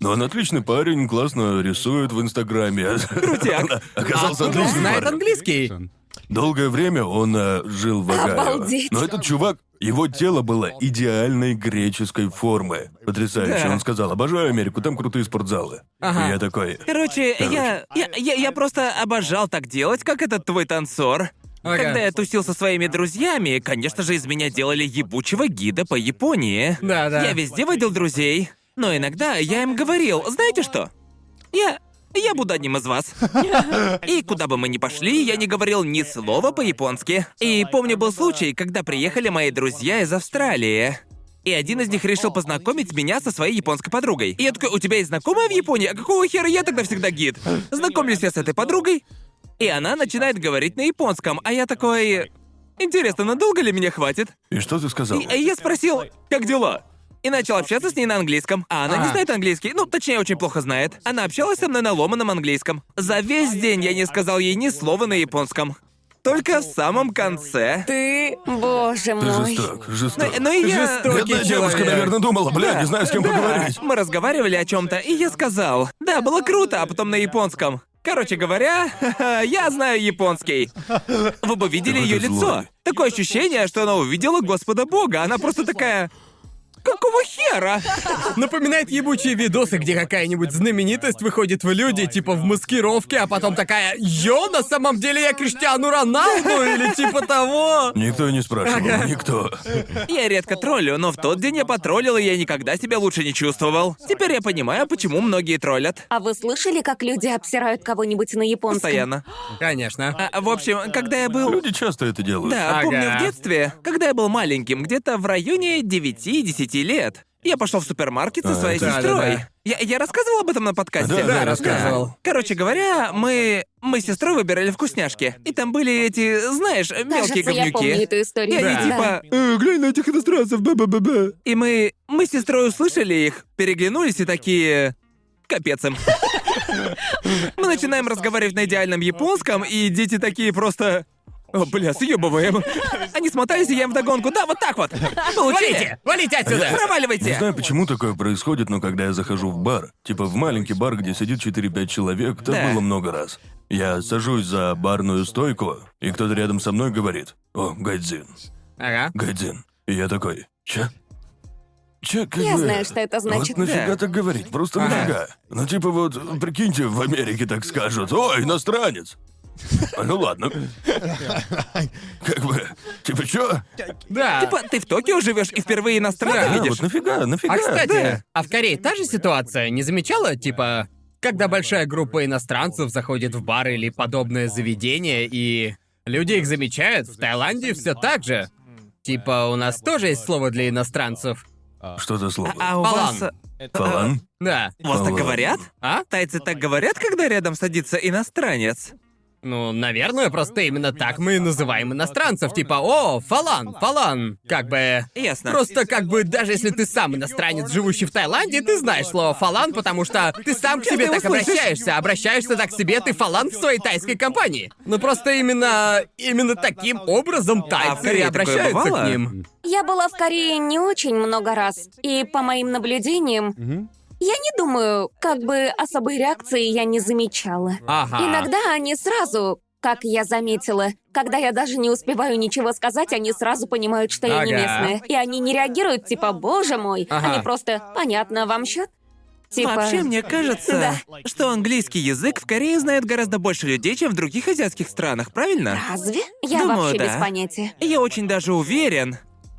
D: Но он отличный парень, классно рисует в Инстаграме.
C: Крутяк.
B: Откуда
D: Оказался
B: он
D: отличным
B: знает
D: парнем.
B: английский?
D: Долгое время он э, жил в Огайо.
A: Обалдеть.
D: Но этот чувак, его тело было идеальной греческой формы. Потрясающе.
C: Да.
D: Он сказал, обожаю Америку, там крутые спортзалы.
B: Ага.
D: И я такой...
C: Короче, Я, я, я, я просто обожал так делать, как этот твой танцор.
B: Ага.
C: Когда я тусил со своими друзьями, конечно же, из меня делали ебучего гида по Японии.
B: Да-да.
C: Я везде водил друзей, но иногда я им говорил, знаете что? Я... Я буду одним из вас. И куда бы мы ни пошли, я не говорил ни слова по-японски. И помню был случай, когда приехали мои друзья из Австралии. И один из них решил познакомить меня со своей японской подругой. И я такой, у тебя есть знакомая в Японии? А какого хера я тогда всегда гид? Знакомлюсь я с этой подругой, и она начинает говорить на японском, а я такой... Интересно, надолго ли меня хватит?
D: И что ты сказал?
C: И э, я спросил, как дела? И начал общаться с ней на английском. А она не
B: А.
C: знает английский. Ну, точнее, очень плохо знает. Она общалась со мной на ломаном английском. За весь день я не сказал ей ни слова на японском. Только в самом конце.
A: Ты, боже
D: Ты
A: мой.
D: жесток, жесток.
C: Но и я...
B: Жестокий
D: Бедная девушка,
B: человек.
D: наверное, думала, бля, не знаю, с кем
C: Да,
D: поговорить.
C: Мы разговаривали о чем-то, и я сказал. Да, было круто, а потом на японском. Короче говоря, я знаю японский. Вы бы видели
D: Какой
C: ее
D: ты
C: лицо.
D: злой.
C: Такое ощущение, что она увидела Господа Бога. Она просто такая. Какого хера?
B: Напоминает ебучие видосы, где какая-нибудь знаменитость выходит в люди, типа в маскировке, а потом такая «Йо, на самом деле я Криштиану Роналду» или типа того.
D: Никто не спрашивал, никто.
C: Я редко троллю, но в тот день я потроллил, и я никогда себя лучше не чувствовал. Теперь я понимаю, почему многие троллят.
A: А вы слышали, как люди обсирают кого-нибудь на японском?
C: Постоянно.
B: Конечно.
C: А, в общем, когда я был...
D: Люди часто это делают.
C: Да,
B: Ага.
C: помню в детстве, когда я был маленьким, где-то в районе 9-10 лет, я пошел в супермаркет со своей
B: А, да, да,
C: сестрой.
B: да.
C: Я, я рассказывал об этом на подкасте.
D: Да, да, Да,
B: рассказывал.
C: Короче говоря, мы мы с сестрой выбирали вкусняшки, и там были эти, знаешь, мелкие
A: Кажется, я помню
C: говнюки.
A: эту историю.
C: И
A: Да.
C: они типа, «Э, глянь на этих иностранцев, ба-ба-ба-ба. И мы, мы с сестрой услышали их, переглянулись и такие, капец им. Мы начинаем разговаривать на идеальном японском, и дети такие просто... «О, бля, съебываем. Они смотались, и я им вдогонку. Да, вот так вот. Получите.
B: Валите! Валите отсюда!
D: Не
C: Проваливайте.
D: знаю, почему такое происходит, но когда я захожу в бар, типа в маленький бар, где сидит 4-5 человек, так
C: Да.
D: было много раз. Я сажусь за барную стойку, и кто-то рядом со мной говорит, «О, Гайдзин,
B: Ага.
D: Гайдзин». И я такой, «Чё?» Чё, как
A: Я
D: бы-
A: знаю, что это значит.
D: А Вот нафига
C: Да.
D: так Ну, говорить? Просто нафига. Ну, типа вот, прикиньте, в Америке так скажут. О, иностранец! А, Ну ладно. Как бы, типа, чё?
B: Да.
C: Типа, ты в Токио живешь и впервые иностранца
D: А,
C: видишь?
D: вот нафига, нафига.
B: А кстати,
D: да.
B: а в Корее та же ситуация, не замечала? Типа, когда большая группа иностранцев заходит в бар или подобное заведение, и люди их замечают, в Таиланде все так же. Типа, у нас тоже есть слово для иностранцев.
D: Что за слово?
C: А у
B: Палан.
C: вас... э,
D: Фалан?
B: Да.
C: У вас так
D: Палан.
C: говорят?
B: А?
C: Тайцы так говорят, когда рядом садится иностранец?
B: Ну, наверное, просто именно так мы и называем иностранцев. Типа, о, фалан, фалан. Как бы...
C: Ясно.
B: Просто как бы даже если ты сам иностранец, живущий в Таиланде, ты знаешь слово фалан, потому что ты сам к себе
C: Часто его
B: так
C: слышишь.
B: обращаешься, обращаешься так к себе, ты фалан в своей тайской компании. Ну просто именно именно таким образом
C: А в
B: тайцы и
C: Корее такое
B: обращаются к
C: бывало?
B: ним.
A: Я была в Корее не очень много раз, и по моим наблюдениям, я не думаю, как бы особой реакции я не замечала.
B: Ага.
A: Иногда они сразу, как я заметила, когда я даже не успеваю ничего сказать, они сразу понимают, что я не
B: Ага.
A: местная. И они не реагируют, типа, боже мой.
B: Ага.
A: Они просто, понятно, вам счет? Типа,
C: Вообще, мне кажется, что английский язык в Корее знают гораздо больше людей, чем в других азиатских странах, правильно?
A: разве? Я
C: Думаю,
A: вообще
C: да.
A: без понятия.
C: Я очень даже уверен.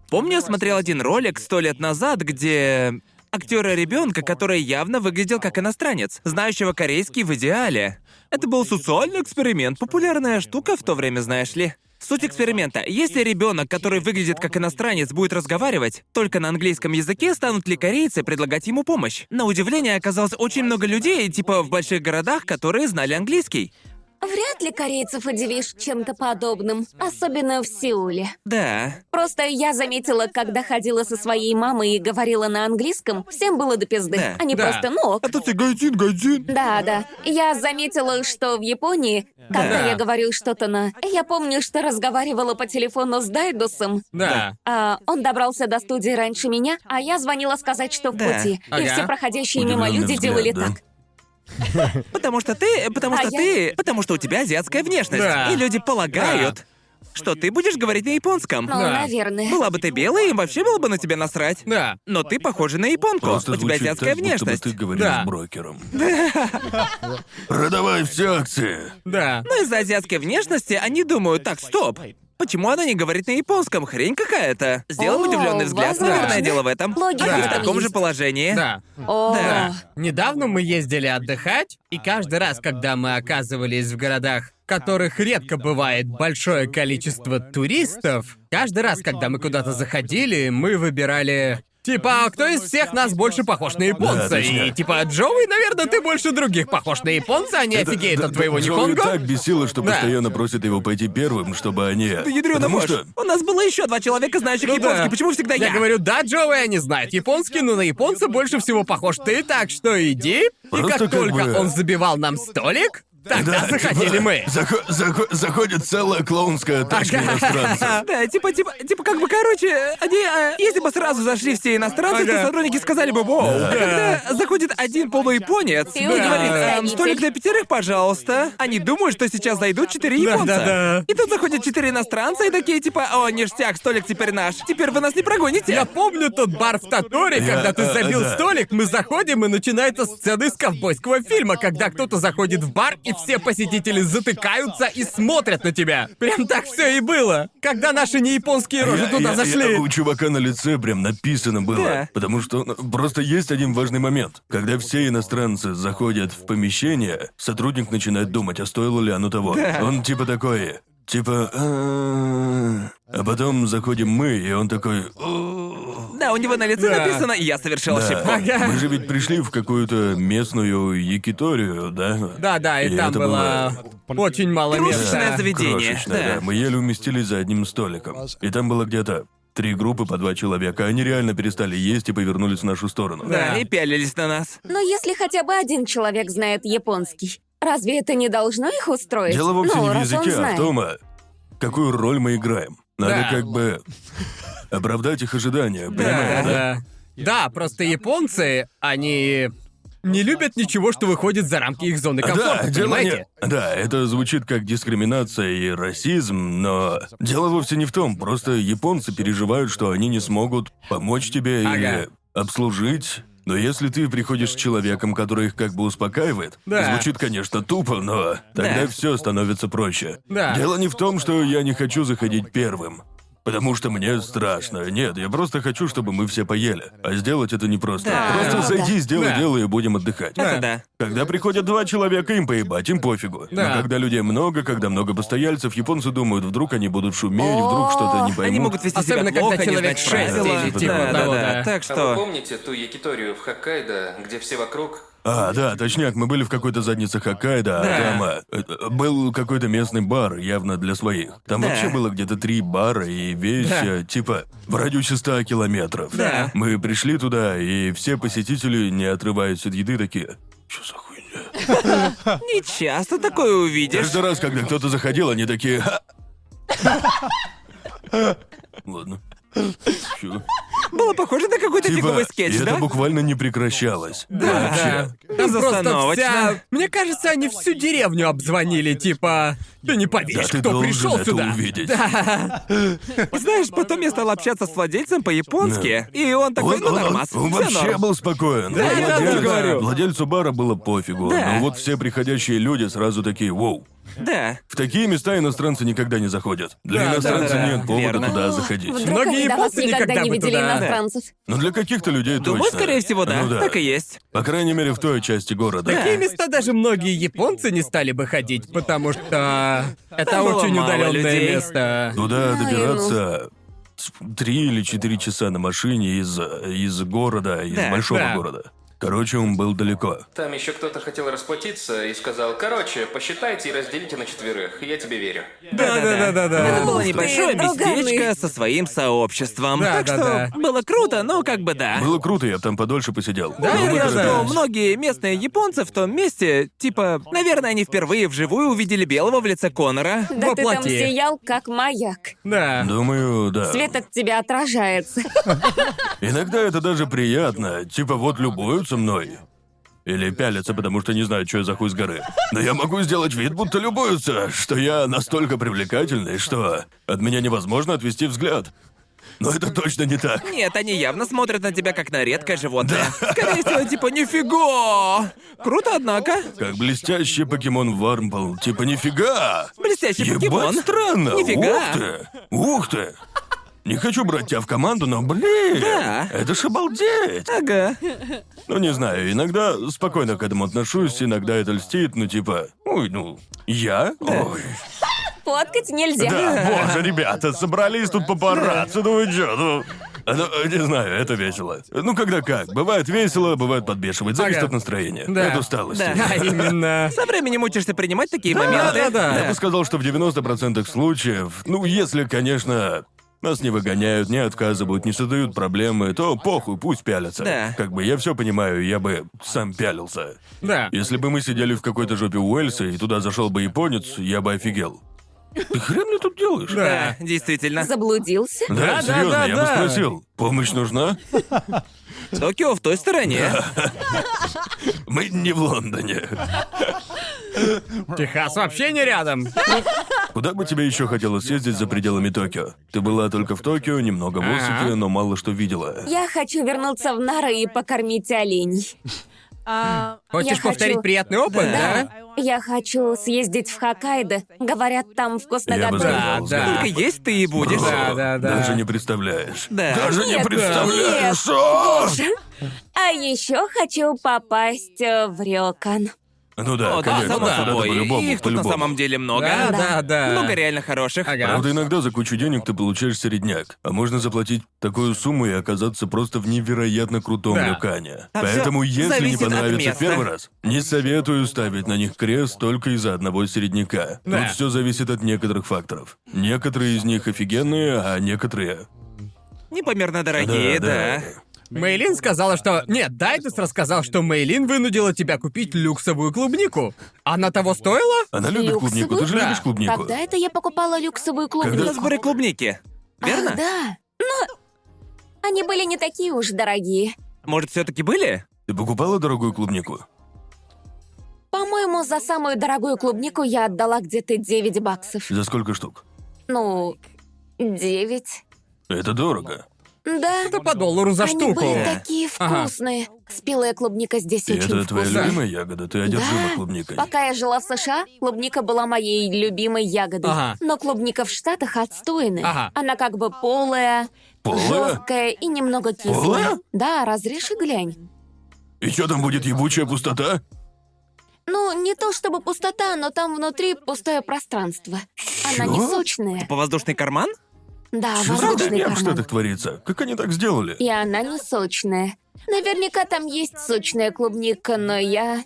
C: Помню, я смотрел один ролик сто лет назад, где актера ребенка, который явно выглядел как иностранец, знающего корейский в идеале. Это был социальный эксперимент, популярная штука в то время, знаешь ли. Суть эксперимента. Если ребенок, который выглядит как иностранец, будет разговаривать только на английском языке, станут ли корейцы предлагать ему помощь? На удивление оказалось очень много людей, типа в больших городах, которые знали английский.
A: Вряд ли корейцев удивишь чем-то подобным, особенно в Сеуле.
C: Да.
A: Просто я заметила, когда ходила со своей мамой и говорила на английском, всем было до пизды.
C: Да,
A: Они
B: да.
A: просто, ну ок.
C: ты гайдин, гайдин.
A: Да, да. Я заметила, что в Японии, когда
B: Да.
A: я говорю что-то на... Я помню, что разговаривала по телефону с Дайдусом.
B: Да.
A: а, он добрался до студии раньше меня, а я звонила сказать, что в
C: Да.
A: пути.
B: Ага.
A: И все проходящие мимо
D: Удивленный
A: люди
D: взгляд,
A: делали
D: да?
A: так.
C: Потому что ты, потому
A: А
C: что
A: я-
C: ты, потому что у тебя азиатская внешность,
B: Да.
C: и люди полагают, что ты будешь говорить на японском.
A: Ну,
B: Да.
A: наверное.
C: Была бы ты белая, им вообще было бы на тебя насрать.
B: Да.
C: Но ты похожа на японку.
D: Просто
C: у тебя
D: звучит
C: азиатская
D: так, будто бы
C: внешность.
D: ты говоришь
B: Да.
D: с брокером. Продавай все акции.
B: Да.
C: Но из-за азиатской внешности они думают, так, стоп. Почему она не говорит на японском? Хрень какая-то. Сделал
A: О,
C: удивленный взгляд,
A: возможно.
C: наверное, дело в этом.
A: Логика
C: А ты в
A: там
C: таком же
A: есть.
C: положении.
B: Да.
A: О,
C: Да.
B: Недавно мы ездили отдыхать, и каждый раз, когда мы оказывались в городах, в которых редко бывает большое количество туристов, каждый раз, когда мы куда-то заходили, мы выбирали... Типа, «А кто из всех нас больше похож на японца?
D: Да, точно.
B: и типа, Джоуи, наверное, ты больше других похож на японца, а не офигеет
D: Да,
B: от твоего
D: Джоуи
B: нихонго.
D: так бесило, что
B: Да.
D: постоянно просит его пойти первым, чтобы они...
C: Да ядрёна
D: Потому
C: мощь.
D: что...
C: У нас было еще два человека, знающих
B: Ну да.
C: японский. Почему всегда я?
B: Я говорю, да, Джоуи, они знают японский, но на японца больше всего похож ты, так что иди.
D: Просто
B: и как
D: как
B: только
D: бы-
B: он забивал нам столик, тогда
D: Да,
B: заходили
D: типа,
B: мы.
D: захо- захо- заходит целая клоунская тачка
B: Ага.
D: иностранцев.
C: Да, типа, типа, типа, как бы, короче, они, э, если бы сразу зашли все иностранцы,
B: Ага.
C: то сотрудники сказали бы, воу. А когда заходит один полуяпонец и
A: И
C: говорит,
A: да.
C: «Эм, столик для пятерых, пожалуйста. Они думают, что сейчас зайдут четыре
B: Да,
C: японца.
B: да, да.
C: И тут заходят четыре иностранца и такие, типа, о, ништяк, столик теперь наш. Теперь вы нас не прогоните.
B: Я помню тот бар в Таторе, когда
D: э,
B: ты забил столик, мы заходим, и начинается сцена из ковбойского фильма, когда кто-то заходит в бар, и все посетители затыкаются и смотрят на тебя. Прям так все и было. Когда наши неяпонские рожи
D: Я-
B: туда
D: я-
B: зашли.
D: я- у чувака на лице прям написано было.
C: Да.
D: Потому что ну, просто есть один важный момент. Когда все иностранцы заходят в помещение, сотрудник начинает думать, а стоило ли оно того. Он типа такой, типа... «А-а-а». А потом заходим мы, и он такой... «О-о-о».
C: Да, у него на лице
B: Да.
C: написано «Я совершил
D: Да.
C: ошибку».
B: Ага.
D: Мы же ведь пришли в какую-то местную якиторию, да?
B: Да, да, и, там
D: это
B: было очень мало
C: Крошечное
B: места.
C: заведение.
D: Крошечное,
C: да.
D: да. Мы еле уместились за одним столиком. И там было где-то три группы по два человека. Они реально перестали есть и повернулись в нашу сторону.
C: Да, и пялились на нас.
A: Но если хотя бы один человек знает японский, разве это не должно их устроить?
D: Дело вовсе
A: ну,
D: не в
A: раз он
D: языке, а в
A: знает.
D: том, а, какую роль мы играем. Надо
B: Да.
D: как бы оправдать их ожидания,
B: Да,
D: понимаешь, да?
B: да. Да, просто японцы, они не любят ничего, что выходит за рамки их зоны комфорта,
D: Да, дело
B: понимаете?
D: не... Да, это звучит как дискриминация и расизм, но дело вовсе не в том. Просто японцы переживают, что они не смогут помочь тебе
B: Ага.
D: или обслужить. Но если ты приходишь с человеком, который их как бы успокаивает,
B: Да.
D: звучит, конечно, тупо, но тогда
C: Да.
D: все становится проще.
B: Да.
D: Дело не в том, что я не хочу заходить первым. Потому что мне страшно. Нет, я просто хочу, чтобы мы все поели. А сделать это непросто.
C: Да.
D: Просто зайди, сделай
B: Да.
D: дело и будем отдыхать.
C: Это да.
D: Когда приходят два человека, им поебать, им пофигу.
B: Да.
D: Но когда людей много, когда много постояльцев, японцы думают, вдруг они будут шуметь, вдруг что-то не поймут.
C: Они могут вести
B: Особенно,
C: себя
B: когда
C: плохо, не
B: человек
C: знать
B: шесть
C: правила.
D: или типа
C: да, да,
B: того,
C: да,
B: да.
C: Так
E: А вы
C: что...
E: помните ту якиторию в Хоккайдо, где все вокруг
D: А, да, точняк, мы были в какой-то заднице Хоккайдо, а
C: Да.
D: там а, э, был какой-то местный бар, явно для своих. Там
C: Да.
D: вообще было где-то три бара и вещи,
B: Да.
D: типа, в радиусе 100 километров.
C: Да.
D: Мы пришли туда, и все посетители, не отрываясь от еды, такие, что за хуйня?
C: Не часто такое увидишь.
D: Каждый раз, когда кто-то заходил, они такие... «Ха». Ладно. Чё?
C: Было похоже на какой-то
D: Типа,
C: фиговый
D: и
C: скетч,
D: это
C: да?
D: буквально не прекращалось. Вообще.
B: Там просто
C: Безостановочно.
B: вся... Мне кажется, они всю деревню обзвонили, типа... Ты не
D: Да
B: поверишь,
D: ты
B: кто
D: должен
B: пришел
D: это
B: сюда.
D: увидеть.
C: Знаешь, потом я стал общаться с владельцем по-японски, и он такой,
D: Он,
C: ну
D: он-
C: нормас,
D: он
C: всё
D: вообще
C: норм».
D: был спокоен.
C: Да,
D: Вот
C: я тоже
D: владельцу-
C: говорю.
D: Владельцу бара было пофигу.
C: Да.
D: Но вот все приходящие люди сразу такие, вау.
C: Да.
D: В такие места иностранцы никогда не заходят. Для
B: Да,
D: иностранца
C: да, да,
D: нет повода
C: верно.
D: туда
A: Вдруг
D: заходить.
B: Многие
A: они до вас
B: японцы никогда
A: никогда не
B: бы
A: видели
B: туда-
A: иностранцев.
D: Но для каких-то людей
C: Думаю,
D: точно.
C: скорее всего, да.
D: Ну да.
C: Так и есть.
D: По крайней мере, в той части города.
B: Такие места даже многие японцы не стали бы ходить, потому что это
C: Там было
B: очень
C: мало
B: удаленное
C: людей.
B: место.
D: Туда
A: Да, и
D: Ну добираться с- три или четыре часа на машине из, из города, из
C: Да,
D: большого
B: да.
D: города. Короче, он был далеко.
E: Там еще кто-то хотел расплатиться и сказал, короче, посчитайте и разделите на четверых, я тебе верю.
B: Да, да, да, да,
C: Это было
B: да.
C: небольшое
A: друганы.
C: местечко со своим сообществом.
B: Да,
C: так
B: да,
C: что
B: да.
C: было круто, но как бы да.
D: Было круто, я бы там подольше посидел.
B: Да,
D: Но мы
C: Уверен,
B: да,
D: тогда-
C: что многие местные японцы в том месте, типа, наверное, они впервые вживую увидели белого в лице Конора.
A: Да ты там
B: Воплоти.
A: сиял, как маяк.
D: Ну,
B: Да.
D: Думаю, да.
A: Свет от тебя отражается.
D: Иногда это даже приятно. Типа вот любуются мной. Или пялятся, потому что не знают, что я за хуй с горы. Но я могу сделать вид, будто любуются, что я настолько привлекательный, что от меня невозможно отвести взгляд. Но это точно не так.
C: Нет, они явно смотрят на тебя как на редкое животное. Скорее всего, типа, нифига! Круто, однако.
D: Как блестящий покемон Вармпл. Типа нифига!
C: Блестящий
D: Ебать,
C: покемон.
D: странно!
C: Нифига.
D: Ух ты! Ух ты! Не хочу брать тебя в команду, но, блин,
C: Да.
D: это ж обалдеть!
C: Ага.
D: Ну, не знаю, иногда спокойно к этому отношусь, иногда это льстит, ну, типа, ой, ну, я? Ой.
A: Фоткать нельзя.
D: Да, боже, ребята, собрались тут папарацци, ну вы чё, ну... Ну, не знаю, это весело. Ну, когда как. Бывает весело, бывает подбешивает. Зависит
B: Ага.
D: от настроения,
B: Да.
D: от усталости.
C: Да.
B: Да, именно.
C: Со временем учишься принимать такие моменты.
B: да, да.
D: Я бы сказал, что в 90% случаев, ну, если, конечно, нас не выгоняют, не отказывают, не создают проблемы, то похуй, пусть пялятся.
C: Да.
D: Как бы я все понимаю, я бы сам пялился.
B: Да.
D: Если бы мы сидели в какой-то жопе Уэльса, и туда зашел бы японец, я бы офигел. Ты хрен ли тут делаешь?
C: Да, действительно.
A: Заблудился?
D: Да,
B: Да, да,
D: серьезно,
B: да,
D: я бы
B: да.
D: спросил, помощь нужна?
C: Токио в той стороне.
D: Мы не в Лондоне.
B: Техас вообще не рядом.
D: Куда бы тебе еще хотелось съездить за пределами Токио? Ты была только в Токио, немного в Осаке,
B: Ага.
D: но мало что видела.
A: Я хочу вернуться в Нара и покормить оленей.
B: Хочешь
A: хочу.
B: повторить приятный опыт,
C: Да.
B: да?
A: Я хочу съездить в Хоккайдо. Говорят, там вкусно
D: Я бы
A: готовят.
B: Да,
D: сказал,
B: да.
C: Только есть ты и будешь.
B: Да, да, да.
D: Даже не представляешь.
C: Да.
D: Даже не
A: Нет,
D: представляешь.
A: нет.
D: что?
A: А еще хочу попасть э, в Рёкан.
D: Ну да,
C: О, А! да,
D: конечно,
C: само
D: сюда ты
C: собой.
D: по-любому,
C: Их тут на
D: по-любому.
C: самом деле много.
B: Да, да, да.
C: Много реально хороших.
B: Ага.
D: Правда, иногда за кучу денег ты получаешь середняк, а можно заплатить такую сумму и оказаться просто в невероятно крутом
B: Да.
D: люкане.
C: А
D: Поэтому, если
C: всё
D: не
C: зависит от
D: понравится в
C: места.
D: первый раз, не советую ставить на них крест только из-за одного середняка.
B: Да.
D: Тут все зависит от некоторых факторов. Некоторые из них офигенные, а некоторые...
C: Непомерно дорогие,
D: Да,
C: да.
D: да.
B: Мейлин сказала, что... Нет, Дайдес рассказал, что Мейлин вынудила тебя купить люксовую клубнику. Она того стоила?
D: Она любит
A: Люксовую?
D: клубнику, ты же
B: Да.
D: А любишь клубнику.
A: Когда это я покупала люксовую клубнику?
C: На сборе клубники. Верно?
A: Ах, А, да. Но они были не такие уж дорогие.
C: Может, все-таки были?
D: Ты покупала дорогую клубнику?
A: По-моему, за самую дорогую клубнику я отдала где-то 9 баксов.
D: За сколько штук?
A: Ну, 9.
D: Это дорого.
A: Да,
B: Это по доллару за
A: они
B: штуку.
A: были такие вкусные. Спелая клубника здесь
D: И
A: очень
D: это твоя
A: вкусная.
D: любимая ягода, ты одержима
A: Да.
D: клубникой.
A: Пока я жила в США, клубника была моей любимой ягодой.
B: Ага.
A: Но клубника в Штатах отстойная.
B: Ага.
A: Она как бы полая,
D: Полая?
A: жесткая и немного кислая.
D: Полая?
A: Да, разрежь и глянь.
D: И что там будет ебучая пустота?
A: Ну, не то чтобы пустота, но там внутри пустое пространство. Она не
D: Чего?
A: сочная.
C: По воздушный карман?
A: Да,
D: Что за
A: воздушный
D: хуйня в
A: А карман.
D: Штатах творится? Как они так сделали?
A: И она не сочная. Наверняка там есть сочная клубника, но я...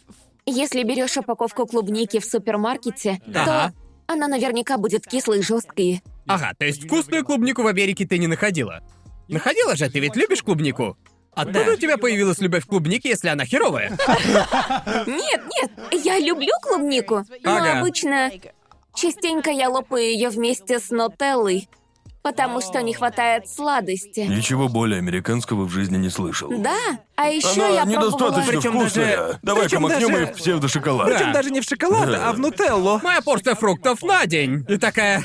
A: Если берешь упаковку клубники в супермаркете,
B: Ага.
A: то она наверняка будет кислой и жесткой.
B: Ага, то есть вкусную клубнику в Америке ты не находила? Находила же, ты ведь любишь клубнику? Откуда
C: Да.
B: у тебя появилась любовь к клубнике, если она херовая?
A: Нет, нет, я люблю клубнику, но
B: Ага.
A: обычно частенько я лопаю ее вместе с нотеллой, потому что не хватает сладости.
D: Ничего более американского в жизни не слышал.
A: Да, а еще я
D: Она
A: пробовала...
D: недостаточно
C: Причём даже-
D: вкусная. Давай-ка
C: причём
D: макнем
C: даже-
D: ее в псевдошоколад.
C: Причем даже не в шоколад,
D: Да.
C: а в нутеллу.
B: Моя порция фруктов на день. И такая...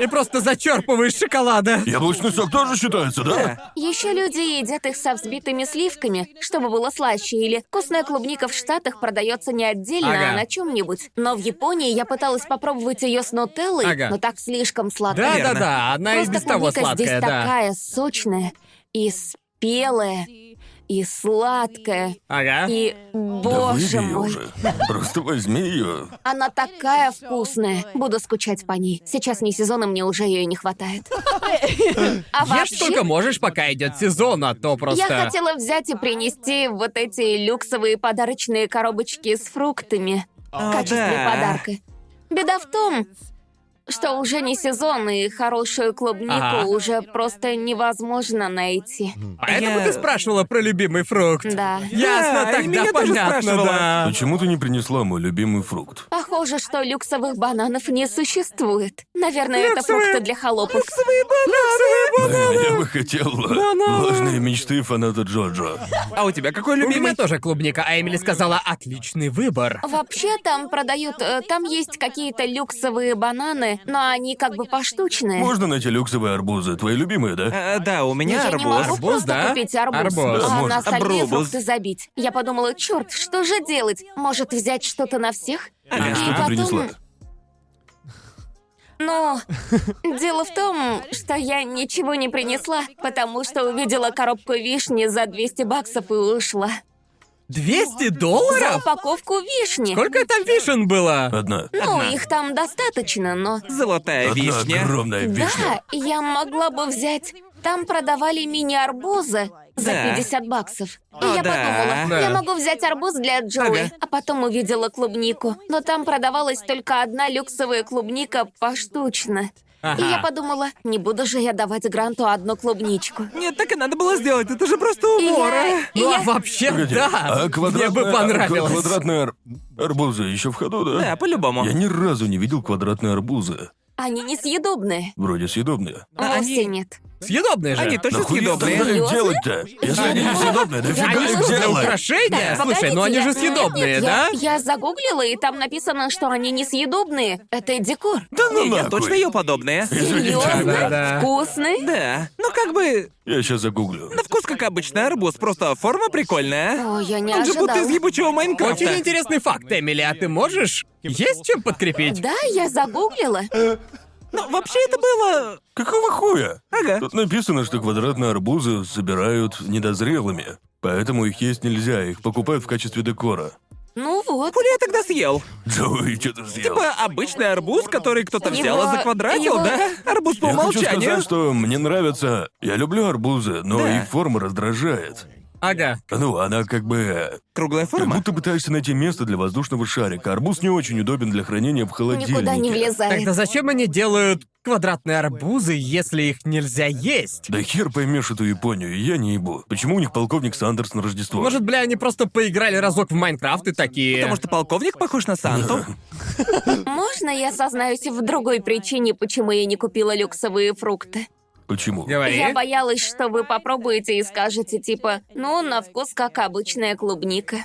B: И просто зачерпываешь шоколада.
D: Яблочный сок тоже считается, да?
A: Еще люди едят их со взбитыми сливками, чтобы было слаще, или вкусная клубника в Штатах продается не отдельно,
B: Ага.
A: а на чем-нибудь. Но в Японии я пыталась попробовать ее с нутеллой,
B: Ага.
A: но так слишком сладко.
B: Да, да,
C: Верно.
B: да, она и
A: Просто
B: без того
A: клубника
B: сладкая,
A: здесь
B: да.
A: такая сочная и спелая, и сладкая,
B: Ага.
A: и,
D: Да
A: боже
D: выйди ее
A: мой,
D: уже. Просто возьми ее.
A: она такая вкусная. Буду скучать по ней. Сейчас не сезон, и мне уже ее не хватает. А
B: Ешь
A: вообще,
B: сколько можешь, пока идет сезон, а то просто...
A: Я хотела взять и принести вот эти люксовые подарочные коробочки с фруктами в качестве
C: да.
A: подарка. Беда в том, что уже не сезон, и хорошую клубнику
B: Ага.
A: уже просто невозможно найти.
B: Поэтому
C: Я-
B: ты спрашивала про любимый фрукт.
A: Да.
B: Ясно,
C: Да, и
B: тогда
C: меня тоже
B: понятно,
C: спрашивала.
B: да.
D: Почему ты не принесла мой любимый фрукт?
A: Похоже, что люксовых бананов не существует. Наверное, это
B: Люксовые-
A: фрукты для холопов.
D: Блин, я бы хотел. Влажные мечты фаната Джоджо.
C: А у тебя какой
B: У меня
C: любимый?
B: тоже клубника, а Эмили сказала «отличный выбор».
A: Вообще там продают, э, там есть какие-то люксовые бананы, но они как бы поштучные.
D: Можно найти люксовые арбузы? Твои любимые, да?
C: Э, да, у меня
A: Ну, я не
C: арбуз.
A: могу
B: Арбуз,
A: просто
B: да?
A: купить арбуз,
B: Арбуз.
A: а
D: Можно.
A: на остальные
C: Абрубус.
A: фрукты забить. Я подумала, черт, что же делать? Может взять что-то на всех?
D: Или
A: И
D: что ты
A: потом-
D: принесла?
A: Но дело в том, что я ничего не принесла, потому что увидела коробку вишни за 200 баксов и ушла.
B: 200
A: За
B: долларов?
A: упаковку вишни.
B: Сколько там вишен было?
D: Одна.
A: Ну, их там достаточно, но...
C: Золотая
D: Одна
C: вишня.
D: огромная вишня.
A: Да, я могла бы взять... Там продавали мини-арбузы за
C: Да.
A: 50 баксов. И
C: О,
A: я
C: да.
A: подумала,
B: Да.
A: я могу взять арбуз для Джоуи.
C: Ага.
A: А потом увидела клубнику. Но там продавалась только одна люксовая клубника поштучно. И я
B: Ага.
A: подумала, не буду же я давать Гранту одну клубничку.
C: Нет, так и надо было сделать, это же просто
A: И я-
C: умора.
A: и
B: Ну а
A: я-
B: вообще,
D: Погоди,
B: да,
D: А
B: мне
D: квадратная-
B: бы понравилось.
D: а Квадратные ар- арбузы еще в ходу, да?
C: Да, по-любому.
D: Я ни разу не видел квадратные арбузы.
A: Они несъедобные.
D: Вроде съедобные.
B: А
A: Вовсе нет.
B: Съедобные же.
C: Они точно
D: Нахуя
C: съедобные.
D: тогда их
A: Серьёзно?
D: делать-то? Если они
A: Я-
D: несъедобные,
A: Я
D: дофига
A: не
D: их
A: знаю.
B: для
D: делать?
B: украшения?
A: Да,
B: Слушай, ну они
A: погодите,
B: же
A: я-
B: съедобные,
A: Нет,
B: да?
A: Я, я загуглила, и там написано, что они несъедобные. Это декор.
C: Да
D: ну
C: не, я
D: нахуй.
C: точно ее подобное.
D: Извините,
A: Серьезно?
B: да, да.
A: Вкусный?
C: Да, ну как бы,
D: Я сейчас загуглю.
C: на вкус как обычный арбуз, просто форма прикольная.
A: О, я не
C: Он же
A: ожидала.
C: будто из ебучего Майнкрафта.
B: Очень интересный факт, Эмили, а ты можешь? Есть чем подкрепить?
A: Да, я загуглила.
C: Ну, вообще это было...
D: Какого хуя?
C: Ага.
D: Тут написано, что квадратные арбузы собирают недозрелыми. Поэтому их есть нельзя, их покупают в качестве декора.
A: Ну вот.
C: Хули я тогда съел?
D: Джоуи, что ты съел?
C: Типа обычный арбуз, который кто-то взял
A: Его-
C: и заквадратил,
A: его-
C: да? Арбуз по
D: Я хочу
C: умолчанию.
D: сказать, что мне нравятся... Я люблю арбузы, но
C: Да.
D: их форма раздражает.
B: Ага.
D: Ну, она как бы...
C: Круглая
D: Как
C: форма.
D: будто пытаешься найти место для воздушного шарика. Арбуз не очень удобен для хранения в холодильнике.
A: Никуда не влезает.
B: Тогда зачем они делают квадратные арбузы, если их нельзя есть?
D: Да хер поймешь эту Японию, я не ебу. Почему у них полковник Сандерс на Рождество?
B: Может, бля, они просто поиграли разок в Майнкрафт и такие...
C: Потому что полковник похож на Санту.
A: Можно я сознаюсь в другой причине, почему я не купила люксовые фрукты?
D: Почему?
B: Говори.
A: Я боялась, что вы попробуете и скажете, типа, ну, на вкус как обычная клубника.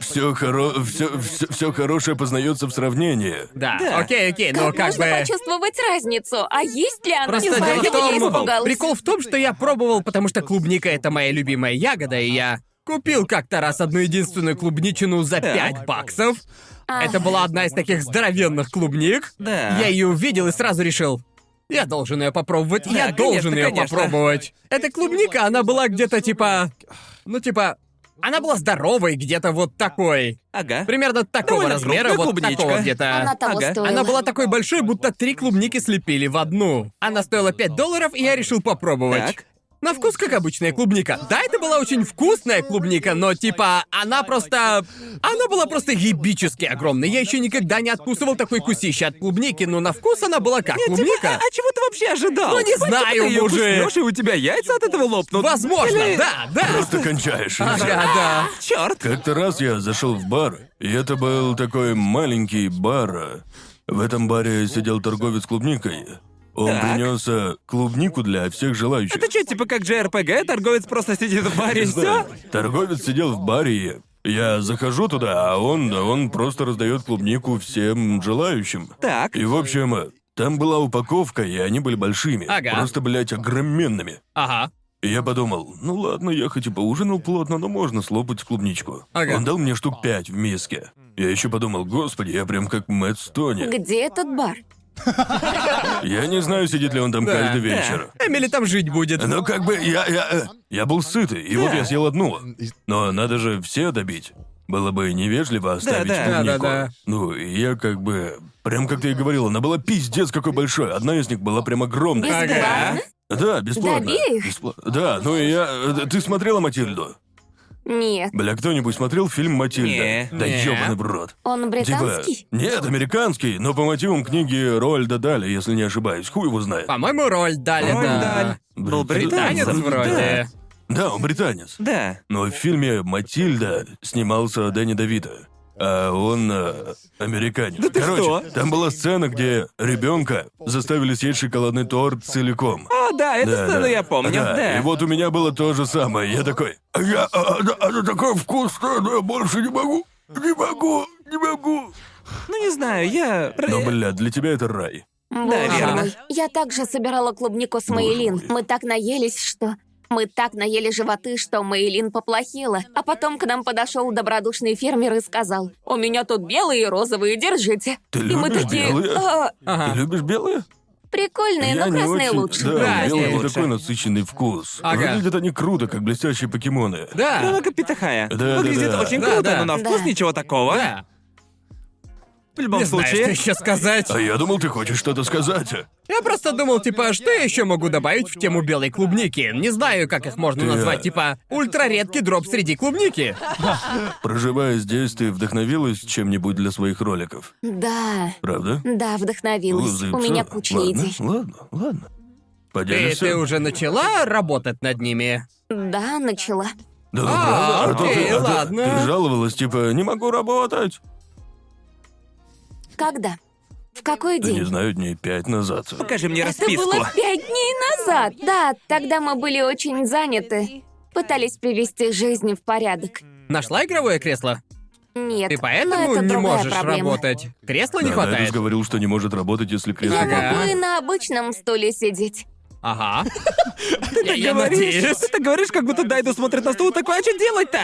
D: Все, хоро... все, все, все хорошее познается в сравнении.
B: Да.
C: Да.
B: Окей, окей, но
A: Как
B: как
A: можно
B: бы.
A: почувствовать разницу? А есть ли она?
B: Просто
A: не знаю,
B: дело в
A: я
B: том,
A: испугалась.
B: прикол в том, что я пробовал, потому что клубника это моя любимая ягода, и я купил как-то раз одну единственную клубничину
C: Э,
B: за 5 баксов. Это была одна из таких здоровенных клубник.
C: Да.
B: Я ее увидел и сразу решил. Я должен ее попробовать, я
C: конечно,
B: должен ее
C: конечно.
B: попробовать. Эта клубника, она была где-то типа. Ну, типа. Она была здоровой, где-то вот такой.
C: Ага.
B: Примерно такого
C: Довольно
B: размера,
C: крупная
B: вот
C: клубничка.
B: такого где-то.
A: Она того
C: Ага.
A: стоила.
B: а, Она была такой большой, будто три клубники слепили в одну. Она стоила 5 долларов, и я решил попробовать.
C: Так.
B: На вкус как обычная клубника. Да, это была очень вкусная клубника, но типа она просто... Она была просто ебически огромной. Я еще никогда не откусывал такой кусище от клубники, но на вкус она была как клубника.
C: А чего ты вообще ожидал?
B: Ну, не
C: Почему
B: знаю,
C: ты её
B: мужик.
C: куснёшь, и у тебя яйца от этого лопнут.
B: Возможно,
C: Или-
B: да, да.
D: Просто кончаешь.
B: Да, да.
C: Чёрт.
D: Как-то раз я зашел в бар, и это был такой маленький бар. а. В этом баре сидел торговец клубникой. Он
C: Так.
D: принес э, клубнику для всех желающих.
C: Это что, типа как JRPG, торговец просто сидит в баре и
D: Не знаю.
C: все?
D: Торговец сидел в баре, и я захожу туда, а он, да он просто раздает клубнику всем желающим.
C: Так.
D: И в общем, э, там была упаковка, и они были большими.
B: Ага.
D: Просто, блядь, огроменными.
B: Ага.
D: И я подумал, ну ладно, я хоть и поужинал плотно, но можно слопать клубничку.
B: Ага.
D: Он дал мне штук пять в миске. Я еще подумал, господи, я прям как Мэтт Стони.
A: Где этот бар?
D: Я не знаю, сидит ли он там
B: Да.
D: каждый вечер.
B: Эмили там жить будет.
C: Ну,
D: Но Ну, как бы я, я, э, я был сытый, и вот я съел одну. Но надо же все добить. Было бы невежливо оставить
C: да.
D: клубнику.
B: Да-да-да.
D: Ну, и я как бы... Прям как ты и говорил, она была пиздец какой большой. Одна из них была прям огромная.
A: Бесплатно?
D: Да, бесплатно.
A: Добей их.
D: Беспла- Да, ну и я... э, Ты смотрела «Матильду»?
A: Нет.
D: Бля, кто-нибудь смотрел фильм «Матильда»?
C: Не.
D: Да
B: Не.
D: ёбаный в рот.
A: Он
D: Типа,
A: британский?
D: нет, американский, но по мотивам книги Рольда Даля, если не ошибаюсь, хуй его знает.
B: По-моему, роль дали,
C: Роль
B: да.
C: дали. Был
B: Танец
C: британец
D: Да.
B: вроде.
D: Да, он британец.
C: Да.
D: Но в фильме «Матильда» снимался Дэнни Давида. А он э, американец.
C: ты
D: Короче,
C: что?
D: там была сцена, где ребенка заставили съесть шоколадный торт целиком.
C: А, да, эту
D: Да,
C: сцену
D: да.
C: я помню,
D: Да,
C: да.
D: И вот у меня было то же самое. Я такой, «А я, а, она, она такая вкусная, но я больше не могу, не могу, не могу.
C: Ну, не знаю, я...
B: Ну,
D: Но, бля, для тебя это рай.
A: Боже
C: верно.
A: мой. Я также собирала клубнику с Мейлин.
D: мой.
A: Мы так наелись, что... Мы так наели животы, что Мейлин поплохела. А потом к нам подошел добродушный фермер и сказал, «У меня тут белые и розовые, держите».
D: Ты
A: и мы
D: любишь
A: такие,
D: белые?
A: «А,
D: Ты
B: Ага.
D: любишь белые?
A: прикольные,
D: я
A: но
D: не
A: красные
D: очень.
A: ну, лучше.
D: Да,
B: Да,
D: белые
B: красные
D: не
C: лучше.
D: такой насыщенный вкус.
B: Ага.
D: Выглядят они круто, как блестящие покемоны.
B: Да.
C: Много петахая.
D: да,
C: Выглядит
D: да.
C: очень
B: Да,
C: круто,
B: да.
C: но на вкус
A: Да.
C: ничего такого.
B: Да.
C: Ну, В любом
B: Не знаю,
C: случае...
B: что еще сказать.
D: А я думал, ты хочешь что-то сказать.
B: Я просто думал, типа, что я еще могу добавить в тему белой клубники? Не знаю, как их можно
D: Ты, а,
B: назвать, типа, ультраредкий дроп среди клубники.
D: Проживая здесь, ты вдохновилась чем-нибудь для своих роликов,
A: Да,
D: правда?
A: да,
D: Ну,
A: вдохновилась. У
D: заебсало.
A: меня куча
D: ладно,
A: идей.
D: Ладно, ладно.
B: Ты,
D: Поделишься?
B: ты уже начала работать над ними?
A: Да, начала.
D: Да,
B: А,
D: ну, правда? А то
B: окей,
D: ты- а то-
B: ладно.
D: Ты жаловалась, типа, не могу работать.
A: Когда? В какой
D: Да
A: день?
D: не знаю, дней пять назад.
C: Покажи мне
A: Это
C: расписку.
A: было пять дней назад. Да, тогда мы были очень заняты. Пытались привести жизнь в порядок.
B: Нашла игровое кресло?
A: Нет,
B: Ты
A: но
B: поэтому
A: Ну, это
B: не
A: другая
B: можешь
A: проблема.
B: работать? Кресла не
D: Да, Дайрус
B: хватает?
D: говорил, что не может работать, если кресло...
A: Я
B: Ага.
A: могу и на обычном стуле сидеть.
B: Ага.
C: Ты так
B: Я
C: говоришь,
B: надеюсь.
C: ты так говоришь, как будто Дайду смотрит на стул, такой, а что делать-то?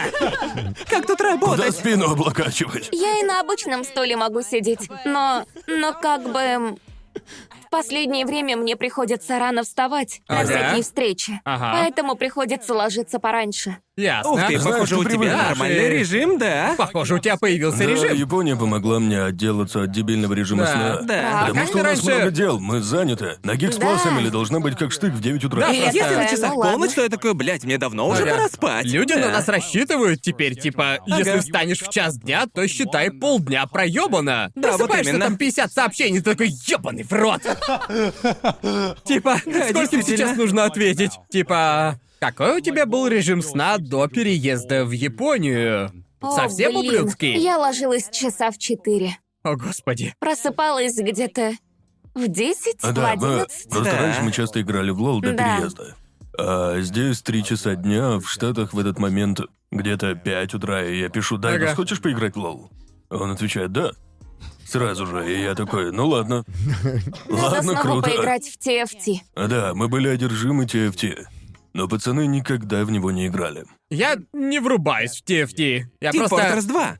C: Как тут
D: Куда
C: работать?
D: спину облокачивать?
A: Я и на обычном стуле могу сидеть, но... Но как бы... м, В последнее время мне приходится рано вставать на
B: Ага.
A: всякие встречи.
B: А Ага.
A: Поэтому приходится ложиться пораньше.
B: Ясно.
C: Ух ты,
D: Знаешь, ты
C: похоже, у тебя
D: привыкаешь.
C: нормальный режим, да?
B: Похоже, у тебя появился
D: Да,
B: режим.
D: Япония помогла мне отделаться от дебильного режима
B: Да,
D: сна.
C: Да.
B: А
D: Потому
B: как ты
D: что у нас
B: раньше-
D: много дел, мы заняты. На гикс-класс Эмили должна быть как штык в 9 утра.
B: Да,
C: И если
A: Просто-
C: на часах
A: Ну, ладно.
C: полночь, то я такой, блядь, мне давно уже
B: Ага.
C: пора спать.
B: Люди на
C: Да.
B: нас рассчитывают теперь, типа, если встанешь в час дня, то считай полдня проебано.
C: Да, вот
B: Просыпаешься,
C: именно. А
B: там 50 сообщений, ты такой ебаный в рот. Типа, сколько им сейчас
C: действительно.
B: нужно ответить? Типа, какой у тебя был режим сна до переезда в Японию?
A: О,
B: Совсем
A: блин.
B: ублюдский?
A: Я ложилась часа в четыре.
B: О, господи.
A: Просыпалась где-то в 10,
D: А,
A: в
D: да, мы-
A: 11.
D: просто
C: Да.
D: раньше мы часто играли в лол до
A: Да.
D: переезда. А здесь три часа дня, а в Штатах в этот момент где-то 5 утра, и я пишу, Дайвис,
B: Ага.
D: хочешь поиграть в лол? Он отвечает, да. Сразу же, и я такой, ну ладно.
A: Надо
D: Ладно,
A: снова
D: круто.
A: поиграть в TFT.
D: А Да, мы были одержимы TFT, но пацаны никогда в него не играли.
B: Я не врубаюсь в TFT. Я
C: Team
B: просто...
C: Fortress 2.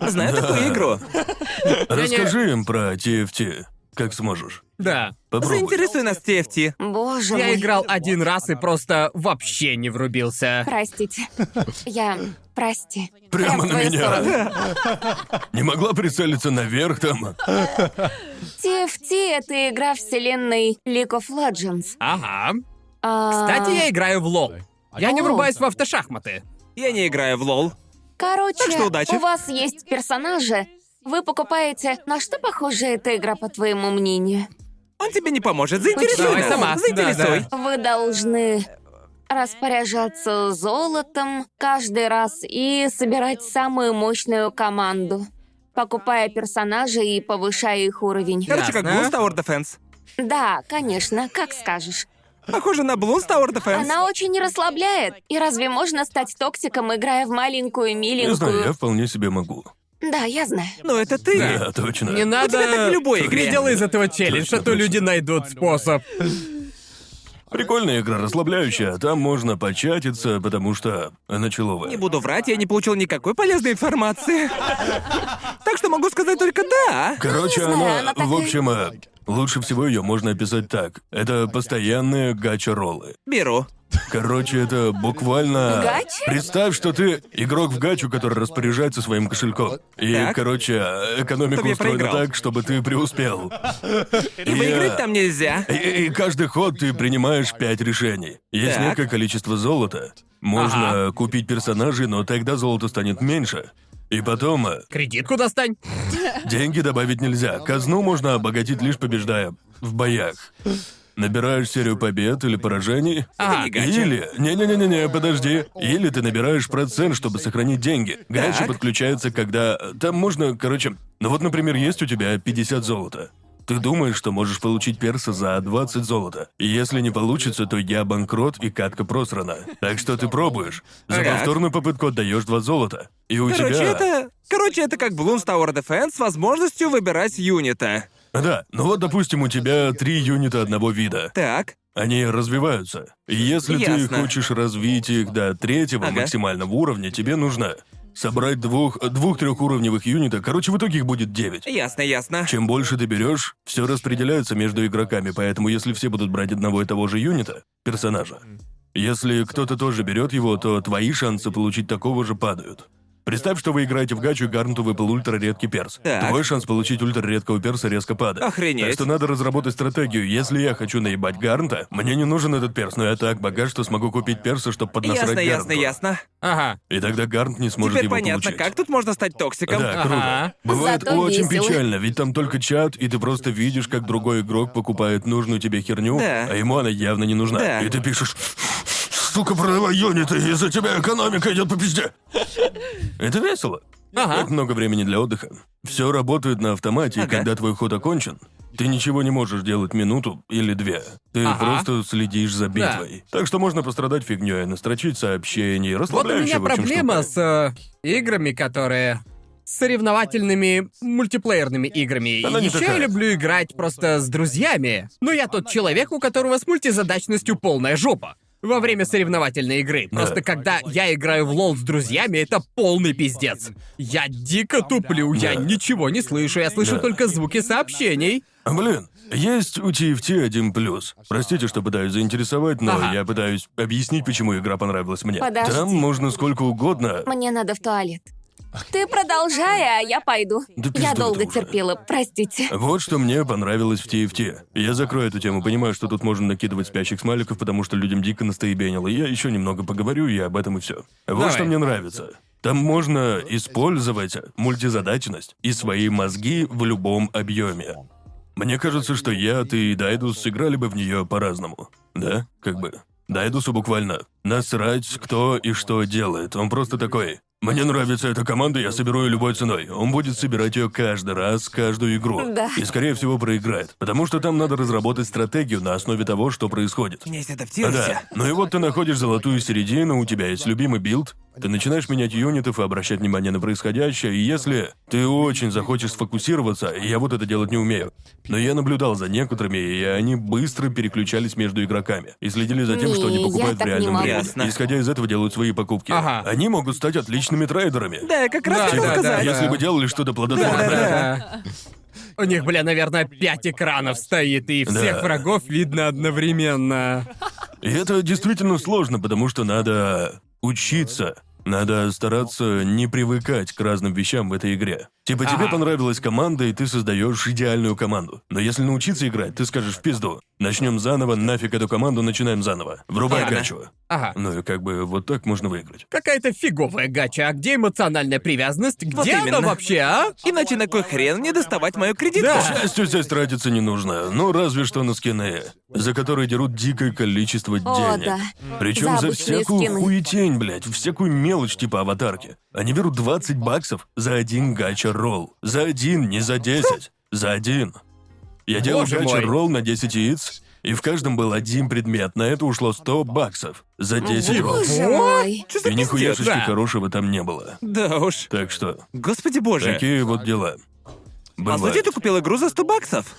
C: Знаю такую игру.
D: Расскажи им про TFT, как сможешь.
B: Да.
D: Попробуй.
C: Заинтересуй нас TFT.
A: Боже
B: Я
A: мой.
B: играл один раз и просто вообще не врубился.
A: Простите. Я... Прости. Я
D: Прямо
A: в
D: на
A: твою сторону.
D: меня. Не могла прицелиться наверх там.
A: TFT — это игра вселенной League of Legends.
B: Ага.
A: А,
B: Кстати, я играю в лол. Я не
A: О.
B: врубаюсь в автошахматы.
C: Я не играю в лол.
A: Короче,
C: Так что удачи.
A: у вас есть персонажи, вы покупаете... На что похожа эта игра, по твоему мнению?
C: Он тебе не поможет. Заинтересуй
A: Давай
C: нас.
B: сама.
C: Заинтересуй.
B: Да,
A: Вы должны распоряжаться золотом каждый раз и собирать самую мощную команду, покупая персонажей и повышая их уровень.
C: Короче, как Bloons
B: Ясно.
C: Tower Defense.
A: Да, конечно, как скажешь.
C: Похоже на Bloons Tower Defense.
A: Она очень расслабляет. И разве можно стать токсиком, играя в маленькую
D: Не знаю, я
A: миленькую?
D: вполне себе могу.
A: Да, я знаю.
C: Но это ты.
D: Да, точно.
B: Не надо...
C: тебя так в любой
B: Не
C: игре.
B: делай из этого челлендж, а то люди найдут способ.
D: Прикольная игра, расслабляющая. Там можно початиться, потому что она человая.
C: Не буду врать, я не получил никакой полезной информации. Так что могу сказать только да. а?
D: Короче,
A: знаю,
D: она,
A: она
D: в
A: такая-
D: общем, э, лучше всего ее можно описать так. Это постоянные гача-роллы.
C: Беру.
D: Короче, это буквально...
A: Гача?
D: Представь, что ты игрок в гачу, который распоряжается своим кошельком. И,
C: Так.
D: короче, экономика
C: Чтобы я
D: устроена
C: проиграл.
D: так, чтобы ты преуспел.
C: И выиграть там нельзя.
D: И, и каждый ход ты принимаешь пять решений. Есть
C: Так.
D: некое количество золота. Можно купить персонажей, но тогда золото станет меньше. И потом э,
B: Кредитку достань.
D: деньги добавить нельзя. Казну можно обогатить лишь побеждая в боях. Набираешь серию побед или поражений.
C: А,
B: Ага.
D: Или... Не-не-не-не, подожди. Или ты набираешь процент, чтобы сохранить деньги. Гача
C: Так.
D: подключается, когда... э, Там можно, короче... Ну вот, например, есть у тебя 50 золота. Ты думаешь, что можешь получить перса за 20 золота. И Если не получится, то я банкрот и катка просрана. Так что ты пробуешь. За
C: Так.
D: повторную попытку отдаешь 2 золота. И у
C: Короче,
D: тебя...
C: это... Короче, это как Bloons Tower Defense с возможностью выбирать юнита.
D: Да, ну вот, допустим, у тебя три юнита одного вида.
C: Так,
D: Они развиваются. И Если
C: Ясно.
D: ты хочешь развить их до третьего
C: Ага.
D: максимального уровня, тебе нужно собрать двух, двух трехуровневых юнита. Короче, в итоге их будет девять.
C: ясно, ясно.
D: Чем больше ты берешь, все распределяется между игроками, поэтому если все будут брать одного и того же юнита, персонажа, если кто-то тоже берет его, то твои шансы получить такого же падают. Представь, что вы играете в гачу, и Гарнту выпал ультраредкий перс.
C: Так.
D: Твой шанс получить ультраредкого перса резко падает.
C: Охренеть.
D: Так что надо разработать стратегию. Если я хочу наебать Гарнта, мне не нужен этот перс, но я так богат, что смогу купить перса, чтобы поднасрать
C: Ясно, ясно,
D: Гарнту.
C: ясно.
B: Ага.
D: И тогда Гарнт не сможет
C: Теперь
D: его
C: понятно,
D: получить.
C: как тут можно стать токсиком.
D: Да,
B: Ага.
D: круто. Бывает
A: Зато
D: очень
A: весело.
D: печально, ведь там только чат, и ты просто видишь, как другой игрок покупает нужную тебе херню,
C: Да.
D: а ему она явно не нужна.
C: Да.
D: И ты пишешь, сука, продавай юниты, из-за тебя экономика идет по пизде. Это весело. Так
B: Ага.
D: много времени для отдыха. Все работает на автомате, и
C: Ага.
D: когда твой ход окончен, ты ничего не можешь делать минуту или две. Ты
B: Ага.
D: просто следишь за битвой. Так что можно пострадать фигней, настрочить сообщений,
B: Вот у
D: расслабляющая,
B: меня
D: в общем,
B: проблема
D: штука.
B: с э, играми, которые с соревновательными мультиплеерными играми.
D: Она
B: и
D: не
B: еще я
D: такая.
B: люблю играть просто с друзьями. Но я тот человек, у которого с мультизадачностью полная жопа. Во время соревновательной игры. Просто когда я играю в лол с друзьями, это полный пиздец. Я дико туплю, я
D: Да.
B: ничего не слышу, я слышу
D: Да.
B: только звуки сообщений.
D: А, Блин, есть у TFT один плюс. Простите, что пытаюсь заинтересовать, но
B: Ага.
D: я пытаюсь объяснить, почему игра понравилась мне.
A: Подожди.
D: Там можно сколько угодно.
A: Мне надо в туалет. Ты продолжай, а я пойду.
D: Да пиздуй
A: я
D: ты
A: долго
D: уже.
A: терпела, простите.
D: Вот что мне понравилось в TFT. Я закрою эту тему, понимаю, что тут можно накидывать спящих смайликов, потому что людям дико настоебенило. Я еще немного поговорю, и об этом и все. Вот
B: Давай.
D: что мне нравится. Там можно использовать мультизадачность и свои мозги в любом объеме. Мне кажется, что я, ты и Дайдус сыграли бы в нее по-разному. Да, как бы. Дайдусу буквально насрать, кто и что делает. Он просто такой. Мне нравится эта команда, я соберу ее любой ценой. Он будет собирать ее каждый раз, каждую игру.
A: Да.
D: И, скорее всего, проиграет. Потому что там надо разработать стратегию на основе того, что происходит.
C: Князь,
D: Да.
C: адаптируйся.
D: Ну и вот ты находишь золотую середину, у тебя есть любимый билд, ты начинаешь менять юнитов и обращать внимание на происходящее, и если ты очень захочешь сфокусироваться, я вот это делать не умею, но я наблюдал за некоторыми, и они быстро переключались между игроками и следили за тем, что они
A: Не, я
D: покупают в
A: так не
D: реальном
A: могу.
D: времени.
C: Ясно.
D: Исходя из этого делают свои покупки.
B: Ага.
D: Они могут стать отличными трейдерами.
C: Да, я Э, как раз
B: Да,
C: хотел
B: да, да,
C: сказать.
B: да.
D: Если бы делали что-то плодотворное.
B: Да. У них, бля, наверное, пять экранов стоит, и всех
D: Да.
B: врагов видно одновременно.
D: И это действительно сложно, потому что надо учиться. Надо стараться не привыкать к разным вещам в этой игре. Типа тебе
B: Ага.
D: понравилась команда, и ты создаешь идеальную команду. Но если научиться играть, ты скажешь в пизду. Начнем заново, нафиг эту команду, начинаем заново. Врубай
C: Ладно.
D: гачу.
B: Ага.
D: Ну и как бы вот так можно выиграть.
B: Какая-то фиговая гача. А где эмоциональная привязанность? Где
C: Вот
B: она
C: именно.
B: вообще, а?
C: Иначе на кой хрен мне доставать мою кредитку?
D: К счастью, здесь тратиться не нужно. Ну, разве что на скины, за которые дерут дикое количество
A: О,
D: денег.
A: да.
D: Причем за
A: За обычные
D: всякую
A: скины.
D: хуетень, блядь, всякую мелочь типа аватарки. Они берут 20 баксов за один гача-ролл. За один, не за 10. За один. Я делал
B: Боже мой.
D: гача-ролл на 10 яиц, и в каждом был один предмет. На это ушло 100 баксов. За 10 ролл.
A: Боже мой.
C: Что за
D: И нихуяшечки
B: да.
D: хорошего там не было.
C: Да уж.
D: Так что,
C: Господи боже.
D: такие вот дела.
C: А
D: Бывает.
C: зачем ты купил игру за 100 баксов?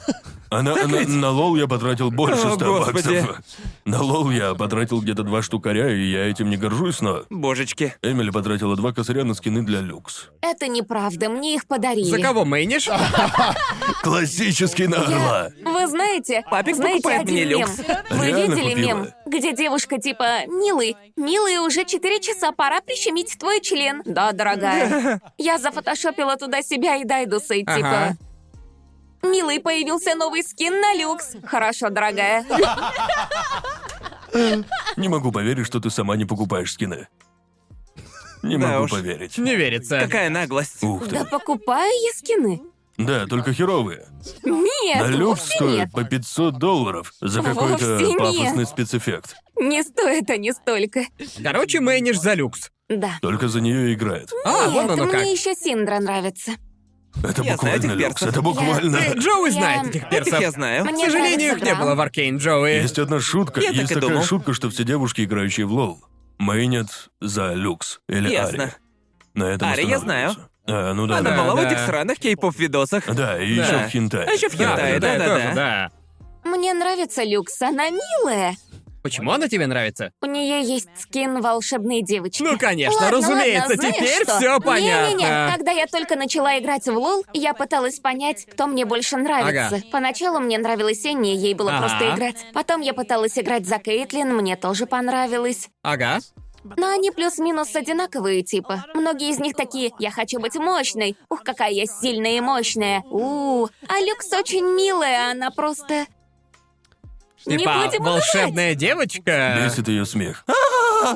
D: А на, на,
C: ведь?
D: на лол я потратил больше
C: О,
D: 100
C: господи.
D: баксов. На лол я потратил где-то два штукаря, и я этим не горжусь, но...
C: Божечки.
D: Эмили потратила два косаря на скины для люкс.
A: Это неправда, мне их подарили.
B: За кого мэнишь?
D: Классический нагло!
A: Вы знаете,
C: Папик
A: знаете
C: покупает
A: один
C: мне
A: мем?
C: люкс.
A: Вы
D: Реально
A: видели
D: купила.
A: мем, где девушка типа «Милый, милый, уже 4 часа, пора прищемить твой член». Да, дорогая. Я зафотошопила туда себя и Дайдуса и
B: Ага.
A: типа «Милый, появился новый скин на люкс». Хорошо, дорогая.
D: Не могу поверить, что ты сама не покупаешь скины. Не
C: Да
D: могу
C: уж.
D: поверить.
B: Не верится.
C: Какая наглость.
D: Ух
A: Да
D: ты.
A: покупаю я скины.
D: Да, только херовые.
A: Нет,
D: На люкс
A: вовсе
D: стоит
A: нет.
D: по 500 долларов за
A: Вовсе
D: какой-то
A: нет.
D: пафосный спецэффект.
A: Не стоит они столько.
B: Короче, мэнишь за люкс.
A: Да.
D: Только за нее играет.
B: А,
A: Нет,
B: вон оно
A: мне
B: как.
A: еще Синдра нравится.
D: Это
C: Я знаю
D: буквально
C: этих
D: люкс.
C: перцев.
D: Это буквально.
B: Э, Джоуи
A: Я-
B: знает этих
C: Этих
B: персов.
C: я знаю.
B: К
A: Мне
B: сожалению, их
A: нравится
B: не
A: драм.
B: было в Аркейн, Джоуи.
D: Есть одна шутка.
C: Я так и
D: Есть такая
C: думал.
D: шутка, что все девушки, играющие в лол, майнят за люкс. Или Ари.
C: Ясно.
D: На этом
C: Ари я
D: останавливаются. А, ну да,
C: Она
D: да.
C: была в
B: да.
C: этих сраных кей-поп видосах.
D: Да, и
B: Да.
D: еще в хентай.
C: А еще в
B: Да,
C: хентае,
B: да,
C: да, да,
B: тоже,
C: да.
B: да.
A: Мне нравится люкс, она милая.
B: Почему она тебе нравится?
A: У нее есть скин волшебной девочки.
B: Ну, конечно,
A: Ладно,
B: разумеется,
A: ладно, знаешь
B: теперь
A: что?
B: все понятно.
A: Не-не-не, когда я только начала играть в лол, я пыталась понять, кто мне больше нравится.
B: Ага.
A: Поначалу мне нравилась Энни, ей было
B: Ага.
A: просто играть. Потом я пыталась играть за Кейтлин, мне тоже понравилось.
B: Ага.
A: Но они плюс-минус одинаковые, типа. Многие из них такие «Я хочу быть мощной». «Ух, какая я сильная и мощная». у А Люкс очень милая, она просто... Не
B: типа,
A: будем
B: волшебная девочка.
D: Бесит ее смех.
A: А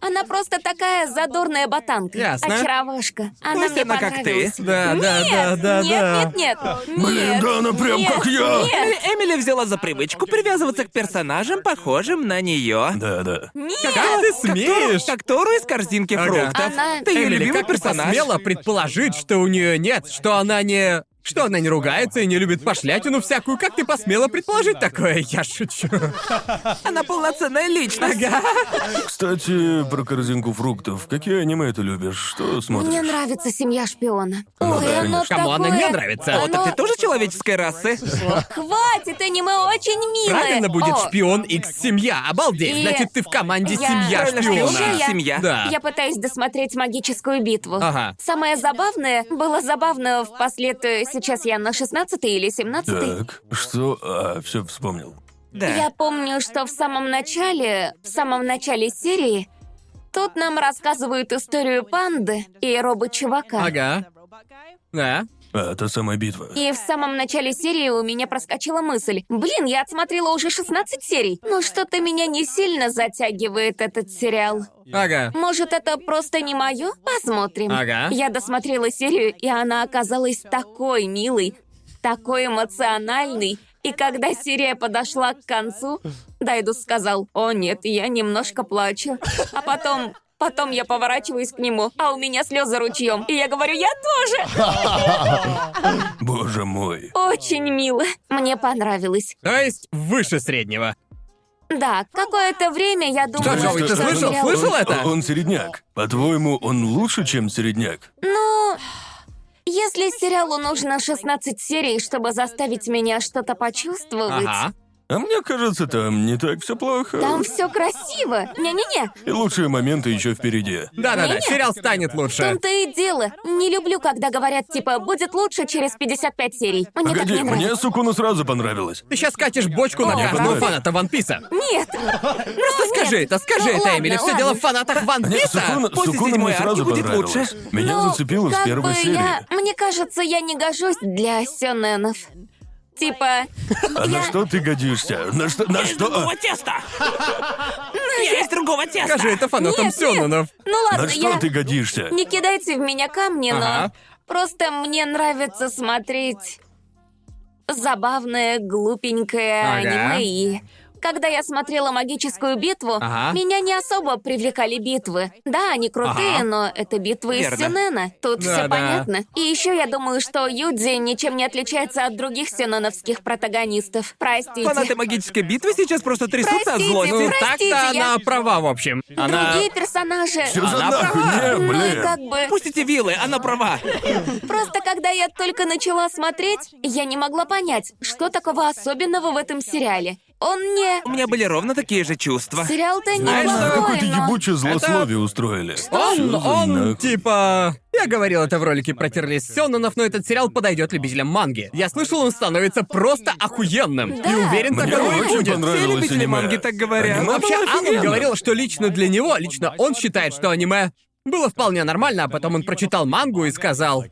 A: Она просто такая задорная ботанка.
B: Ясно.
A: Очаровашка. Она
C: есть
A: мне
C: она как ты.
A: понравилась.
B: Да, да,
A: нет,
B: да, да,
A: нет,
B: да.
A: нет, нет, нет.
D: Блин, да она прям
A: нет,
D: как я!
A: Нет,
C: Э, Эмили взяла за привычку привязываться к персонажам, похожим на нее.
D: Да, да.
C: Э,
B: Как ты смеешь?
C: Которую из корзинки
B: Ага.
C: фруктов.
A: Она-
C: Ты ее
B: Эмили,
C: любимый
B: как ты
C: персонаж.
B: посмела предположить, что у нее нет, что она не... Что она не ругается и не любит пошлятину всякую? Как ты посмела предположить такое? Я шучу.
C: Она полноценная личность.
D: Кстати, про корзинку фруктов. Какие аниме ты любишь? Что смотришь?
A: Мне нравится семья шпиона. Ой, оно
D: Ну да, конечно.
B: Кому она не
A: такое-
B: нравится?
A: Оно-
B: Вот
C: Ты тоже человеческой расы?
A: Хватит, аниме очень милое.
B: Правильно будет
A: О,
B: шпион X семья. Обалдеть,
A: И-
B: значит, ты в команде
A: Я-
B: семья
A: Правильно,
B: шпиона.
A: шпион и
C: семья.
B: Да.
A: Я пытаюсь досмотреть магическую битву.
B: А. Ага.
A: Самое забавное было забавно в послед... Сейчас я на 16 или 17
D: Так, что... А, все вспомнил.
A: Я
C: Да.
A: помню, что в самом начале, в самом начале серии, тут нам рассказывают историю панды и робот-чувака.
B: Ага. Да.
D: А, та самая битва.
A: И в самом начале серии у меня проскочила мысль. Блин, я отсмотрела уже 16 серий, но что-то меня не сильно затягивает этот сериал.
B: Ага.
A: Может, это просто не мое? Посмотрим.
B: Ага.
A: Я досмотрела серию, и она оказалась такой милой, такой эмоциональной. И когда серия подошла к концу, Дайдус сказал, «О нет, я немножко плачу». А потом Потом я поворачиваюсь к нему, а у меня слезы ручьем. И я говорю, я тоже.
D: Боже мой.
A: Очень мило. Мне понравилось.
B: То есть выше среднего.
A: Да, какое-то время я думала,
B: Что, Джоуи, ты
A: что
B: слышал?
A: зря-
B: Слышал это?
D: Он середняк. По-твоему, он лучше, чем середняк?
A: Ну, если сериалу нужно 16 серий, чтобы заставить меня что-то почувствовать,
B: Ага.
D: А мне кажется, там не так все плохо.
A: там все красиво. Не-не-не,
D: И лучшие моменты еще впереди.
B: Да-да-да,
A: Нет.
B: сериал станет
A: в
B: лучше.
A: том-то и дело. Не люблю, когда говорят, типа, будет лучше через 55 серий. Мне так
D: Погоди,
A: не
D: мне
A: нравится.
D: Сукуна сразу понравилось.
B: Ты сейчас катишь бочку на
A: О,
B: каждого
D: правда?
B: фаната Ван Писа.
A: Нет.
B: Просто скажи это, скажи
A: Ну,
B: это,
A: ладно,
B: Эмили. Все
A: ладно.
B: дело в фанатах Ван
D: Мне
B: Писа.
D: Сукуна,
C: после
D: Сукуна
C: седьмой
D: мне
C: арки
D: сразу
C: а будет
D: понравилось.
C: лучше.
D: Меня
A: Ну,
D: зацепило с
A: как
D: первой
A: бы
D: серии.
A: я- Мне кажется, я не гожусь для сёнэнов. Типа,
D: А на что ты годишься? На что? На
A: ну,
D: что? а,
C: Другого теста! Ну, Я из другого теста!
B: Скажи это фанатам
A: Нет, нет.
B: Сёнонов.
A: ну ладно,
D: На что
A: я...
D: ты годишься?
A: Не кидайте в меня камни,
B: Ага.
A: но... Просто мне нравится смотреть забавное, глупенькое
B: Ага.
A: аниме и... Когда я смотрела «Магическую битву»,
B: Ага.
A: меня не особо привлекали битвы. Да, они крутые,
B: Ага.
A: но это битвы из
C: Верно.
A: Синена. Тут все
B: Да-да.
A: понятно. И еще я думаю, что Юдзи ничем не отличается от других синеновских протагонистов. Простите.
C: Фанаты магической битвы сейчас просто трясутся от
A: Простите,
C: злости.
B: Ну,
A: простите, я-
B: так-то она права, в общем. Она...
A: Другие персонажи.
D: Всё за
B: Она
D: нахуй,
B: права.
D: не,
A: Ну и
D: блин.
A: как бы...
C: Пустите вилы, она права.
A: Просто когда я только начала смотреть, я не могла понять, что такого особенного в этом сериале. Он не...
C: У меня были ровно такие же чувства.
A: Сериал-то не
D: Знаешь,
A: плохой,
D: А это какое-то
A: но-
D: ебучее злословие устроили.
B: Он,
D: Всё за
B: он,
D: нахуй.
B: типа... Я говорил это в ролике про Терлис Сёнонов, но этот сериал подойдет любителям манги. Я слышал, он становится просто охуенным. И
A: Да.
B: уверен,
D: Мне
B: так оно и
D: очень
B: будет.
D: понравилось.
C: Все любители
D: аниме.
C: манги так говорят.
D: Аниме
B: Вообще,
D: было
B: Анна
D: офигенно.
B: говорил, что лично для него, лично он считает, что аниме было вполне нормально, а потом он прочитал мангу и сказал...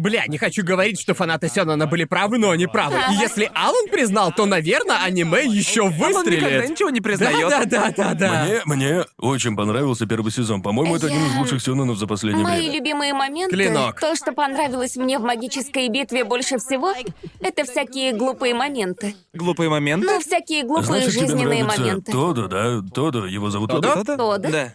B: Бля, не хочу говорить, что фанаты Сёнона были правы, но они правы. И если Алан признал, то, наверное, аниме еще
C: Он никогда
B: выстрелит.
C: ничего не признает.
B: Да, да, да, да, да.
D: Мне, мне очень понравился первый сезон. По-моему, это один из
A: Я-
D: лучших сюнонов за последнее
A: Мои
D: время.
A: любимые моменты,
B: Клинок.
A: то, что понравилось мне в магической битве больше всего, это всякие глупые моменты.
C: Глупый момент.
A: Ну, всякие глупые
D: Значит, тебе
A: жизненные
D: нравится
A: моменты.
D: Тодо, да? Тодо, его зовут
B: Тодо?
D: Тодо?
A: Тодо.
C: Да.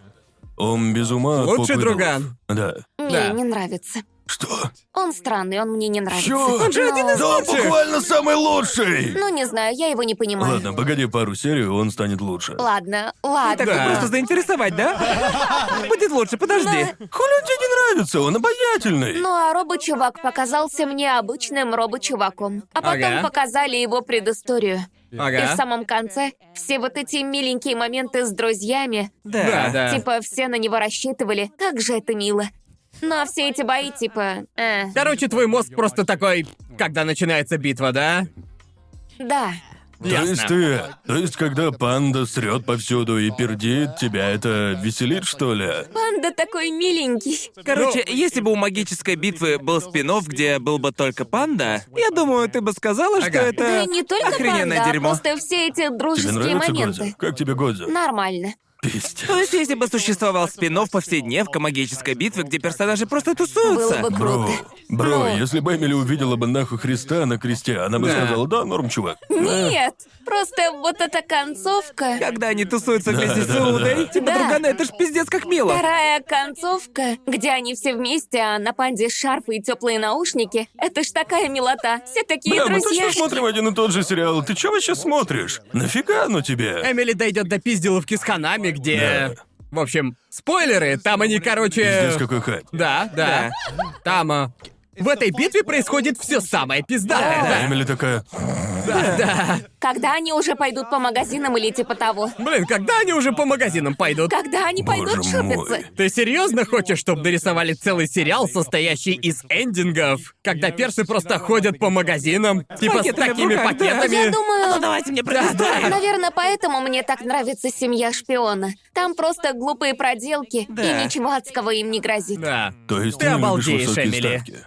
D: Он без ума от
B: Лучший
D: поп-идолов.
B: друган.
D: Да.
B: Да.
A: Не, не нравится.
D: Что?
A: Он странный, он мне не нравится.
D: Чё? Он
B: же один из
D: Да он
B: лучших.
D: буквально самый лучший!
A: Ну, не знаю, я его не понимаю.
D: Ладно, погоди пару серий, он станет лучше.
A: Ладно,
C: Так
A: ладно.
B: Да.
C: ты просто заинтересовать, да? Будет лучше, подожди.
D: Хули он тебе не нравится? Он обаятельный.
A: Ну а робо-чувак показался мне обычным робо-чуваком. А потом
B: Ага.
A: показали его предысторию. И в
B: Ага.
A: самом конце все вот эти миленькие моменты с друзьями,
B: Да,
C: Да.
B: да.
A: типа все на него рассчитывали. Как же это мило. Но все эти бои типа... э,
B: Короче, твой мозг просто такой, когда начинается битва, да?
A: да.
D: то
B: ясно.
D: есть ты... То есть когда панда срет повсюду и пердит, тебя это веселит, что ли?
A: Панда такой миленький.
C: Короче, если бы у магической битвы был спин где был бы только панда, я думаю, ты бы сказала, что
B: Ага.
C: это
A: Да и не только
C: охрененное
A: панда, а
C: дерьмо.
A: просто все эти
D: Тебе
A: дружеские
D: нравится
A: моменты. Ну,
D: Годзи? Как тебе Годзи?
A: Нормально.
D: Пиздец.
C: То есть, если бы существовал спин повседневка магической битвы, где персонажи просто тусуются.
A: Было бы
D: Бро,
A: круто.
D: бро,
A: ну.
D: если бы Эмили увидела бы нахуй Христа на кресте, она бы
B: Да.
D: сказала, да, норм, чувак.
A: Нет, просто вот эта концовка...
C: Когда они тусуются вместе с
D: да, да,
C: Иудой, типа,
A: Да.
C: друганы, это ж пиздец как мило.
A: Вторая концовка, где они все вместе, а на панде шарфы и теплые наушники, это ж такая милота. Все такие
D: Бля, ну мы
A: друзья.
D: точно смотрим один и тот же сериал. Ты чё вообще смотришь? Нафига оно тебе?
B: Эмили дойдет до пизделовки с Ханами, где... В общем, спойлеры, там они, короче...
D: Пиздец, какой хайп.
B: Да, да. Там... а, В этой битве происходит все самое
D: А
B: пиздатое.
D: Эмили такая,
A: Когда они уже пойдут по магазинам или типа того?
B: да. Блин, когда они уже по магазинам пойдут?
A: Когда они
D: боже
A: пойдут шопиться?
D: мой.
B: Ты серьезно хочешь, чтобы нарисовали целый сериал, состоящий из эндингов, когда персы просто ходят по магазинам, типа с
C: пакетами в
B: такими
C: руках, да.
A: Я
B: пакетами?
D: А
A: думаю,
D: ну
C: давайте мне
A: наверное, поэтому мне так нравится семья шпиона. Там просто глупые проделки, и ничего адского им не грозит.
B: Да.
D: то есть
B: Ты
D: ты, не любишь
B: обалдеешь,
D: высокие
B: Эмили.
D: ставки?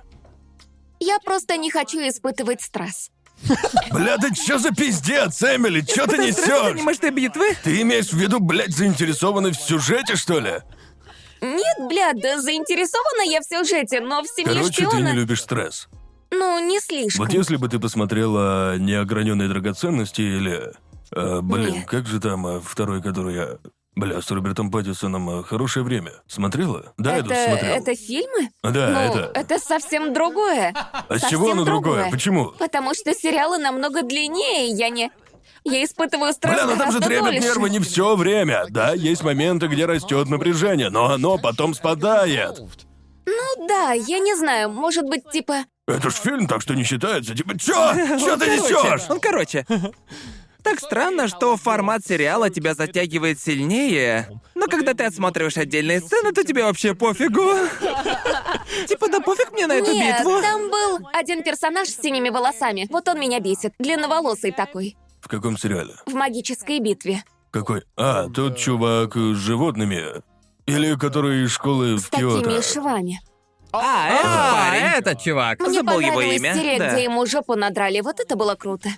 A: Я просто не хочу испытывать стресс.
D: Бля, да чё за пиздец, Эмили, чё ты несешь?
C: анимешные битвы?
D: Ты имеешь в виду, блядь, заинтересованы в сюжете, что ли?
A: Нет, бля, да заинтересована я в сюжете, но в семье
D: Короче, ты
A: шпиона...
D: не любишь стресс.
A: Ну, не слишком.
D: Вот если бы ты посмотрела «Неограненные драгоценности» или... э, блин,
A: Нет.
D: как же там э, второй, который я... Бля, с Робертом Паттинсоном э, хорошее время. Смотрела? Да,
A: это,
D: я тут смотрел.
A: это фильмы?
D: Да,
A: ну,
D: это-
A: совсем другое.
D: А с
A: совсем
D: чего оно другое?
A: другое.
D: Почему?
A: Потому что сериалы намного длиннее, и я не... Я испытываю стресс
D: Бля, ну там же
A: гораздо
D: требует
A: дольше.
D: нервы не все время. Да, есть моменты, где растет напряжение, но оно потом спадает.
A: Ну да, я не знаю, может быть, типа...
D: Это ж фильм, так что не считается. Типа, чё? Чё ты
C: Короче,
D: несешь?
C: он Ну, короче. Так странно, что формат сериала тебя затягивает сильнее, но когда ты отсматриваешь отдельные сцены, то тебе вообще пофигу. Типа, да пофиг мне на эту
A: Нет,
C: битву.
A: там был один персонаж с синими волосами. Вот он меня бесит. Длинноволосый такой.
D: В каком сериале?
A: В магической битве.
D: Какой? А, тот чувак э, с животными. Или который из школы
A: С
D: в
A: такими
D: Киото.
A: швами.
C: А, этот
B: А,
C: парень.
B: этот чувак.
A: Мне
C: Забыл его
A: понравилась
C: имя,
A: серия,
C: да.
A: где ему жопу надрали. Вот это было круто.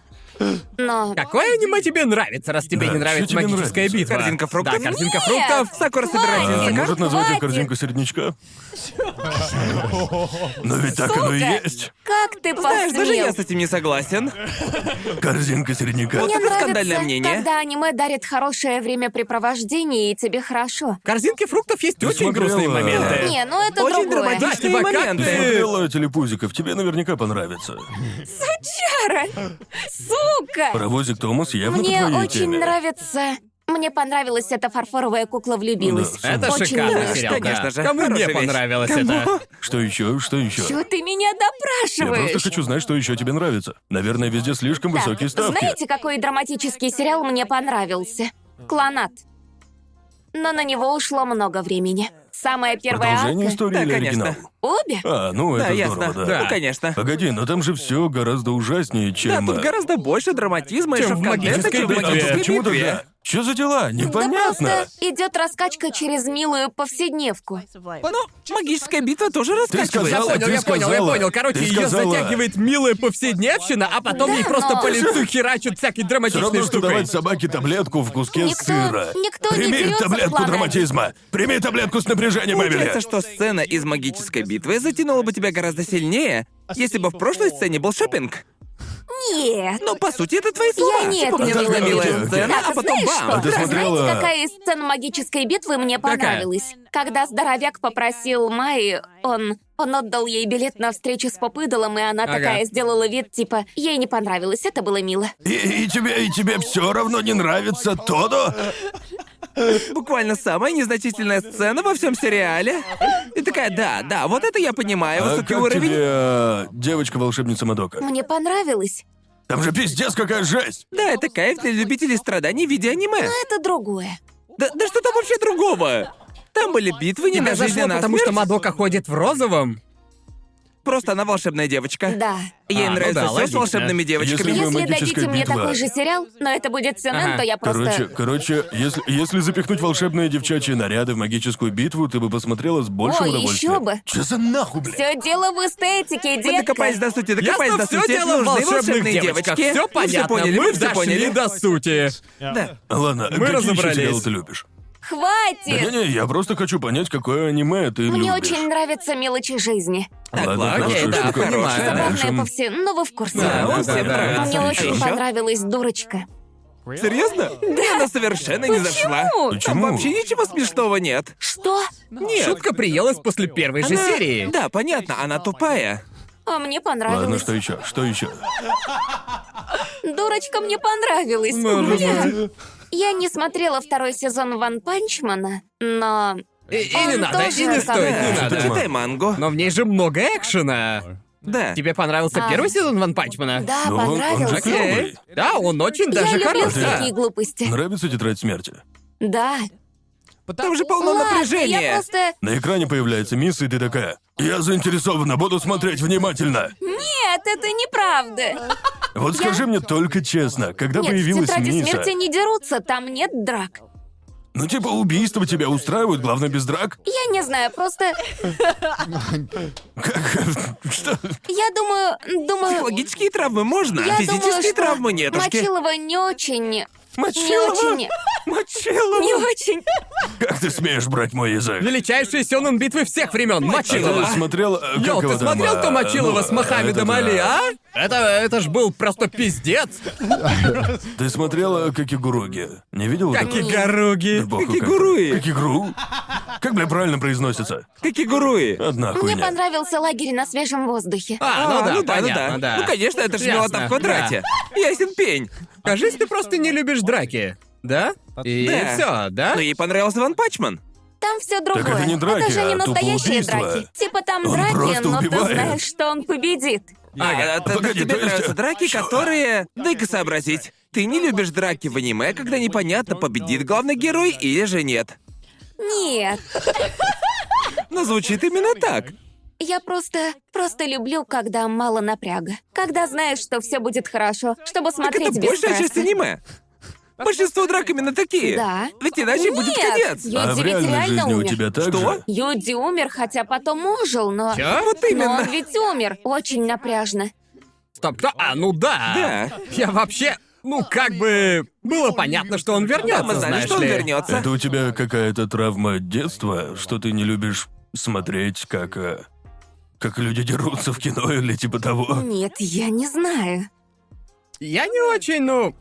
A: Но...
B: Какое аниме тебе нравится, раз тебе
D: Да,
B: не
D: что
B: нравится
D: тебе
B: магическая
D: нравится?
B: битва?
C: Корзинка фруктов?
B: Да, корзинка
A: Нет!
B: фруктов.
C: Сакура собирает
A: Хватит!
D: А
C: зелье карт.
D: может назвать ее
A: Хватит!
D: корзинку середнячка? Но ведь так оно и есть.
A: Как ты
C: Знаешь, даже я
A: посмел?
C: с этим не согласен.
D: Корзинка середняка.
C: Вот
A: Мне
C: это
A: нравится,
C: скандальное мнение.
A: когда аниме дарит хорошее времяпрепровождение, и тебе хорошо.
B: В корзинке фруктов есть
D: Ты
B: очень грустные
D: смотрела?
B: моменты.
A: Не, ну это
C: Очень
A: другое.
B: Да,
C: драматичные
B: типа, как
D: Ты
C: моменты.
D: смотрела телепузиков, тебе наверняка понравится.
A: Чара! Сука!
D: Паровозик Томас явно
A: Мне
D: по твоей
A: очень
D: теме.
A: нравится... Мне понравилась эта фарфоровая кукла влюбилась.
D: Да,
B: Это
A: очень
B: шикарный
A: нравится.
B: сериал, да.
C: Конечно же,
B: Кому не
C: хорошая вещь.
B: понравилось это?
D: Что еще? Что еще?
A: Чё ты меня
D: Я
A: допрашиваешь?
D: просто хочу знать, что еще тебе нравится. Наверное, везде слишком
A: Да.
D: высокие ставки.
A: Знаете, какой драматический сериал мне понравился? «Клонат». Но на него ушло много времени. Самая первая
D: Продолжение
A: арка...
D: истории
C: Да,
D: или
C: конечно.
D: оригинал?
A: Обе?
D: А, ну это
C: Да,
D: здорово,
C: ясно.
D: да.
C: Ну, конечно.
D: Погоди, но там же все гораздо ужаснее,
C: Да,
D: чем.
C: тут
D: э,
C: гораздо больше драматизма и
B: Чем в
C: шоколадных,
B: магической
C: чем в
B: битве.
D: а
C: магической
D: почему
C: битве.
D: тогда? Что за дела? Непонятно.
A: Да просто идет раскачка через милую повседневку.
C: Ну, магическая битва тоже раскачивает.
B: Я
D: сказала,
B: понял,
D: ты
B: я понял, я
D: сказала.
B: понял. Короче,
D: Ты
B: ее
D: сказала.
B: затягивает милая повседневщина, а потом
A: Да,
B: ей просто
A: но-
B: по лицу херачат всякие
D: Все
B: драматичные
D: равно, что
B: штуки.
D: давать собаке таблетку в куске
A: Никто-
D: сыра.
A: никто не
D: Прими
A: дерется в
D: таблетку
A: планы.
D: драматизма. Прими таблетку с напряжением, Эмили.
C: Получается, что сцена из магической битвы затянула бы тебя гораздо сильнее, если бы в прошлой сцене был шопинг.
A: Нет.
C: Ну, по сути, это твои слова.
A: Я не
C: Типа,
A: это
C: мне
D: имела
C: нужна
D: в виду.
C: милая сцена,
A: Так,
C: а потом
A: знаешь
C: бам.
A: что?
D: А ты смотрела-
A: Знаете, какая из сцен магической битвы мне понравилась? Когда здоровяк попросил Майи, он... Он отдал ей билет на встречу с попыдалом, и она
B: Ага.
A: такая сделала вид, типа, ей не понравилось, это было мило.
D: И, и тебе, и тебе все равно не нравится Тодо?
C: Буквально самая незначительная сцена во всем сериале. И такая, да, да, вот это я понимаю,
D: А
C: высокий
D: как
C: уровень.
D: тебе э, девочка-волшебница Мадока?
A: Мне понравилось.
D: Там же пиздец какая жесть!
C: Да, это кайф для любителей страданий в виде аниме.
A: Это другое.
C: Да, да что там вообще другого? Там были битвы не
B: Тебя
C: на жизнь, а
B: зашло,
C: на
B: потому что
C: смерть.
B: Мадока ходит в розовом.
C: Просто она волшебная девочка.
A: Да.
C: Ей
B: А, ну
C: нравится
B: да,
C: все с
B: логично.
C: волшебными девочками.
D: Любая
A: Если
D: магическая
A: дадите мне
D: битва.
A: такой же сериал, но это будет Сюнэн,
B: Ага.
A: то я просто...
D: Короче, короче, если, если запихнуть волшебные девчачьи наряды в магическую битву, ты бы посмотрела с большим
A: Ой,
D: удовольствием.
A: ещё бы.
D: Че за нахуй, блядь?
A: Все дело в эстетике,
C: Мы
A: детка.
C: докопались до сути, докопались
B: Ясно,
C: до
B: все
C: сути.
B: дело в
C: Нужны
B: волшебных девочках.
C: девочки.
B: Все
C: Мы все
B: понятно,
C: поняли,
B: мы
C: все
B: дошли
C: поняли.
B: до сути.
C: Да.
D: Ладно,
B: Мы
D: какие
B: разобрались.
D: еще сериалы ты любишь?
A: Хватит!
D: Не-не, я просто хочу понять, какое аниме ты
A: Мне
D: любишь.
A: очень нравятся мелочи жизни.
C: Так,
D: Ладно,
C: ладно,
D: хорошая
C: да,
D: штука.
C: понимаю.
D: Да,
C: Забавная
A: Главное
D: Шим.
A: по все... Ну, вы в курсе.
C: Да,
B: Да, да,
C: он всем
B: да.
C: нравится.
A: Мне
C: А
A: очень
C: еще?
A: понравилась дурочка.
C: Серьезно? Да, она совершенно не зашла.
A: Почему?
C: Там
D: Почему?
C: вообще ничего смешного нет.
A: Что?
C: Нет.
B: Шутка приелась после первой же
C: Она-
B: серии.
C: Да, понятно, она тупая.
A: А мне
D: Ладно,
A: понравилось.
D: что еще? Что еще?
A: Дурочка мне понравилась.
B: Может
A: Бля. Я не смотрела второй сезон Ван Панчмана, но...
B: И, и не
A: Он
B: надо, и
A: тоже
B: не
A: как-
B: стоит, не
D: Да,
B: надо.
D: да.
C: Читай мангу.
B: Но в ней же много экшена.
C: Да.
B: Тебе понравился
A: А.
B: первый сезон Ван Панчмана?
A: Да,
D: Ну, он- он же
A: понравился.
D: клёвый. Ну.
B: Окей. Да, он очень даже
A: Я люблю
B: хороший.
A: всякие глупости.
D: Нравится «Тетрадь смерти»?
A: Да.
C: Там же полно
A: Ладно, я
C: напряжения.
A: просто...
D: На экране появляется мисс, и ты такая. Я заинтересована, буду смотреть внимательно.
A: Нет, это неправда.
D: Вот скажи мне только честно, когда
A: Нет, в
D: появилась
A: тетради
D: Миса,
A: смерти не дерутся, там нет драк.
D: ну типа убийство тебя устраивают, главное без драк?
A: Я не знаю, просто...
D: Что?
A: Я думаю... думаю...
C: Психологические травмы можно,
A: Я
C: а физические
A: думаю, что
C: травмы нетушки.
A: Мочилова не очень... Не
C: Мочилова?
A: очень...
C: Мочилова?
A: Не очень...
D: Как ты смеешь брать мой язык? А
B: Величайший сёнэн битвы всех времен,
D: Ты
B: Мочилова.
D: смотрел... э, Как
B: Ёл,
D: его
B: ты
D: там,
B: смотрел
D: э,
B: Тома Чилова
D: ну,
B: с Мохаммедом
D: этот, э,
B: Али, а? Это, это ж был просто пиздец.
D: Ты смотрел э, Кокигуруги? Не видел?
B: Как
D: такого?
B: и горуги.
D: Рыбаку как-то.
C: Кокигуруи.
D: Кокигуру? Как, бля, правильно произносится?
C: Кикигуруи.
D: Одна
A: Мне
D: хуйня.
A: понравился лагерь на свежем воздухе.
B: А, ну А, да,
C: ну да,
B: понятно, да.
C: ну да. Ну, конечно, это ж
B: Ясно,
C: милота в квадрате. Ясен пень.
B: да. Кажись, ты просто не любишь драки, да? И
C: Да.
B: все, да?
C: Но Ну, ей понравился Ван Пачман.
A: Там все другое.
D: это не драки,
A: же не
D: а тупо
A: настоящие
D: убийства.
A: драки. Типа там
D: Он
A: драки,
D: просто
A: но
D: убивает.
A: ты знаешь, что он победит.
C: А, а, т-
D: погоди,
C: тебе
D: то есть,
C: нравятся
D: э,
C: драки, которые... Дай-ка сообразить. Ты не любишь драки в аниме, когда непонятно, победит главный герой или же нет.
A: Нет,
C: Но звучит именно так.
A: я просто, просто люблю, когда мало напряга. Когда знаешь, что все будет хорошо, чтобы
C: Так
A: смотреть
C: это
A: без
C: большая часть
A: стресса.
C: аниме. Большинство драк именно такие.
A: Да.
C: Ведь иначе
A: Нет,
C: будет конец.
D: А в
A: Юди ведь
D: реальной
A: реально
D: жизни у
A: умер.
D: тебя так
C: Что?
D: же?
A: Юди умер, хотя потом ожил, но...
B: Чё?
C: Вот
A: Но
C: именно.
A: он ведь умер. Очень напряжно.
B: Стоп, кто? А, ну да.
C: Да.
B: Я вообще, ну как бы, было понятно, что он вернется,
C: Да, мы знали,
B: знаешь
C: что он
B: ли.
C: вернется.
D: Это у тебя какая-то травма детства, что ты не любишь смотреть, как... э, Как люди дерутся в кино или типа того.
A: Нет, я не знаю.
B: Я не очень, ну...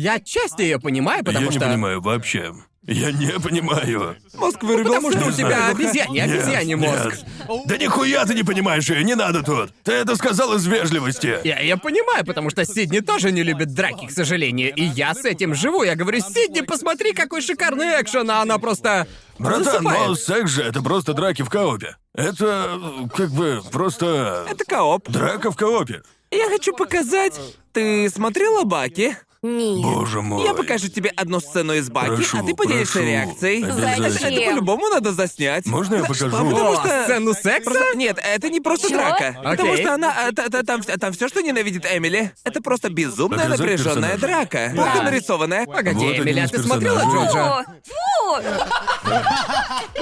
B: Я отчасти ее понимаю, потому
D: Я
B: что... Ну,
D: не понимаю вообще. Я не понимаю.
C: Мозг вырубился.
B: Потому что у
D: Не
B: тебя
D: знаю.
B: обезьяне,
D: Нет,
B: обезьяний мозг.
D: нет. Да нихуя ты не понимаешь ее, не надо тут. Ты это сказал из вежливости.
B: Я, я понимаю, потому что Сидни тоже не любит драки, к сожалению. И я с этим живу. Я говорю, Сидни, посмотри, какой шикарный экшен, а она просто...
D: Братан,
B: засыпает.
D: но секс же это просто драки в коопе. Это э, как бы просто
C: Это кооп.
D: драка в коопе.
C: Я хочу показать. Ты смотрела Баки?
A: Нет.
D: Боже мой.
C: Я покажу тебе одну сцену из Баки,
D: Прошу,
C: а ты поделишься
D: прошу,
C: реакцией.
D: обязательно.
C: Это по-любому надо заснять.
D: Можно я
C: Потому
D: покажу?
B: О,
C: что-
B: сцену секса?
C: Просто- Нет, это не просто
A: Чё?
C: драка. Потому
B: Окей.
C: что она. а, та- та- там, там все, что ненавидит Эмили, это просто безумная
D: Показать
C: напряженная
D: персонажа.
C: драка. Плохо нарисованная.
B: Погоди,
D: Вот
B: Эмили,
D: один
B: а
D: из
B: ты смотрела
D: персонажей.
B: Джоджо?
A: О, фу!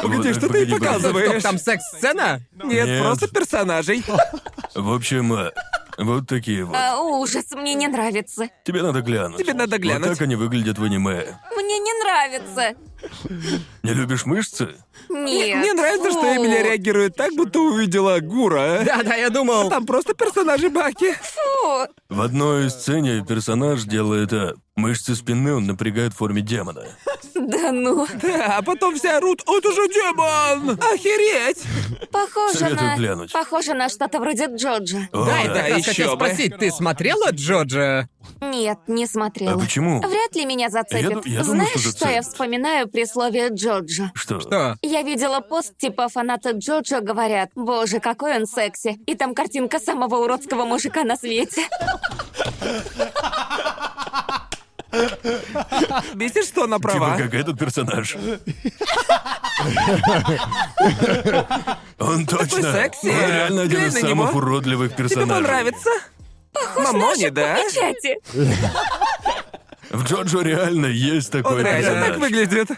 D: Погоди,
C: что ты показываешь?
B: Стоп, там секс-сцена?
C: Нет,
D: Нет.
C: просто персонажей.
D: В общем, э, вот такие вот.
A: А, ужас, мне не нравится.
D: Тебе надо глянуть.
C: Тебе надо глянуть.
D: Вот так они выглядят в аниме.
A: Мне не нравится.
D: Не любишь мышцы?
A: Нет.
C: Мне нравится, что
A: фу.
C: Эмили реагирует так, будто увидела Гура. А
B: Да, да, я думал.
C: Там просто персонажи Баки.
A: Фу.
D: В одной сцене персонаж делает э, мышцы спины, он напрягает в форме демона.
A: Да ну.
C: Да, а потом все орут, это же демон! Охереть!
A: Похоже
D: Советую
A: на...
D: глянуть.
A: Похоже на что-то вроде Джоджи.
D: О,
B: Да, я
C: да,
B: как раз
C: еще
B: хотел
C: бы.
B: спросить, ты смотрела Джоджо?
A: Нет, не смотрела.
D: А почему?
A: Вряд ли меня зацепит.
D: Я ду- я думаю,
A: Знаешь,
D: что
A: что,
D: зацепит.
A: я вспоминаю при слове Джоджо?
D: Что?
B: Что?
A: Я видела пост типа фаната Джоджо говорят, боже, какой он секси. И там картинка самого уродского мужика на свете.
C: Бесишь, что она
D: Типа
C: права?
D: как этот персонаж. Он точно.
C: секси.
D: Он реально один из
C: Глянь на него.
D: самых уродливых
C: Тебе
D: персонажей.
C: понравится? Мамони, да?
A: Печати.
D: В Джоджо реально есть
C: Он
D: такой
C: реально так
D: персонаж.
C: выглядит.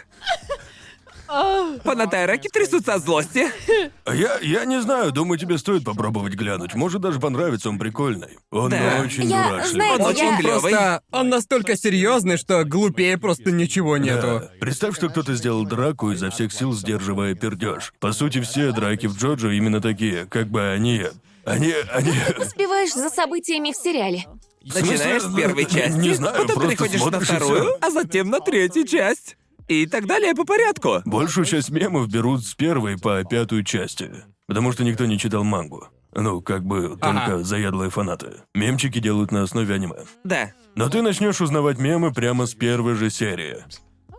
C: Фанатайраки трясутся от злости.
D: А Я, я не знаю, думаю, тебе стоит попробовать глянуть. Может, даже понравится, он прикольный. Он
C: Да.
D: очень
A: Я-
D: дурашливый.
A: знаете,
C: Он
A: Я-
C: очень клевый.
B: Просто он настолько серьезный, что глупее просто ничего
D: Да.
B: нету.
D: Представь, что кто-то сделал драку изо всех сил, сдерживая пердеж. По сути, все драки в Джоджо именно такие, как бы они. Они. они.
A: Успеваешь за событиями в сериале.
D: В смысле,
C: Начинаешь с первой части,
D: Не знаю,
C: потом
D: просто
C: переходишь на
D: смотришь и всё.
C: вторую, а затем на третью часть. И так далее по порядку.
D: Большую часть мемов берут с первой по пятую части, потому что никто не читал мангу. Ну, как бы только заядлые фанаты. Мемчики делают на основе аниме.
C: Да.
D: Но ты начнешь узнавать мемы прямо с первой же серии.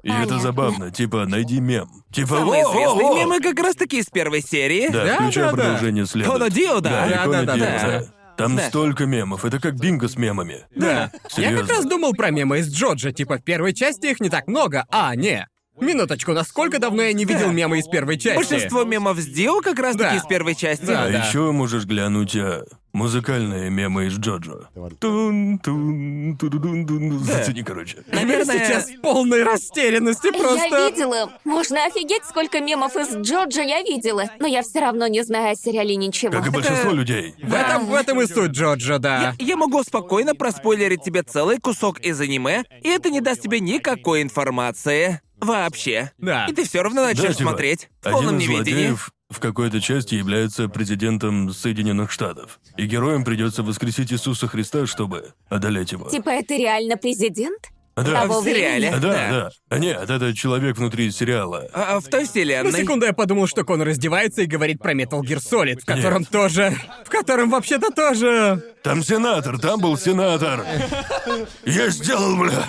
D: И это
A: Понятно.
D: забавно, типа найди мем. Типа
C: Самые
D: «О, о,
C: известные
D: о».
C: мемы как раз таки из первой серии.
D: Да,
B: Да,
D: включай
B: да, да.
D: продолжение следует.
C: Кона Дио, да.
D: Да,
B: Да,
D: Кона
B: да, да,
D: Дио,
B: да.
D: да. Там
C: Да.
D: столько мемов, это как бинго с мемами.
B: Да. Я как
D: Серьезно.
B: раз думал про мемы из Джоджо, типа в первой части их не так много, а не. Минуточку, насколько давно я не видел
C: Да.
B: мемы из первой части?
C: Большинство мемов с Дио как раз
B: Да.
C: таки из первой части.
B: Да.
D: А еще можешь глянуть а, музыкальные мемы из Джоджо. Тун, тун, тун, тун, Зацени, короче.
C: Наверное,
B: Я сейчас в полной растерянности просто.
A: Я видела. Можно офигеть, сколько мемов из Джорджа я видела. Но я все равно не знаю о сериале ничего.
D: Как и большинство людей.
B: В этом, в этом и суть Джоджо, да.
C: Я могу спокойно проспойлерить тебе целый кусок из аниме, и это не даст тебе никакой информации. Вообще.
B: Да.
C: И ты все равно
D: Да,
C: начнешь
D: типа,
C: смотреть. В полном
D: Один из
C: неведении.
D: злодеев в какой-то части является президентом Соединенных Штатов. И героям придется воскресить Иисуса Христа, чтобы одолеть его.
A: Типа это реально президент?
D: Да,
A: того
C: А, в сериале.
D: да,
A: времени?
D: да. А, Нет, это человек внутри сериала.
C: А, а в той
B: На
C: вселенной.
B: секунду я подумал, что Конор раздевается и говорит про Metal Gear Solid, в котором тоже... В котором вообще-то тоже...
D: Там сенатор, там был сенатор. Я сделал, бля.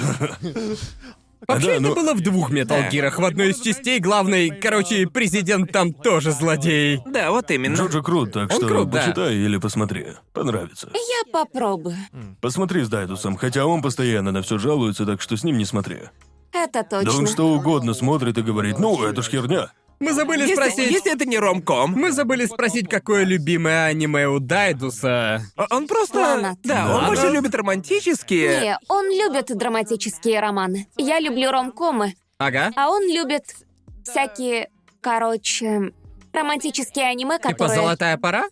B: Вообще,
D: Да,
B: это
D: ну-
B: было в двух Metal
C: Да.
B: Gear'ах. В одной из частей главный... Короче, президент там тоже злодей.
C: Да, вот именно.
D: Джорджа крут, так что
B: крут, да.
D: почитай или посмотри. Понравится.
A: Я попробую.
D: Посмотри с Дайдусом, хотя он постоянно на все жалуется, так что с ним не смотри.
A: Это
D: Да
A: точно.
D: он что угодно смотрит и говорит, ну, это ж херня.
B: Мы забыли
C: Если,
B: спросить...
C: если это не ромком,
B: Мы забыли спросить, какое любимое аниме у Дайдуса.
C: О- он просто...
A: Ладно.
C: Да, он
D: Ладно.
C: больше любит романтические.
A: Не, он любит драматические романы. Я люблю ромкомы,
B: Ага.
A: а он любит всякие, короче, романтические аниме,
B: Типа
A: которые...
B: «Золотая пора»?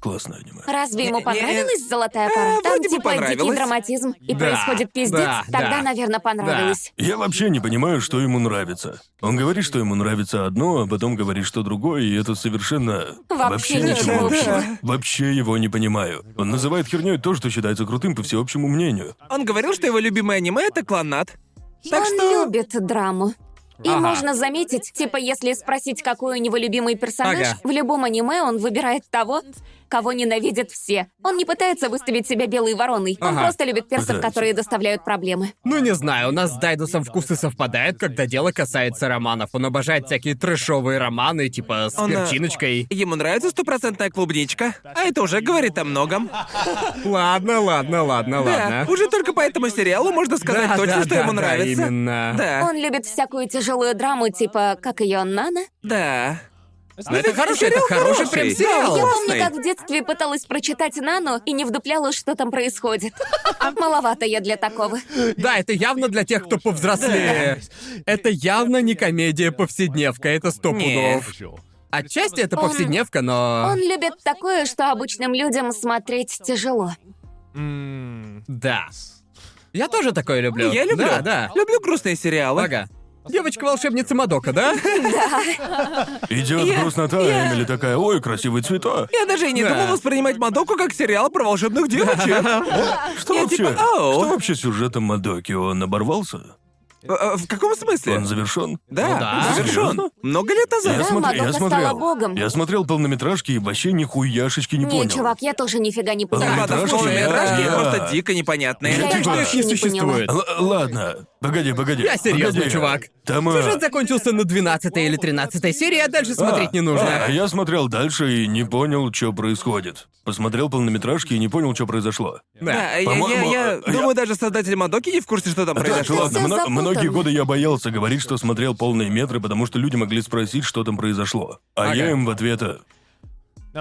D: Классное аниме.
A: Разве ему
C: Не-
A: понравилась золотая пора?
C: Э,
A: Там
C: вроде бы
A: типа дикий
C: понравилось.
A: драматизм и
B: Да,
A: происходит пиздец.
B: да,
A: Тогда,
B: да.
A: наверное, понравилось.
D: Я вообще не понимаю, что ему нравится. Он говорит, что ему нравится одно, а потом говорит, что другое, и это совершенно...
A: Вообще ничего
D: ничего
A: общего.
D: общего. Вообще его не понимаю. Он называет херней то, что считается крутым по всеобщему мнению.
C: Он говорил, что его любимое аниме это клонат. Так
A: он
C: что.
A: любит драму. И
B: Ага.
A: можно заметить, типа, если спросить, какой у него любимый персонаж,
B: Ага.
A: в любом аниме он выбирает того, кого ненавидят все. Он не пытается выставить себя белой вороной. Он
B: Ага.
A: просто любит персов,
D: Пытается.
A: которые доставляют проблемы.
B: Ну не знаю, у нас с Дайдусом вкусы совпадают, когда дело касается романов. Он обожает всякие трэшовые романы, типа с
C: Он, э,
B: перчиночкой.
C: Ему нравится стопроцентная клубничка, а это уже говорит о многом.
B: Ладно, ладно, ладно,
C: Да,
B: ладно.
C: уже только по этому сериалу можно сказать
B: Да,
C: точно,
B: да,
C: что
B: да,
C: ему
B: да,
C: нравится.
B: именно.
C: Да,
A: Он любит всякую тяжелую драму, типа, как ее Нана.
C: да.
B: Но Ну, это
C: ведь
B: хороший, это
C: сериал
B: хороший
C: хороший.
B: прям
C: Да,
B: сериал.
A: Я
C: Классный.
A: помню, как в детстве пыталась прочитать Нану и не вдупляла, что там происходит. Маловато я для такого.
B: Да, это явно для тех, кто повзрослее. Это явно не комедия повседневка, это сто
C: Не.
B: пудов. Отчасти это
A: Он-
B: повседневка, но...
A: Он любит такое, что обычным людям смотреть тяжело.
B: Да. Я тоже такое люблю.
C: Я люблю.
B: Да, да.
C: Люблю грустные сериалы.
B: Ага. Девочка-волшебница Мадока, да?
D: Идет
C: Я-
D: грустнота,
C: я-
D: Эмили такая, ой, красивые цвета.
C: Я даже и не
B: Да.
C: думал воспринимать Мадоку как сериал про волшебных девочек.
D: Что
C: я
D: вообще?
C: типа, «Ау».
D: Что вообще с сюжетом Мадоки? Он оборвался?
C: Э, э, В каком смысле?
D: Он завершен?
C: Да,
B: да.
C: завершен. Много лет
D: Я
A: Да,
C: назад.
D: смотрел, я
A: Мадока стала
D: смотрел.
A: богом.
D: Я смотрел полнометражки и вообще нихуяшечки не
A: не,
D: понял.
A: чувак, я тоже нифига не
D: Да,
A: понимаю.
D: ладно,
C: Ладно,
D: Метражки,
C: полнометражки
D: да.
C: просто дико непонятные.
A: Я
D: типа-
A: вообще
D: их
B: не
A: не поняла.
B: существует.
D: Л- ладно, погоди, погоди.
B: Я серьезно,
D: погоди.
B: чувак.
D: Там, э,
B: Сюжет закончился на 12 или 13 серии, а дальше смотреть не
D: А,
B: нужно.
D: а я смотрел дальше и не понял, что происходит. Посмотрел полнометражки и не понял, что произошло.
C: Да,
B: Да.
C: я, я,
D: По-моему,
C: я
D: э,
C: думаю, даже создатель Мадоки не в курсе, что там
D: Так,
C: произошло.
D: ладно,
A: всё
D: мно-
A: запутано.
D: многие годы я боялся говорить, что смотрел полные метры, потому что люди могли спросить, что там произошло. А
B: Ага.
D: я им в ответа.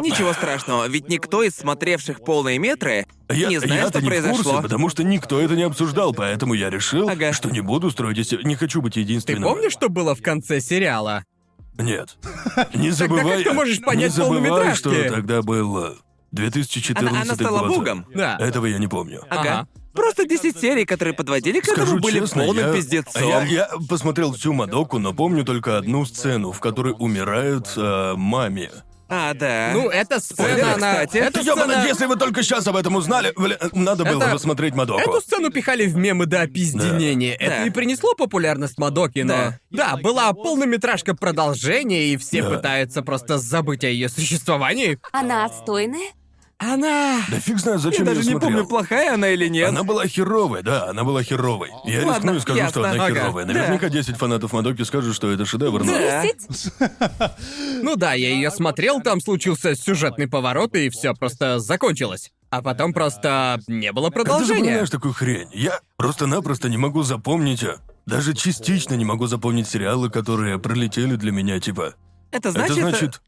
C: Ничего страшного, ведь никто из смотревших полные метры
D: Я,
C: не знает,
D: я-то
C: что
D: не в
C: произошло.
D: курсе, потому что никто это не обсуждал, поэтому я решил,
C: Ага.
D: что не буду строить из себя- Не хочу быть
B: Ты
D: единственным.
B: помнишь, что было в конце сериала?
D: Нет. Не забывай.
B: как ты можешь понять
D: не забывай,
B: полнометражки?
D: что тогда был э, 2014
C: Она, она стала
D: год.
C: богом.
B: Да.
D: Этого я не помню.
C: Ага.
B: Ага.
C: Просто 10 серий, которые подводили к
D: Скажу
C: этому, были
D: честно,
C: полным
D: я...
C: пиздецом.
D: Я, я посмотрел всю Мадоку, но помню только одну сцену, в которой умирает э, маме.
C: А, да.
B: Ну, эта сцена, она...
C: кстати.
B: эта
D: Ёбаный,
B: сцена-
D: если вы только сейчас об этом узнали, бля, надо было
B: Это-
D: посмотреть Мадоку.
B: Эту сцену пихали в мемы до опизденения. Это
C: Да.
B: не принесло популярность Мадоки, но... Да, была полнометражка продолжения, и все
D: Да.
B: пытаются просто забыть о ее существовании.
A: Она отстойная?
B: Она...
D: Да фиг знает,
C: я
D: зачем я,
C: даже не
D: смотрел.
C: помню, плохая она или нет. Ну
D: Она была херовой, да, она была херовой. Я
C: Ладно,
D: рискну и скажу, что
C: ясно.
D: она
B: Ага.
D: херовая. Наверняка 10 фанатов Мадоки скажут, что это шедевр, но...
C: Да.
A: Десять?
B: Ну да, я ее смотрел, там случился сюжетный поворот, и все просто закончилось. А потом просто не было
D: Когда ты
B: продолжения.
D: запоминаешь такую хрень? Я просто-напросто не могу запомнить, э, даже частично не могу запомнить сериалы, которые пролетели для меня, типа.
C: Это значит... э,
D: это значит...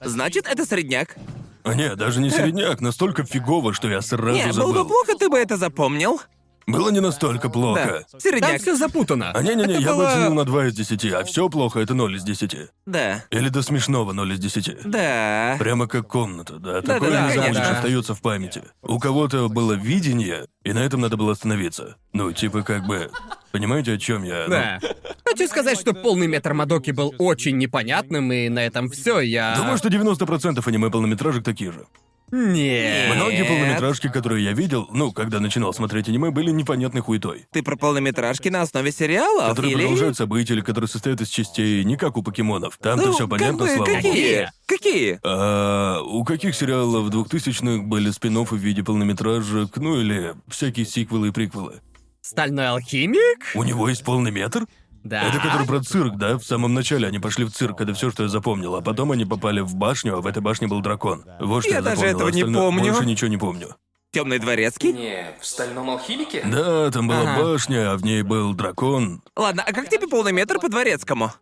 C: Значит, это средняк.
D: А, Не, даже не середняк, настолько фигово, что я сразу
C: не,
D: забыл.
C: было бы плохо, ты бы это запомнил.
D: Было не настолько плохо.
C: Да.
B: Там
C: Середняк.
B: все запутано.
D: А не-не-не,
B: Это
D: я бы
B: было-
D: оценил на 2 из 10, а все плохо это 0 из 10.
C: Да.
D: Или до смешного 0 из 10.
C: Да.
D: Прямо как комната, да.
C: Да-да-да,
D: Такое не забудешь,
B: конечно.
D: остается в памяти. У кого-то было видение, и на этом надо было остановиться. Ну, типа как бы... Понимаете, о чем я? Ну,
B: Да. Хочу сказать, что полный метр Мадоки был очень непонятным, и на этом все. Я.
D: Думаю, что 90% аниме-полнометражек такие же.
B: Нет.
D: Многие
C: Э.
D: полнометражки, которые я видел, ну, когда начинал смотреть аниме, были непонятной хуетой.
C: Ты про полнометражки на основе сериалов
D: Которые
C: или...
D: продолжают события, или которые состоят из частей, не как у покемонов. Там-то
C: Ну,
D: все
C: как
D: понятно,
C: бы,
D: слава богу.
C: какие? Какие?
D: А у каких сериалов 2000-х были спин в виде полнометражек, ну или всякие сиквелы и приквелы?
B: Стальной алхимик?
D: У него есть полный метр?
B: Да.
D: Это который про цирк, да? В самом начале они пошли в цирк, это все, что я запомнил, а потом они попали в башню, а в этой башне был дракон. Вот что я,
C: Я даже
D: запомнил,
C: этого не
D: остальное-
C: помню.
D: Больше ничего не помню.
C: Темный дворецкий?
E: Не, в стальном алхимике?
D: Да, там была
B: Ага.
D: башня, а в ней был дракон.
C: Ладно, а как тебе полный метр по дворецкому?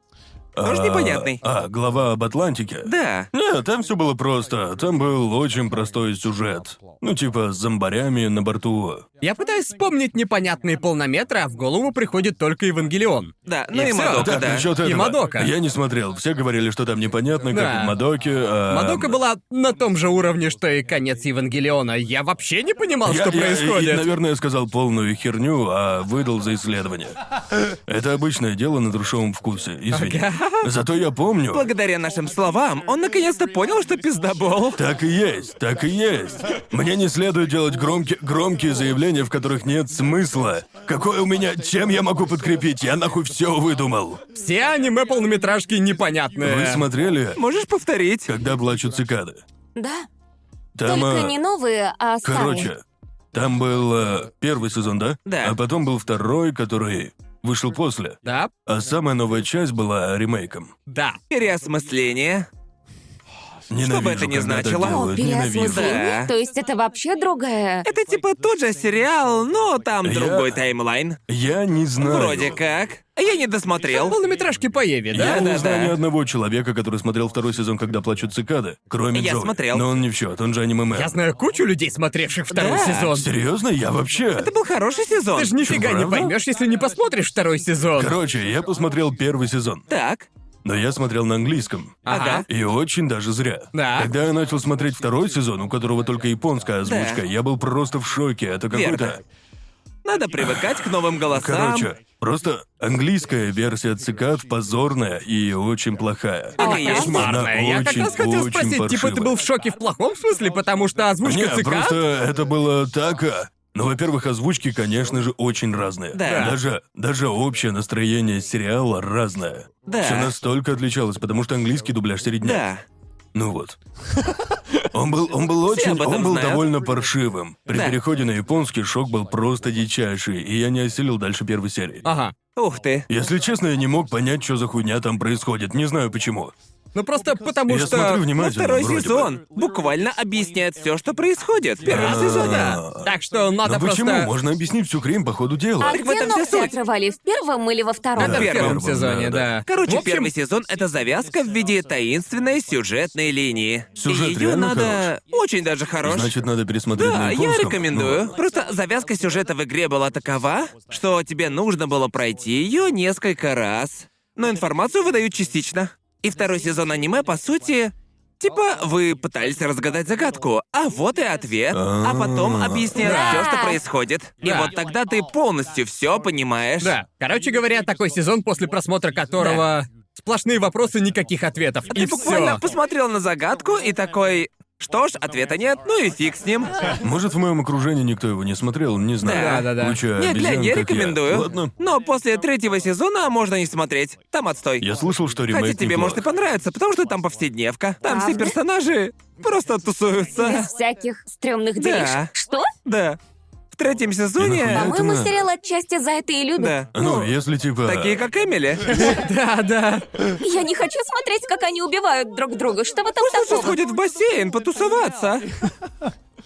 C: Тоже
D: а-
C: непонятный.
D: А, глава об Атлантике.
C: Да.
D: Да, там все было просто. Там был очень простой сюжет. Ну, типа, с зомбарями на борту.
B: Я пытаюсь вспомнить непонятные полнометры, а в голову приходит только Евангелион.
C: Да, ну
B: И
C: и,
B: всё.
C: Мадока,
D: А Так,
C: да.
D: насчет этого.
B: Мадока.
D: Я не смотрел. Все говорили, что там непонятно, как
B: Да.
D: в Мадоке. а-
B: Мадока была на том же уровне, что и конец Евангелиона. Я вообще не понимал,
D: Я-
B: А что
D: я-
B: происходит.
D: и- и, наверное, я сказал полную херню, а выдал за исследование. Это обычное дело на душевом вкусе, извини. Зато я помню.
C: Благодаря нашим словам, он наконец-то понял, что пиздобол.
D: Так и есть, так и есть. Мне не следует делать громки- громкие заявления, в которых нет смысла. Какое у меня... Чем я могу подкрепить? Я нахуй все выдумал.
B: Все аниме полнометражки непонятные.
D: Вы смотрели,
C: Можешь повторить?
D: когда плачут цикады?
A: Да.
D: Там,
A: Только
D: а,
A: не новые, а старые.
D: Короче, там был э, первый сезон, да?
C: Да.
D: А потом был второй, который вышел после.
B: Да,
D: А самая новая часть была ремейком.
B: да.
C: Переосмысление.
D: Ненавижу,
C: бы это ни
D: когда так
C: значило.
A: О,
D: делают, ненавижу.
A: переосмысление?
C: Да.
A: То есть это вообще другая...
C: Это типа тот же сериал, но там
D: Я-
C: другой таймлайн.
D: Я не знаю.
C: Вроде как. Я не досмотрел.
B: Полнометражки по Еве, да?
D: Я не
C: да,
D: знаю
C: да.
D: ни одного человека, который смотрел второй сезон, когда плачут цикады, кроме
C: Я
D: Джоуи.
C: смотрел.
D: Но он не в счет, он же аниме.
B: Я знаю кучу людей, смотревших второй
C: Да.
B: сезон.
D: Серьезно, я вообще.
C: Это был хороший сезон.
B: Ты же нифига не
D: правда?
B: поймешь, если не посмотришь второй сезон.
D: Короче, я посмотрел первый сезон,
C: Так.
D: но я смотрел на английском.
B: Ага.
D: И очень даже зря.
B: Да.
D: Когда я начал смотреть второй сезон, у которого только японская озвучка,
C: Да.
D: я был просто в шоке. Это какой-то.
C: Верно. Надо привыкать к новым голосам.
D: Ну, Короче, просто английская версия цикад позорная и очень плохая.
C: Это и есть
D: Она
B: Кошмарная. Я как
D: очень,
B: раз хотел
D: очень
B: спросить, типа ты
D: паршивая.
B: был в шоке в плохом смысле, потому что озвучка
D: Не,
B: цикад?
D: просто это было так. а. Ну, во-первых, озвучки, конечно же, очень разные.
C: Да.
D: Даже, даже общее настроение сериала разное.
C: Да.
D: Все настолько отличалось, потому что английский дубляж середняк.
C: Да.
D: Ну вот. Он был, он был
C: Все
D: очень,
C: об этом
D: он был
C: знают.
D: довольно паршивым. При
C: Да.
D: переходе на японский шок был просто дичайший, и я не осилил дальше первой серии.
B: Ага.
C: Ух ты.
D: Если честно, я не мог понять, что за хуйня там происходит. Не знаю почему.
B: Ну просто потому
D: я
B: что...
D: смотрю
C: Ну,
D: внимательно.
C: второй
D: вроде бы.
C: сезон буквально объясняет все, что происходит в первом
D: А.
C: сезоне.
B: Да. Так что надо
D: Но Ну, почему?
B: просто...
D: Можно объяснить всю крем по ходу дела.
A: А
C: Так в
A: где
C: этом вся
A: ногти
C: суть.
A: отрывали, в первом или во втором?
C: Да.
B: Это в первом
D: первом,
B: сезоне,
D: да,
B: да.
C: Короче,
B: В общем,
C: первый сезон — это завязка в виде таинственной сюжетной линии.
D: Сюжет
C: И её
D: реально
C: надо... Очень даже хорош.
D: Значит, надо пересмотреть
C: Да,
D: на
C: я
D: японском.
B: Ну,
C: рекомендую. Просто завязка сюжета в игре была такова, что тебе нужно было пройти ее несколько раз. Но информацию выдают частично. И второй сезон аниме, по сути, типа вы пытались разгадать загадку, а вот и ответ, а потом объясняют
A: Да.
C: все, что происходит. И
B: Да.
C: вот тогда ты полностью все понимаешь.
B: Да. Короче говоря, такой сезон, после просмотра которого... Сплошные вопросы, никаких ответов.
C: А Ты
B: и
C: буквально
B: все.
C: посмотрел на загадку и такой. Что ж, ответа нет, ну и фиг с ним.
D: Ну, Может, в моем окружении никто его не смотрел, не
B: Да,
D: знаю.
B: да, да.
D: Куча
C: Нет,
D: обезьян,
C: Лен, я
D: как
C: рекомендую.
D: Ладно.
C: Но после третьего сезона можно не смотреть. Там отстой.
D: Я слышал, что типа- ремейк
C: Хотя тебе
D: неплох.
C: может и понравится, потому что там повседневка. Там все
A: Правда?
C: персонажи просто тусуются.
A: Без всяких стрёмных
C: Да.
A: делишек. Что?
C: Да. В третьем
D: нахуй
C: сезоне...
D: это
A: По-моему,
D: надо?
A: сериал отчасти за это и любят.
C: Да.
D: Ну, если типа...
C: Такие, как Эмили.
B: Да, да.
A: Я не хочу смотреть, как они убивают друг друга. Что вы там
C: Саша
A: такого?
C: сходит в бассейн потусоваться.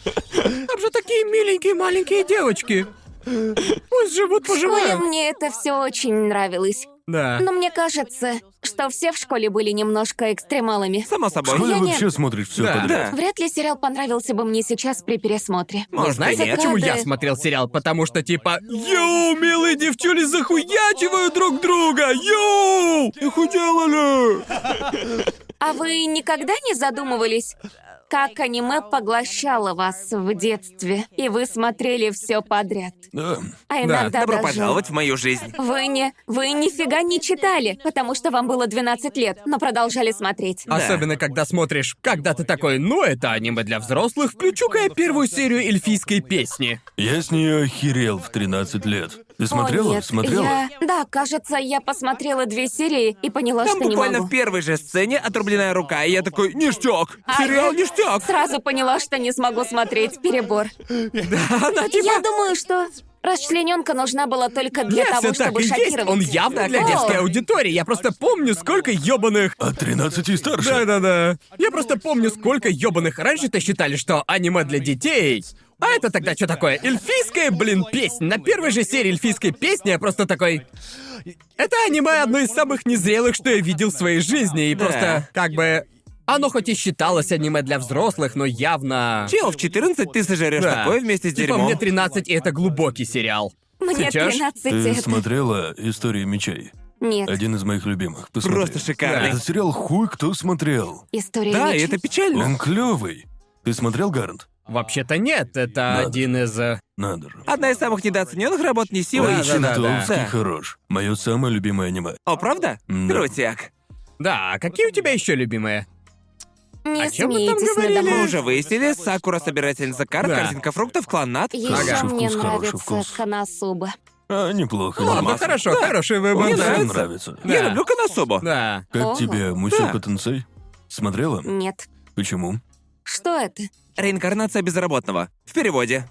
B: Там же такие миленькие маленькие девочки. Пусть живут,
A: В школе
B: поживают.
A: мне это все очень нравилось.
B: Да.
A: Но мне кажется, что все в школе были немножко экстремалами.
C: Само
D: В школе
C: собой.
A: Я не-
D: вообще смотришь все
B: Да.
D: подряд.
C: Да.
A: Вряд ли сериал понравился бы мне сейчас при пересмотре.
B: Но
C: Может,
B: Ну, знаете,
C: и нет.
B: почему я
A: Рады.
B: смотрел сериал? Потому что типа «Йоу, милые девчули захуячивают друг друга! Йоу! Их уделали!»
A: А вы никогда не задумывались, как аниме поглощало вас в детстве, и вы смотрели все подряд.
D: Да.
A: А иногда
C: Добро
A: даже...
C: пожаловать в мою жизнь.
A: Вы не... Вы нифига не читали, потому что вам было 12 лет, но продолжали смотреть.
C: Да.
B: Особенно, когда смотришь, когда ты такой, ну это аниме для взрослых, включу-ка я первую серию эльфийской песни.
D: Я с нее охерел в 13 лет. Ты смотрела?
A: О, нет,
D: смотрела?
A: я- Да, кажется, я посмотрела две серии и поняла,
C: Там
A: что не
C: буквально
A: могу.
C: в первой же сцене отрубленная
B: А
C: рука, и я такой, ништяк!
A: А
C: Сериал
A: я-
C: ништяк!
A: Сразу поняла, что не смогу смотреть перебор.
C: Она типа...
A: Я думаю, что расчлененка нужна была только для
B: Да,
A: того,
B: все так
A: чтобы
B: и есть.
A: шокировать.
B: Он явно для
A: О,
B: детской аудитории. Я просто помню, сколько ёбаных...
D: От 13 и старше.
B: Да-да-да. Я просто помню, сколько ёбаных раньше-то считали, что аниме для детей. А это тогда что такое? Эльфийская, блин, песня. На первой же серии эльфийской песни я просто такой... Это аниме одно из самых незрелых, что я видел в своей жизни. И
C: Да.
B: просто, как бы... Оно хоть и считалось аниме для взрослых, но явно...
C: Чел, в 14 ты сожрешь
B: Да.
C: такое вместе с
B: Типа
C: дерьмом.
B: мне 13, и это глубокий сериал.
A: Мне
B: Сейчас?
A: 13
D: Ты
A: это-
D: смотрела «История мечей»?
A: Нет,
D: Один из моих любимых. Посмотри.
C: Просто шикарный.
D: Этот сериал хуй кто смотрел.
A: история
C: Да, и
A: мечей.
C: это печально.
D: Он клевый. Ты смотрел, Гарант?
B: Вообще-то нет, это
D: Да.
B: один из... э,
D: Надо же.
C: Одна из самых недооцененных работ не сила,
B: Да,
C: и щит.
B: да, да.
D: Толстый хорош. Мое самое любимое аниме.
C: О, правда?
D: Да.
C: Крутяк.
B: Да, а какие у тебя еще любимые?
A: Не
B: о чем вы там
A: смейтесь надо
B: говорили?
A: мной.
C: Мы уже выяснили, Сакура собирательница карт,
B: Да.
C: корзинка фруктов, клан Нат.
A: Еще
D: Хороший
A: мне
D: вкус, хороший
A: нравится
D: вкус.
A: канасуба.
D: А, неплохо.
B: Ладно,
D: нормально.
B: хорошо, хороший выбор.
D: Мне
C: Мне
B: да.
D: тоже
C: нравится.
D: нравится.
B: Да.
C: Я люблю Конособа.
B: Да.
D: Как
A: О.
D: тебе Мусёка Тенсей? Смотрела?
A: Нет.
D: Почему?
A: Что это?
C: Реинкарнация безработного. В переводе.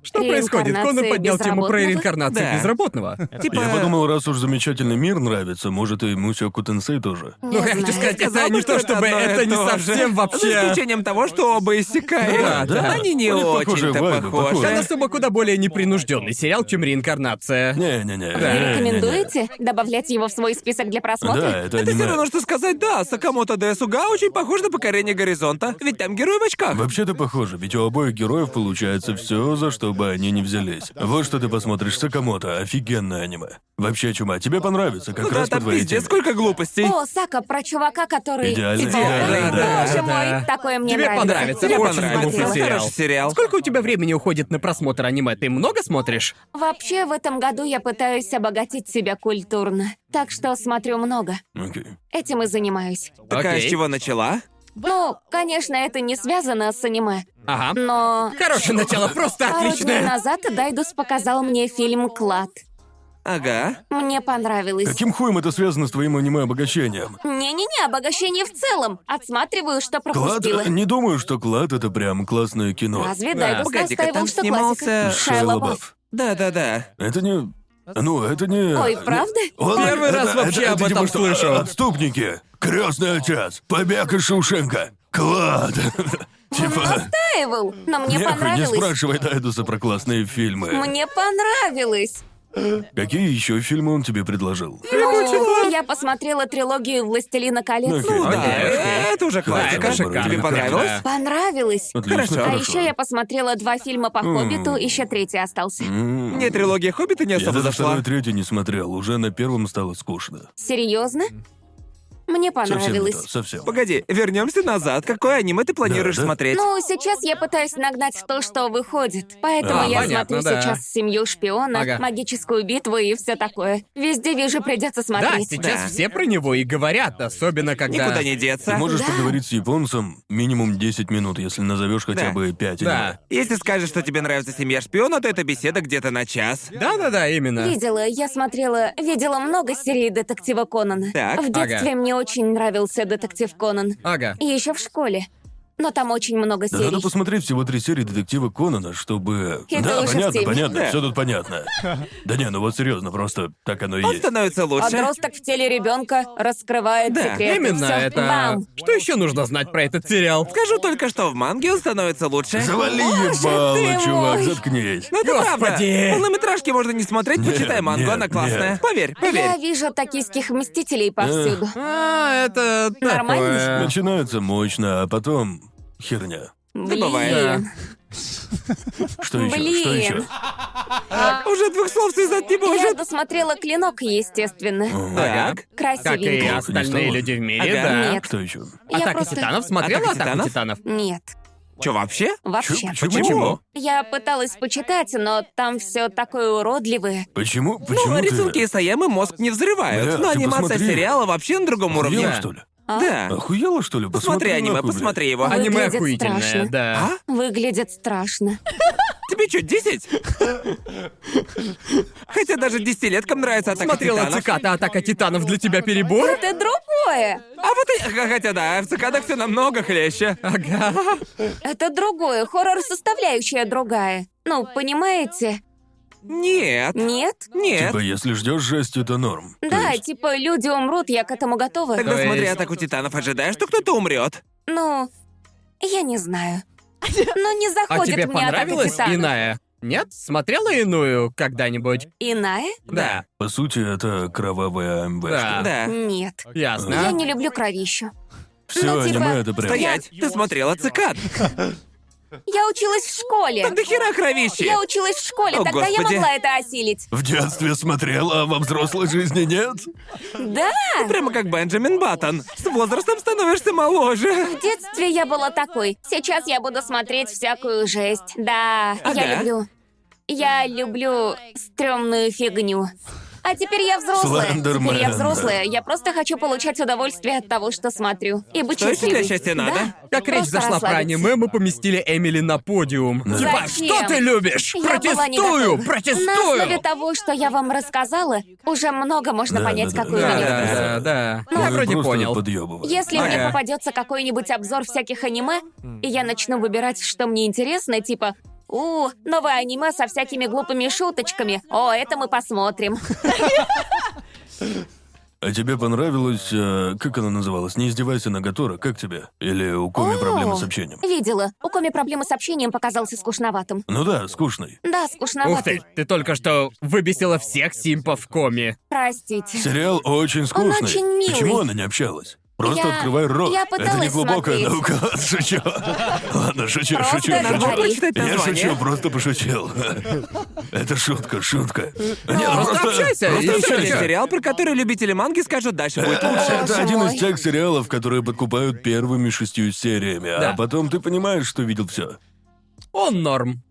B: Что происходит? Конор
A: Реинкарнация
B: поднял тему про
A: безработного?
B: реинкарнацию
C: Да.
B: безработного.
C: Типа...
D: Я подумал, раз уж замечательный мир нравится, может и Мусёку Тенсей тоже.
A: Не
B: Ну, я
A: знаю.
B: хочу сказать, это
C: Сказал бы,
B: не то,
C: что
B: чтобы
C: одно и
B: это не
C: то же.
B: совсем
C: За
B: вообще...
C: исключением того, что оба иссякают.
D: Да, да.
C: Они не
D: У них похожие
C: очень-то
D: вайбы, похожие.
B: Это
C: похожи.
B: особо куда более непринужденный сериал, чем реинкарнация.
D: Не-не-не.
A: Рекомендуете добавлять его в свой список для просмотра?
D: Да, это
C: Это все равно,
D: аниме.
C: что сказать, да, Сакамото Дэсуга очень похож на покорение горизонта, ведь там герой в очках.
D: Вообще-то похоже, ведь у обоих героев получается все, за что бы они ни взялись. Вот что ты посмотришь, Сакамото, офигенное аниме. Вообще чума, тебе понравится, как
C: Ну да,
D: раз по
C: там
D: твоей
C: пиздец,
D: теме.
C: сколько глупостей.
A: О, Сака, про чувака, который...
D: Идеальный.
A: О,
D: Да,
B: да,
A: боже
B: да,
A: мой,
B: да.
A: такое мне
B: Тебе понравится,
A: нравится.
C: Тебе
A: Я
B: очень
C: понравится.
B: глупый
A: посмотрела.
B: сериал.
C: Хороший сериал.
B: Сколько у тебя времени уходит на просмотр аниме? Ты много смотришь?
A: Вообще, в этом году я пытаюсь обогатить себя культурно. Так что смотрю много.
D: Окей.
A: Этим и занимаюсь.
C: Такая, с
B: Окей.
C: чего начала?
A: Ну, конечно, это не связано с аниме,
B: Ага.
A: но...
B: Хорошее начало, просто
A: Пару дней
B: отличное.
A: назад Дайдус показал мне фильм «Клад».
C: Ага.
A: Мне понравилось.
D: Каким хуем это связано с твоим аниме-обогащением?
A: Не-не-не, обогащение в целом. Отсматриваю, что
D: Клад? ну,
A: пропустила.
D: Не думаю, что клад это прям классное кино.
A: Разве
B: Да.
A: Дайдус
C: Погоди-ка,
A: настаивал,
C: там
A: что
C: снимался...
A: классика? Шайа
D: Шайа
A: Лабаф.
D: Лабаф.
C: Да-да-да.
D: Это не... Ну, это не...
A: Ой, правда?
D: Ладно,
B: Первый раз вообще об этом
D: типа что,
B: слышу.
D: Отступники, крестный отец, побег из Шушенко, клад. Типа,
A: Настаивал, но мне
D: нехуй, не
A: понравилось.
D: спрашивай Дайдуса про классные фильмы.
A: Мне понравилось.
D: Какие еще фильмы он тебе предложил?
A: Ну, я посмотрела трилогию «Властелина колец».
D: Ну,
C: Да,
B: Окей, окей.
C: это уже классика.
B: это шикарно.
C: Тебе понравилось?
B: Да.
A: Понравилось.
B: Ну,
D: Отлично,
C: Хорошо.
A: А
D: хорошо.
A: еще я посмотрела два фильма по «Хоббиту», еще третий остался.
C: Мне трилогия Хоббита не
D: Я
C: особо
D: даже
C: зашла.
D: второй и третий не смотрел, уже на первом стало скучно.
A: Серьезно? Мне
D: Совсем не то,
A: понравилось.
D: совсем.
C: Погоди, вернемся назад. Какое аниме ты планируешь
D: Да, да.
C: смотреть?
A: Ну, сейчас я пытаюсь нагнать то, что выходит. Поэтому
B: А,
A: я смотрю
B: понятно, да.
A: сейчас «Семью шпиона»,
B: Ага.
A: «Магическую битву» и все такое. Везде вижу, придется
B: Да,
A: смотреть.
B: сейчас
C: Да.
B: все про него и говорят, особенно когда...
C: Никуда не деться.
D: Ты можешь
A: Да.
D: поговорить с японцем минимум 10 минут, если назовешь хотя
C: Да.
D: бы 5
B: Да.
C: Если скажешь, что тебе нравится семья шпиона, то эта беседа где-то на час.
B: Да-да-да, именно.
A: Видела, я смотрела, видела много серий детектива Конана.
C: Так.
A: в детстве
B: Ага.
A: мне очень нравился детектив Конан.
B: Ага.
A: И еще в школе. Но там очень много
D: Да
A: серий.
D: надо посмотреть всего три серии детектива Конана, чтобы.
A: Это
D: да,
A: уже в
D: понятно,
A: теме.
D: понятно,
C: Да.
D: все тут понятно. Да не, ну вот серьезно, просто так оно и
C: Он
D: есть.
C: становится лучше.
A: Подросток в теле ребенка раскрывает
C: Да,
A: секреты.
B: Именно
A: Всё.
B: это.
A: Бам.
B: Что еще нужно знать про этот сериал?
C: Скажу только, что в манге он становится лучше.
D: Завали
A: Боже ты
D: ебало,
A: мой!
D: чувак, заткнись.
C: Ну это
B: Господи!
C: правда. Полнометражки можно не смотреть,
D: Нет,
C: почитай мангу,
D: нет,
C: она классная.
D: нет.
C: Поверь,
A: Я
C: поверь.
A: вижу токийских мстителей повсюду.
B: А, это
A: Нормально
B: такое.
D: Начинается мощно, а потом херня.
A: Блин.
C: бывает.
B: Да.
D: Что еще? Что
A: Блин.
D: еще?
C: Уже двух слов связать не
A: Я
C: может.
A: досмотрела клинок, естественно.
C: Так.
B: Как и
A: Красивенько.
B: остальные
D: стало.
B: люди в мире,
C: Ага.
B: да.
A: Нет.
D: Что еще?
A: Я
B: Атака
A: просто-
B: титанов смотрела
C: Атака
B: атаку титанов.
C: титанов?
A: Нет.
C: Чё, вообще?
A: Вообще.
C: Почему?
A: Я пыталась почитать, но там все такое уродливое.
D: Почему? Почему
C: Ну,
D: ты...
C: рисунки Исаямы мозг не взрывают,
D: Бля,
C: но
D: ты
C: анимация
D: посмотри.
C: сериала вообще на другом уровне.
D: Охуела, что ли?
C: Да.
D: Охуела, что ли?
C: Смотри
D: Посмотри
C: аниме,
D: нахуй, блядь.
C: посмотри его.
A: А-
B: А? Аниме
A: Выглядит
B: охуительное,
A: страшно.
B: да.
A: Выглядит страшно.
C: А Тебе что, 10? Хотя даже десятилеткам нравится атака
B: Смотрела
C: титанов.
B: циката «Атака титанов» для тебя перебор?
A: Ну, Это другое.
C: А вот и... х- Хотя да, в цикадах все намного хлеще.
B: Ага.
A: Это другое. Хоррор-составляющая другая. Ну, понимаете?
C: Нет.
A: Нет?
C: Нет.
D: Типа, если ждешь жесть, это норм. То
A: Да,
D: есть,
A: типа люди умрут, я к этому готова.
C: Тогда
B: То
C: смотри
B: есть-
C: атаку титанов, ожидая, что кто-то умрет.
A: Ну, я не знаю. Но не
B: А
A: заходит
B: тебе
A: мне атака
B: понравилась
A: титанов.
B: иная? Нет? Смотрела иную когда-нибудь?
A: Иная?
B: Да.
D: по сути, это кровавая АМВ.
B: Да.
C: Да.
A: Нет. Я
B: Ясно.
A: не люблю кровищу.
D: Все
A: Ну, типа-
D: аниме это прям.
C: Стоять! Ты смотрела цикад.
A: Я училась в школе.
C: Там до хера кровищи.
A: Я училась в школе,
C: О,
A: тогда я
C: господи.
A: могла это осилить.
D: В детстве смотрел, а во взрослой жизни нет?
A: Да,
C: Прямо как Бенджамин Баттон. С возрастом становишься моложе.
A: в детстве я была такой. Сейчас я буду смотреть всякую жесть. Да,
C: Ага.
A: я люблю. Я люблю стрёмную фигню. А теперь я взрослая.
D: Слендермен,
A: Теперь я
D: да.
A: взрослая. Я просто хочу получать удовольствие от того, что смотрю. И быть
C: Что еще для
A: счастливой.
C: счастья надо?
A: Да.
B: Как речь
A: Просто
B: зашла про
A: расслабиться.
B: аниме, мы поместили Эмили на подиум. Типа,
A: Зачем?
B: что ты любишь?
A: Я была не
B: Протестую!
A: готова. На основе
B: Протестую!
A: того, что я вам рассказала, уже много можно
D: Да,
A: понять,
D: да, да.
A: какую
B: Да,
A: меня
B: да,
A: выбрать.
B: да, да.
A: Ну,
B: Я
D: Мы
B: вроде
D: просто
B: понял.
D: подъёбываем.
A: Если мне
B: Ага.
A: попадется какой-нибудь обзор всяких аниме, и я начну выбирать, что мне интересно, типа «У, новое аниме со всякими глупыми шуточками. О, это мы посмотрим».
D: А тебе понравилось, э, как она называлась? Не издевайся на Гатора, как тебе? Или у Коми
A: О.
D: проблемы с общением?
A: Видела. У Коми проблемы с общением показался скучноватым.
D: Ну да, скучный.
A: Да,
B: Ух
A: скучноватым.
B: ты, ты только что выбесила всех симпов коми.
A: Простите.
D: Сериал очень скучный.
A: очень милый.
D: Почему она не общалась? Просто
A: Я-
D: открывай рот.
A: я
D: Это не
A: пыталась
D: глубокая
A: смотреть.
D: наука. Ладно, Шучу. Ладно, шучу,
A: Просто
D: шучу, шучу.
A: говори.
C: Прочитать
D: Я
C: название.
D: шучу, просто пошутил. Это шутка, шутка. Не, ну
B: Просто общайся, Э,
D: просто
B: и
C: Еще
D: общайся.
B: всё.
C: один сериал, про который любители манги скажут, дальше будет лучше.
D: Это
A: Боже
D: один
A: мой.
D: из тех сериалов, которые подкупают первыми шестью сериями,
B: Да.
D: а потом ты понимаешь, что видел все.
B: Он норм.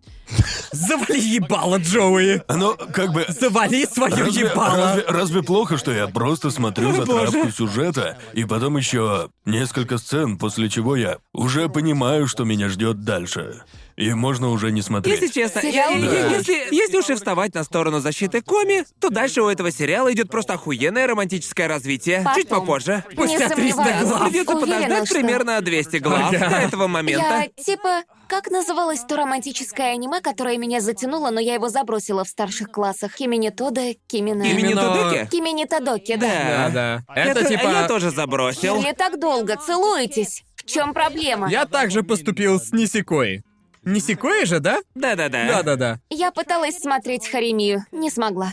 B: Завали ебало, Джоуи!
D: Оно как бы
B: Завали свое
D: Разве,
B: ебало!
D: разве- разве плохо, что я просто смотрю затравку сюжета, и потом еще несколько сцен, после чего я уже понимаю, что меня ждет дальше. И можно уже не смотреть.
C: Если честно, я-
A: Сериал?
C: я-
D: Да.
C: если, если уж и вставать на сторону защиты Коми, то дальше у этого сериала идет просто охуенное романтическое развитие.
A: Потом.
C: Чуть попозже.
A: Не
B: Спустя 300
A: сомневаюсь.
B: глав!
C: Придется
A: Уверена,
C: подождать
A: что-
C: примерно 200 глав
B: Ага.
C: до этого момента.
A: Я, типа, как называлось то романтическое аниме, которое меня затянуло, но я его забросила в старших классах? Кимини Тода, Кимина...
C: Имени
B: Именно-
C: Тодеки?
A: Кимини Тодоки,
C: Да.
B: Да, да.
C: Я
B: Это
C: то- Я
B: типа...
C: тоже забросил.
A: Или так долго целуетесь? В чем проблема?
B: Я также поступил с Нисикой. Нисикой же, да?
C: Да-да-да.
B: Да-да-да.
A: Я пыталась смотреть Харемию, не смогла.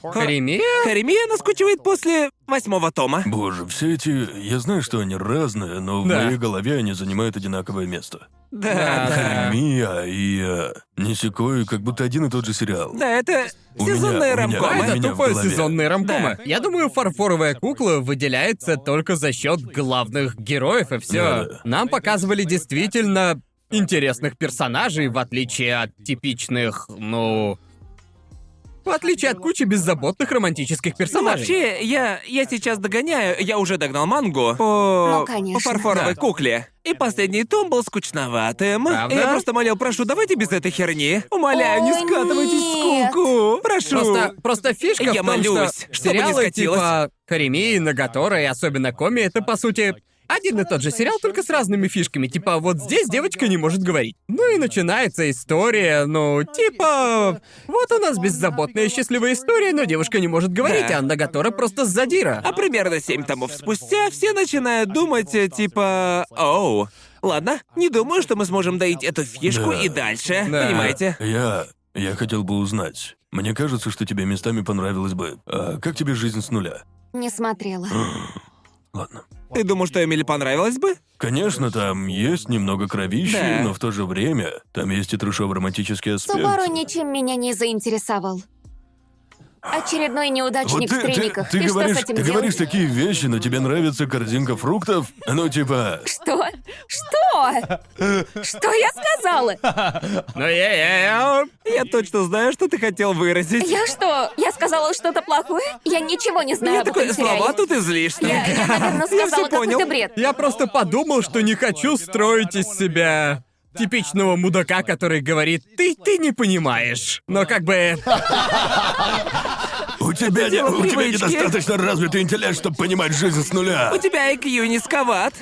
B: Харемия?
C: Харемия наскучивает после восьмого тома.
D: Боже, все эти... Я знаю, что они разные, но в
B: Да.
D: моей голове они занимают одинаковое место.
B: Да, да.
D: Мия и... э, Нисекой как будто один и тот же сериал.
C: Да, это
D: У меня-
C: сезонные
D: у меня-
B: Да,
C: рамкомы.
D: у
B: это
D: меня в
B: тупо
D: голове.
B: сезонные рамкомы.
C: Да.
B: Я думаю, фарфоровая кукла выделяется только за счет главных героев и все.
D: Да-да.
B: Нам показывали действительно интересных персонажей, в отличие от типичных, ну... В отличие от кучи беззаботных романтических
C: Ну,
B: персонажей.
C: вообще, я, я сейчас догоняю, я уже догнал мангу по,
A: Ну, конечно.
C: по фарфоровой
B: Да.
C: кукле. И последний том был скучноватым.
B: Правда?
C: И я просто молил, прошу, давайте без этой херни. Умоляю, не
A: Ой,
C: скатывайтесь в
A: нет.
C: скуку. Прошу.
B: Просто, просто фишка
C: Я
B: в том, что
C: молюсь, чтобы не
B: сериалы
C: скатилось.
B: типа Харемии, Нагатора и особенно Коми — это, по сути, один и тот же сериал, только с разными фишками. Типа, вот здесь девочка не может говорить. Ну и начинается история, ну, типа... Вот у нас беззаботная счастливая история, но девушка не может говорить,
C: Да.
B: а Нагатора просто задира.
C: А примерно семь томов спустя все начинают думать, э, типа, оу, ладно, не думаю, что мы сможем доить эту фишку
D: Да.
C: и дальше,
B: Да.
C: понимаете?
D: Я... Я хотел бы узнать. Мне кажется, что тебе местами понравилось бы. А как тебе жизнь с нуля?
A: Не смотрела.
D: Ладно.
C: Ты думал, что Эмили понравилось бы?
D: Конечно, там есть немного кровищи,
C: Да.
D: но в то же время там есть и трешово-романтический аспект.
A: Субару ничем меня не заинтересовал. Очередной неудачник
D: ты,
A: в
D: ты,
A: трениках.
D: ты
A: и
D: говоришь,
A: что с этим
D: ты
A: делать?
D: говоришь такие вещи, но тебе нравится корзинка фруктов? Ну, типа,
A: Что? Что? Что я сказала?
B: Ну, я,
C: Я точно знаю, что ты хотел выразить.
A: Я что? Я сказала что-то плохое? Я ничего не знаю
C: Я
A: об
C: такой,
A: этом сериале.
C: слова тут излишние.
A: Я, я, наверное, сказала
C: всё понял.
A: какой-то бред.
B: я просто подумал, что не хочу строить из себя типичного мудака, который говорит «ты, ты не понимаешь». Но как бы...
D: у тебя, не, у тебя
C: привычки.
D: недостаточно развитый интеллект, чтобы понимать жизнь с нуля.
C: У тебя IQ низковат.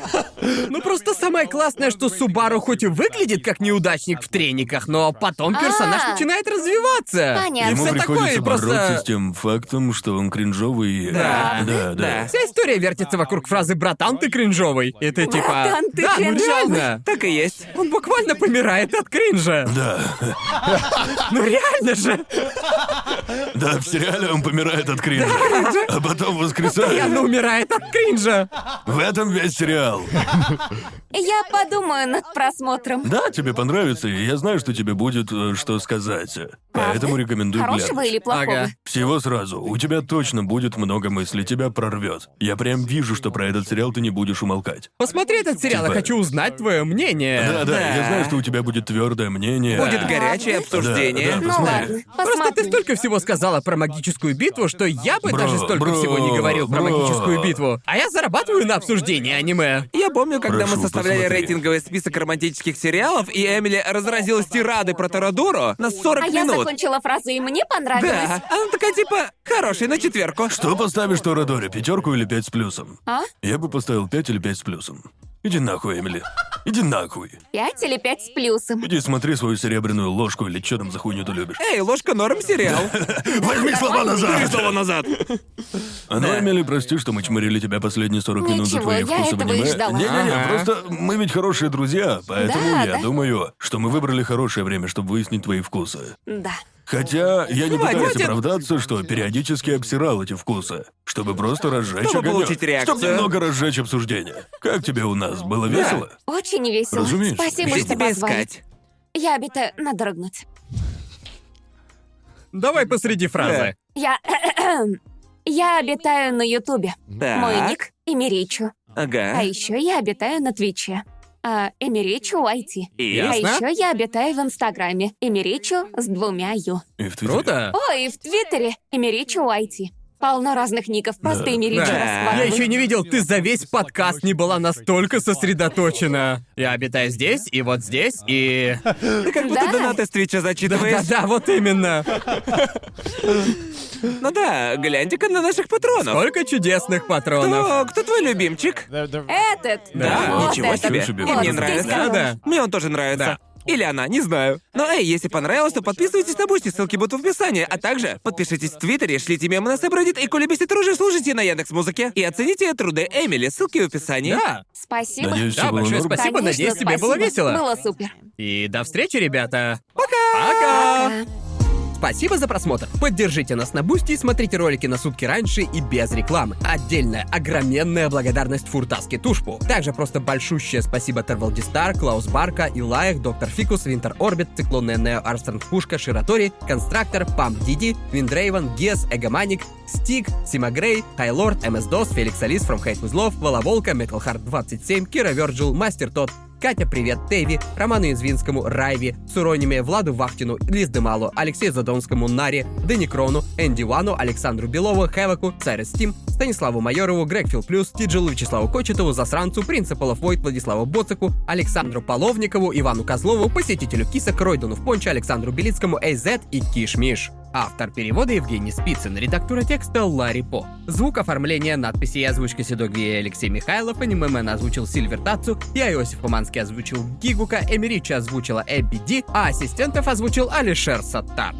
B: Ну просто самое классное, что Субару хоть и выглядит как неудачник в трениках, но потом персонаж
A: А.
B: начинает развиваться.
A: Понятно.
B: И
D: Ему
B: все
D: приходится
B: такое, и
D: бороться
B: просто...
D: с тем фактом, что он кринжовый. и-
C: Да.
D: Да, да.
C: Да.
B: Вся история вертится вокруг фразы «братан, ты кринжовый». И ты типа...
A: «Братан, ты
B: да, ну
A: кринжовый».
B: реально.
C: Так и есть.
B: Он буквально помирает от кринжа.
D: Да.
B: Ну реально же.
D: Да, в сериале он помирает от кринжа, а потом
B: Постоянно
D: воскресает.
B: умирает от кринжа.
D: В этом весь сериал.
A: Я подумаю над просмотром.
D: Да, тебе понравится, и я знаю, что тебе будет э, что сказать. Поэтому рекомендую
A: Хорошего
D: глянуть.
A: или плохого?
B: Ага.
D: Всего сразу. У тебя точно будет много мыслей, тебя прорвет. Я прям вижу, что про этот сериал ты не будешь умолкать.
B: Посмотри этот сериал, я
D: Типа-
B: хочу узнать твое мнение.
D: Да, да, я
C: да.
D: знаю, что у тебя будет твердое мнение.
C: Будет горячее
D: Да,
C: обсуждение.
D: да.
A: Ну
D: посмотри.
A: ладно,
B: Просто ты
A: посмотрю.
B: столько всего сказала про магическую битву, что я бы
D: Бро,
B: даже столько
D: бро,
B: всего не говорил про
D: бро.
B: магическую битву. А я зарабатываю на обсуждении аниме.
C: Я помню, когда
D: Прошу,
C: мы составляли
D: посмотри.
C: рейтинговый список романтических сериалов, и Эмили разразилась тирадой про Торадору на 40
A: А я
C: минут.
A: закончила фразу, и мне понравилось.
C: Да, она такая типа хороший на четверку.
D: Что поставишь Торадоре, пятерку или пять с плюсом?
A: А?
D: Я бы поставил пять или пять с плюсом. Иди нахуй, Эмили. Иди нахуй.
A: Пять или пять с плюсом.
D: Иди смотри свою серебряную ложку или что там за хуйню ты любишь.
C: Эй, ложка норм сериал.
D: Возьми слова назад!
C: Снова назад.
D: Ну, Эмили, прости, что мы чморили тебя последние 40 минут за
A: Ничего,
D: твои
A: я
D: вкусы в
A: этого и
D: аниме.
A: ждала.
D: Не-не-не,
B: Ага.
D: просто мы ведь хорошие друзья, поэтому
A: Да,
D: я
A: да.
D: думаю, что мы выбрали хорошее время, чтобы выяснить твои вкусы.
A: Да.
D: Хотя я не
C: Хватит.
D: пытаюсь оправдаться, что периодически обсирал эти вкусы, чтобы просто разжечь
C: Чтобы
D: огонек.
C: получить реакцию.
D: Чтобы немного разжечь обсуждение. Как тебе у нас? Было весело?
A: Очень весело.
D: Разумеется.
A: Спасибо,
D: Где
C: Где
A: что
C: тебя
A: позвали.
C: искать?
A: Я обито надрогнуть.
B: Давай посреди фразы.
A: Я... Я обитаю на Ютубе.
C: Так.
A: Мой ник — Эмиричу. А
C: Ага.
A: еще я обитаю на Твиче. А, Эмиричу IT.
C: И?
A: А
B: Ясно.
A: еще я обитаю в Инстаграме. Эмиричу с двумя Ю.
D: И в Твиттере.
B: Круто.
A: О, и в Твиттере Эмиричу IT. Полно разных ников, просто Эмиричу
B: Да.
C: Ладно.
B: Я
A: расхватываю.
B: еще не видел, ты за весь подкаст не была настолько сосредоточена. Я обитаю здесь, и вот здесь, и...
C: Ты как будто
A: Да.
C: донаты с Твича зачитываешь.
B: Да-да, вот именно.
C: Ну да, гляньте-ка на наших патронов.
B: Сколько чудесных
C: Кто,
B: патронов.
C: кто твой любимчик?
A: Этот!
C: Да,
A: Вот
C: ничего
A: этот.
D: Ничего
C: себе.
D: себе.
C: И мне
D: Вот,
C: нравится.
A: здесь
B: Да-да.
C: Мне он тоже нравится. Или она, не знаю. Но эй, если понравилось, то подписывайтесь на Бусти, ссылки будут в описании. А также подпишитесь в Твиттере, шлите мемы на Сэбреддит и колебись труже слушайте на Яндекс.Музыке. И оцените труды Эмили, ссылки в описании.
B: Да.
A: Спасибо.
D: Надеюсь,
B: Да,
D: все было
B: большое
D: норм.
B: спасибо.
A: Конечно,
B: надеюсь, тебе было
A: спасибо.
B: весело.
A: Было супер.
B: И до встречи, ребята. Пока! Пока! Спасибо за просмотр. Поддержите нас на Бусти и смотрите ролики на сутки раньше и без рекламы. Отдельная огроменная благодарность Фуртаске Тушпу. Также просто большущее спасибо Тервалди Стар, Клаус Барка, Илаях, Доктор Фикус, Винтер Орбит, Циклонная Нео Армстронг Пушка, Ширатори, Констрактор, Пам Диди, Виндрейвен, Гес, Эгоманик, Стик, Сима Грей, Хайлорд, МС Дос, Феликс Алис, Фром Хейт Узлов, Вала Волка, Метал Хард 27, Кира Верджил, Мастер Тот, Катя, привет, Теви, Роману Извинскому, Райви, Сурониме, Владу Вахтину, Лиз Демалу, Алексею Задонскому, Наре, Дени Крону, Энди Вану, Александру Белову, Хэваку, Сайрес Тим, Станиславу Майорову, Грегфил Плюс, Тиджилу Вячеславу Кочетову, Засранцу, Принципала Войт, Владиславу Боцику, Александру Половникову, Ивану Козлову, посетителю Кисок, Ройдуну в Понче, Александру Белицкому, Эйзет и Кишмиш. Автор перевода Евгений Спицын, редактора текста Ларри По. Звук оформления, надписи и озвучка Седоги и Алексей Михайлов, аниме озвучил Сильвер Тацу, я Иосиф Уманский озвучил Гигука, Эмирича озвучила Эбби Ди, а ассистентов озвучил Алишер Саттар.